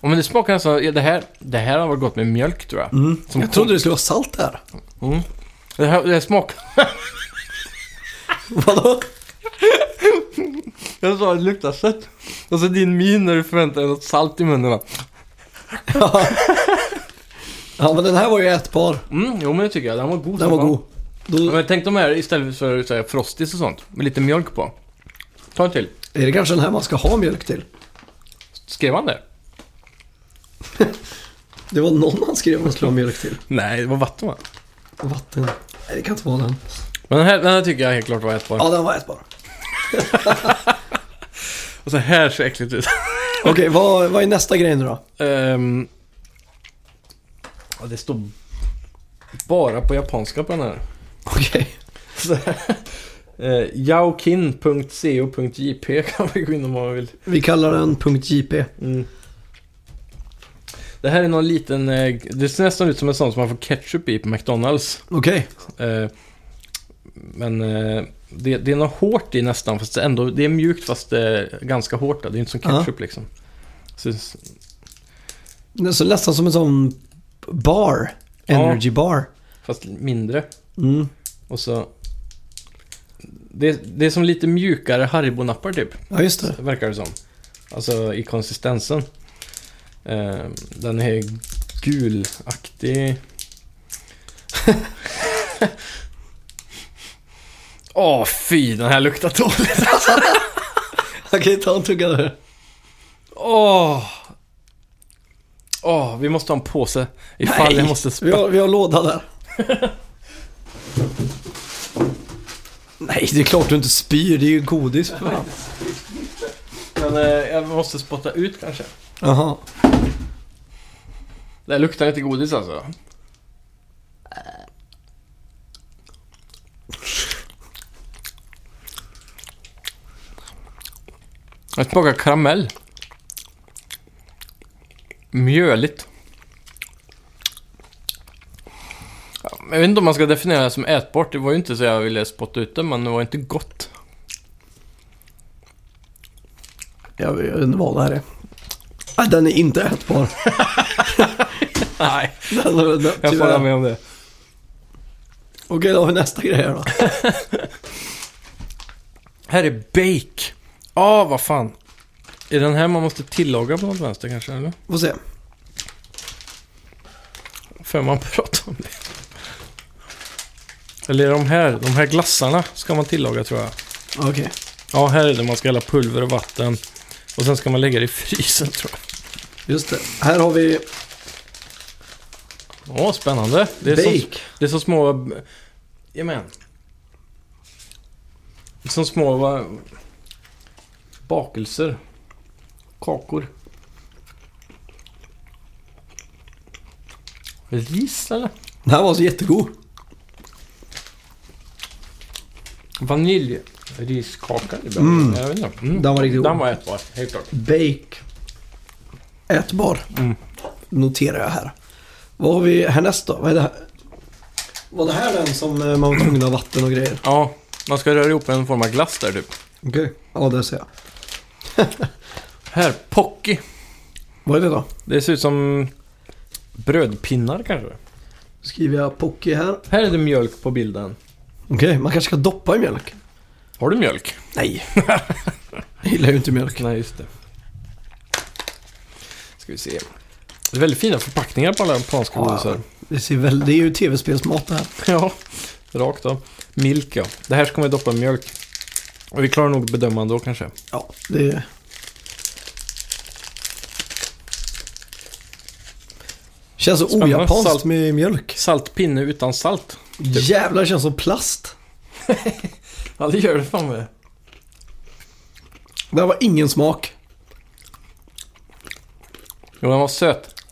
B: och men det smakar nästan... ja, Det här, det här har varit gott med mjölk tror Mm. jag. Som Mm.
A: Jag trodde det skulle vara salt där.
B: Det här, det här smakar...
A: Vadå?
B: Jag sa det luktar sött. Och så din min när du förväntar dig något salt i munnen. va?
A: Ja, men den här var ju ätbar.
B: Mm, jo men det tycker jag. Den var
A: Den
B: god. som
A: var
B: fan.
A: god.
B: Ja,
A: Då
B: Men tänk de här istället för så här, Frosties och sånt. Med lite mjölk på. Ta en till.
A: är det kanske den här man ska ha mjölk till.
B: Skrev han det?
A: Det var någon han skrev att man skulle ha mjölk till.
B: Nej, det var vatten va?
A: Vatten. Nej, det kan inte vara den.
B: Men den här, den här tycker jag helt klart var ätbar.
A: Ja, den var ätbar.
B: Och så Alltså, här ser äckligt ut.
A: Okej, vad, vad är nästa grej nu då?
B: [LAUGHS] Ehm. ja, det står bara på japanska på den här.
A: Okej.
B: Uh, Yaokin.co.jp [LAUGHS] kan vi gå in om man vill.
A: Vi kallar den punkt .jp.
B: Det här är någon liten, eh, det ser nästan ut som en sån som man får ketchup i på McDonalds.
A: Okej.
B: Eh, men eh, det, det är något hårt i nästan, fast det är ändå, det är mjukt fast det är ganska hårt. då. Det är inte som
A: Ja.
B: ketchup liksom. Så,
A: Det är Så nästan som en sån bar.
B: Ja.
A: Energy bar.
B: fast mindre.
A: Mm.
B: Och så... Det, det är som lite mjukare Haribo-nappar typ,
A: Ja, just det.
B: verkar det som. Alltså i konsistensen. Eh, den är gulaktig. [LAUGHS] Åh fy, den här luktar dåligt.
A: Okej, ta en tugga där.
B: Åh! Åh, vi måste ha en påse. Ifall jag måste
A: vi,
B: spä...
A: har, vi har låda
B: [LAUGHS]
A: där. Nej, det är klart du inte spyr. Det är ju godis. för fan.
B: Men, eh, jag måste spotta ut kanske.
A: Jaha.
B: Det här luktar inte godis alltså. Jag smakar karamell. Mjöligt. Ja, Jag vet inte om man ska definiera det som ätbart. Det var ju inte så jag ville spotta ut det, men det var inte gott.
A: Jag jag vet inte vad det här är. Nej, den är inte ätbar.
B: Nej,
A: [LAUGHS] Den, den, den,
B: [LAUGHS] jag får
A: tyvärr.
B: hålla med om det.
A: Okej, då har vi nästa grej här då.
B: Här är bake. Ah, vad fan. Är den här man måste tillaga på något vänster kanske, eller?
A: Får se.
B: För man pratar om det. Eller de här, de här glassarna ska man tillaga tror jag.
A: Okej.
B: Ja, här är det man ska hälla pulver och vatten. Och sen ska man lägga det i frysen tror jag.
A: Just det. Här har vi
B: Åh, spännande. Det är, så,
A: bake.
B: det är så små... Jajamän. Det är Som små va, bakelser. Kakor. Ris eller?
A: Den här var så jättegod.
B: Vaniljriskaka ibland. Mm. Jag vet inte. Mm.
A: Den var riktigt god.
B: Den var ätbar, helt klart.
A: Mm. Bake. Ätbar. Noterar jag här. Vad har vi härnäst då? Vad är det här? Var det här den som eh, man var tvungen att ha vatten och grejer?
B: Ja, man ska röra ihop en form av glass där typ.
A: Okej. Ja, där ser jag.
B: Här, Pocky.
A: Vad är det då?
B: Det ser ut som brödpinnar kanske.
A: Skriver jag Pocky här.
B: Här är det mjölk på bilden.
A: Okej, man kanske ska doppa i mjölk?
B: Har du mjölk?
A: Nej. [LAUGHS] jag gillar ju inte mjölk.
B: Nej, just det. Ska vi se. Det är väldigt fina förpackningar på alla japanska godisar.
A: Det, ser väl, det är ju tv-spelsmat det här.
B: Ja, rakt av. Milk ja. Det här ska man ju doppa i mjölk. Och vi klarar nog bedömande då kanske.
A: Ja, det... Känns så
B: Spännande.
A: ojapanskt
B: Salt-
A: med mjölk.
B: Saltpinne utan salt.
A: Jävlar, det känns som plast.
B: Ja, det gör det fan med.
A: Det här var ingen smak.
B: Jo, den var söt.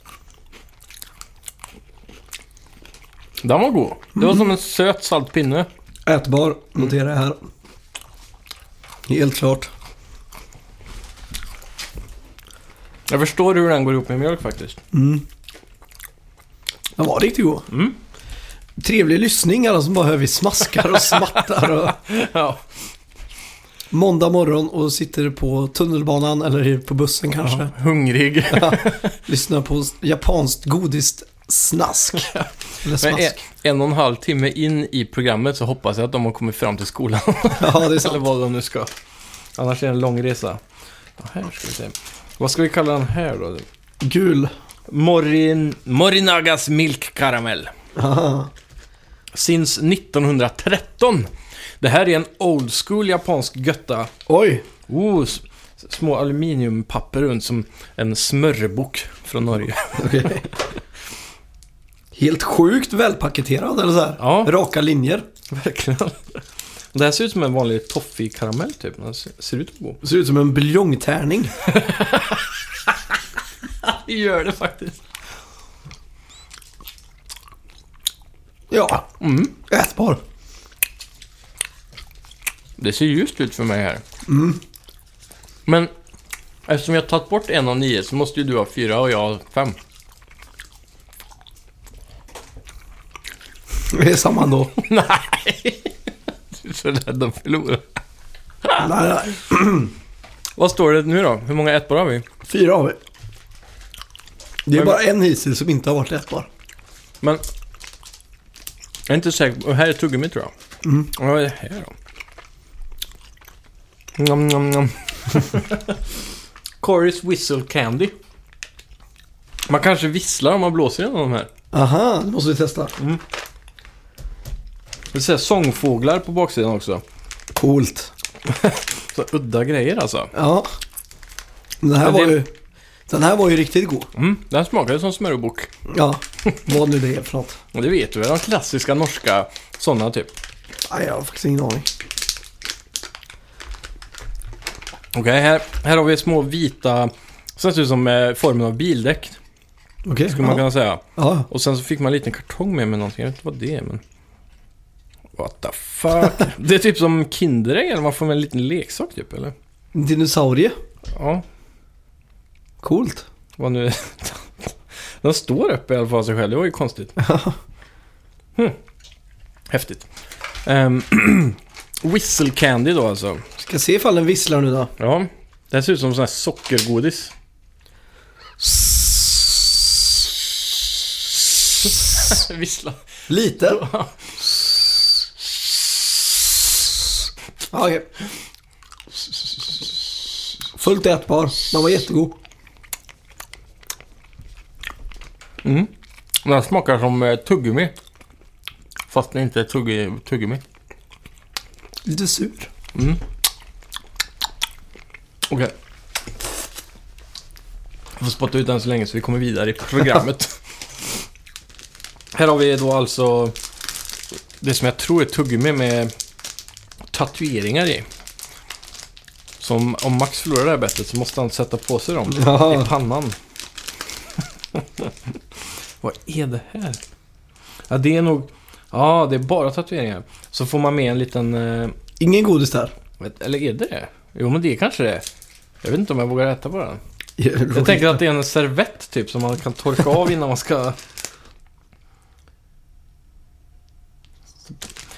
B: Den var god. Det var som en söt saltpinne.
A: Ätbar, noterar jag här. Helt klart.
B: Jag förstår hur den går ihop med
A: [LAUGHS]
B: mjölk faktiskt.
A: Den var riktigt god.
B: Mm.
A: Trevlig lyssning, alla som bara hör vi smaskar och smattar. Och
B: Ja.
A: måndag morgon och sitter på tunnelbanan eller på bussen kanske.
B: Hungrig.
A: [LAUGHS] Lyssnar på japanskt godist
B: [LAUGHS]
A: snask. Eller
B: Men en,
A: smask.
B: en och en halv timme in i programmet så hoppas jag att de har kommit fram till skolan.
A: [LAUGHS] Ja, det är
B: Eller
A: sant.
B: vad de nu ska. Annars är det en lång resa. Ja, här ska vi se. Vad ska vi kalla den här då?
A: Gul.
B: Morin, Morinagas Milk Caramel.
A: Aha.
B: Since 1913. Det här är en old school japansk götta.
A: Oj,
B: Oh, s- små aluminiumpapper runt som en smörrebok från Norge.
A: Okej. Helt sjukt välpaketerad eller så här.
B: Ja.
A: Raka linjer.
B: [LAUGHS] Verkligen. Det här ser ut som en vanlig toffee-karamell typ. Den ser ser ut att gå.
A: Ser ut som en buljongtärning.
B: Det gör det faktiskt.
A: Ja,
B: Mm.
A: ätbar.
B: Det ser ljust ut för mig här. Mm. Men eftersom jag tagit bort en av nio så måste ju du ha fyra och jag har fem. [LAUGHS]
A: Det är samma ändå.
B: Nej! Du är så rädd att förlora.
A: nej, nej.
B: Vad står det nu då? Hur många ätbara har vi?
A: Fyra har vi. Det är
B: Men-
A: bara en hittills som inte har varit ätbar.
B: Men... Jag är inte säker. på- Här är tuggummi tror jag. Mm. Vad är det här då? Nom, nom, [LAUGHS] nom. Corys Whistle Candy. Man kanske visslar om man blåser i en av de här.
A: Aha, det måste vi testa.
B: Det är så här sångfåglar på baksidan också.
A: Coolt.
B: Så udda grejer alltså.
A: Ja. Den här,
B: Men
A: var
B: det-
A: ju, den här var ju riktigt god.
B: Mm, den smakar ju som smörbok.
A: Ja, vad nu det är för något.
B: Och det vet du väl? De klassiska norska sådana typ.
A: Nej, jag har faktiskt ingen aning.
B: Okej, här, här har vi små vita... Ser ut som eh, formen av bildäck,
A: Okej.
B: skulle man
A: ja.
B: kunna säga.
A: ja.
B: Och sen så fick man en liten kartong med mig någonting. Jag vet inte vad det är, men... What the fuck? det är typ som Kinderägg, eller man får med en liten leksak typ, eller?
A: Dinosaurie.
B: Ja,
A: Coolt.
B: vad nu... [LAUGHS] Den står upp i alla fall av sig själv, det var ju konstigt. Hmm. Häftigt. Ehm, [CLEARS THROAT] whistle candy då alltså.
A: Ska se ifall den visslar nu då.
B: Ja, det här ser ut som sån här sockergodis. Vissla.
A: Lite. Ja, Okej. Fullt ätbar. Den var jättegod.
B: Den här smakar som eh, tuggummi. Fast det inte är tugg, tuggummi.
A: Lite sur.
B: Okej. Jag får spotta ut den så länge så vi kommer vidare i programmet. Här har vi då alltså det som jag tror är tuggummi med tatueringar i. Som om Max förlorar det här bettet så måste han sätta på sig dem
A: Ja.
B: i pannan. [LAUGHS] Vad är det här? Ja, det är nog... Ja, det är bara tatueringar. Så får man med en liten... eh,
A: Ingen godis där.
B: Vet- Eller är det det? Jo, men det är kanske det. Jag vet inte om jag vågar äta på den.
A: Jag
B: Jag tänker att det är en servett typ som man kan torka av innan man ska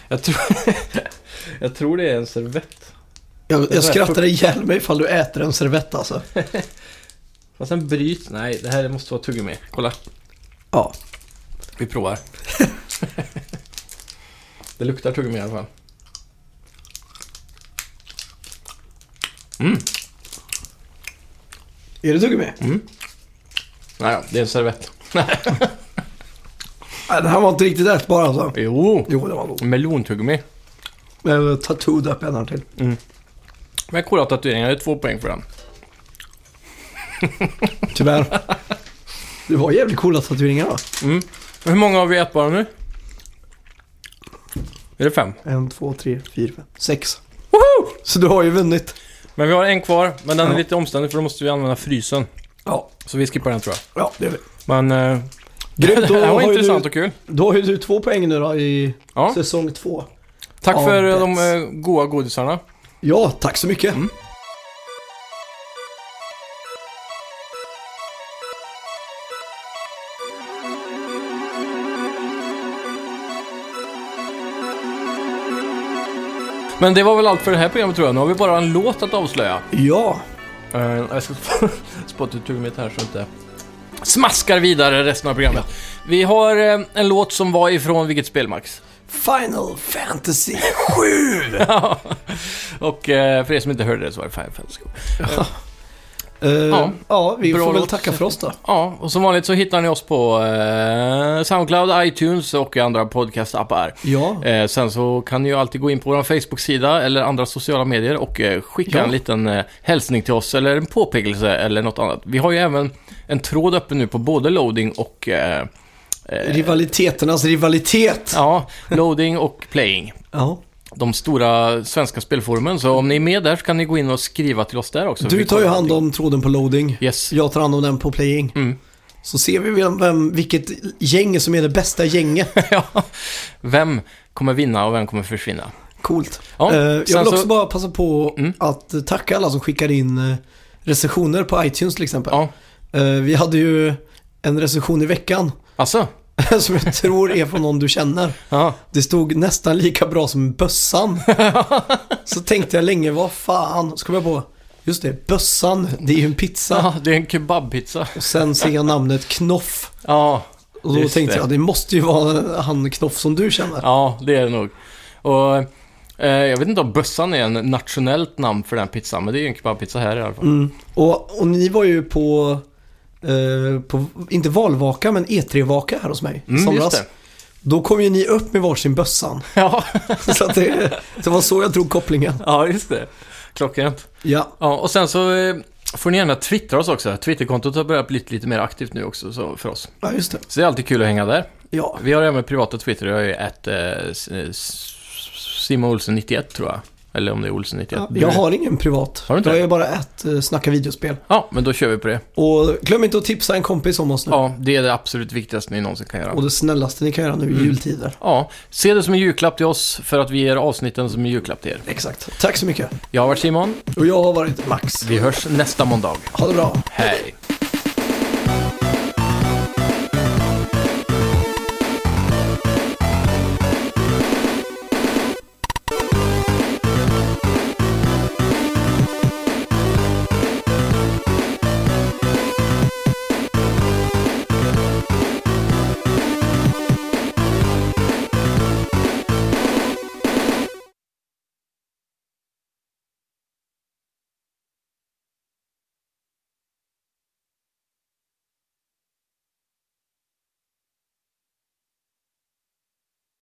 B: Jag tror, [LAUGHS] jag tror det är en servett.
A: Jag,
B: här-
A: jag skrattar ihjäl mig ifall du äter en servett alltså.
B: Fast den bryts. Nej, det här måste vara tuggummi. Kolla.
A: Ja.
B: Vi provar. [LAUGHS] det luktar tuggummi i alla fall.
A: Är det tuggummi?
B: Nej, ja, det är en servett.
A: Nej, den här var inte riktigt ätbar alltså.
B: Jo!
A: Jo, det var god.
B: Melontuggummi.
A: Jag tattooed upp en här till.
B: Men coola tatueringar, det är två poäng för den.
A: Tyvärr. Det var jävligt coola tatueringar va?
B: Hur många har vi ätbara nu? Är det fem?
A: En, två, tre, fyra, fem, sex.
B: Woho!
A: Så du har ju vunnit.
B: Men vi har en kvar, men den är
A: Ja.
B: lite omständig för då måste vi använda frysen.
A: Ja,
B: Så vi skippar den tror jag.
A: ja det är vi.
B: Men... Eh,
A: Grymt, då
B: [LAUGHS] det här var
A: har ju
B: intressant
A: du-
B: och kul.
A: Då har ju du två poäng nu då i
B: Ja,
A: säsong två.
B: tack
A: ja,
B: för eh, de
A: det-
B: eh, goa godisarna.
A: Ja, tack så mycket.
B: Mm. Men det var väl allt för det här programmet tror jag. Nu har vi bara en låt att avslöja.
A: Ja,
B: Eh, jag ska spotta ut mitt här så inte smaskar vidare resten av programmet. Vi har eh, en låt som var ifrån vilket spel Max?
A: Final Fantasy.
B: [LAUGHS] och eh, för er som inte hörde det så var det Final Fantasy.
A: Eh,
B: Ja.
A: ja. vi
B: Bra
A: får väl
B: låt.
A: tacka för oss då.
B: Ja, och som vanligt så hittar ni oss på eh, Soundcloud, iTunes och i andra podcastappar.
A: Ja,
B: Eh, sen så kan ni ju alltid gå in på vår Facebook-sida eller andra sociala medier och eh, skicka
A: Ja.
B: en liten eh, hälsning till oss eller en påpekelse eller något annat. Vi har ju även en tråd öppen nu på både loading och... Eh, eh,
A: rivaliteternas rivalitet. Ja.
B: ja, loading och playing. De stora svenska spelforumen. Så om ni är med där så kan ni gå in och skriva till oss där också.
A: Du
B: Vi
A: tar ju
B: kollar
A: hand
B: allting.
A: om tråden på loading.
B: Yes.
A: Jag tar hand om den på playing.
B: Mm.
A: Så ser vi vem, vem, vilket gäng som är det bästa
B: [LAUGHS]
A: gänget.
B: [LAUGHS] ja. Vem kommer vinna och vem kommer försvinna?
A: Coolt.
B: Ja,
A: Eh,
B: sen
A: jag vill också
B: så-
A: bara passa på
B: Mm.
A: att tacka alla som skickar in eh, recensioner på iTunes till exempel.
B: Ja,
A: Eh, Vi hade ju en recension i veckan
B: alltså?
A: [LAUGHS] som jag tror är från någon du känner.
B: Ja.
A: Det stod nästan lika bra som
B: [LAUGHS]
A: bössan. Så tänkte jag länge, vad fan? Så kom jag på, just det, bössan, det är ju en pizza.
B: ja, det är en kebabpizza.
A: Och sen ser jag namnet Knoff.
B: Ja,
A: Och då
B: Just
A: tänkte
B: det.
A: jag, det måste ju vara han Knoff som du känner.
B: Ja, det är det nog. Och eh, jag vet inte om bössan är en nationellt namn för den pizzan, men det är ju en kebabpizza här i alla fall.
A: Mm. Och, och ni var ju på, eh, på, inte valvaka, men E3-vaka här hos mig i
B: Mm, just
A: somras.
B: det.
A: Då kom ju ni upp med varsin bössan. [LAUGHS]
B: Ja, [LAUGHS]
A: Så att det, det var så jag drog kopplingen.
B: ja just det. Klockrent.
A: Ja,
B: Ja, och sen så eh, får ni gärna twittra oss också. Twitterkontot har börjat bli lite mer aktivt nu också så, för oss.
A: ja just det.
B: Så det är alltid kul att hänga där.
A: Ja,
B: Vi har även privata Twitter, jag är ett eh, Simon Olsen 91 tror jag. Eller om det är Olsen 91. Du-
A: jag har ingen privat.
B: Har du inte
A: jag
B: det?
A: är bara ett eh, snacka videospel.
B: Ja, men då kör vi på det.
A: Och glöm inte att tipsa en kompis om oss nu.
B: Ja, det är det absolut viktigaste ni någonsin kan göra.
A: Och det snällaste ni kan göra nu i
B: Mm.
A: jultider.
B: Ja, se det som en julklapp till oss för att vi ger avsnitten som en julklapp till er.
A: Exakt. Tack så mycket.
B: Jag har varit Simon.
A: Och jag har varit Max.
B: Vi hörs nästa måndag.
A: Ha det bra.
B: Hej!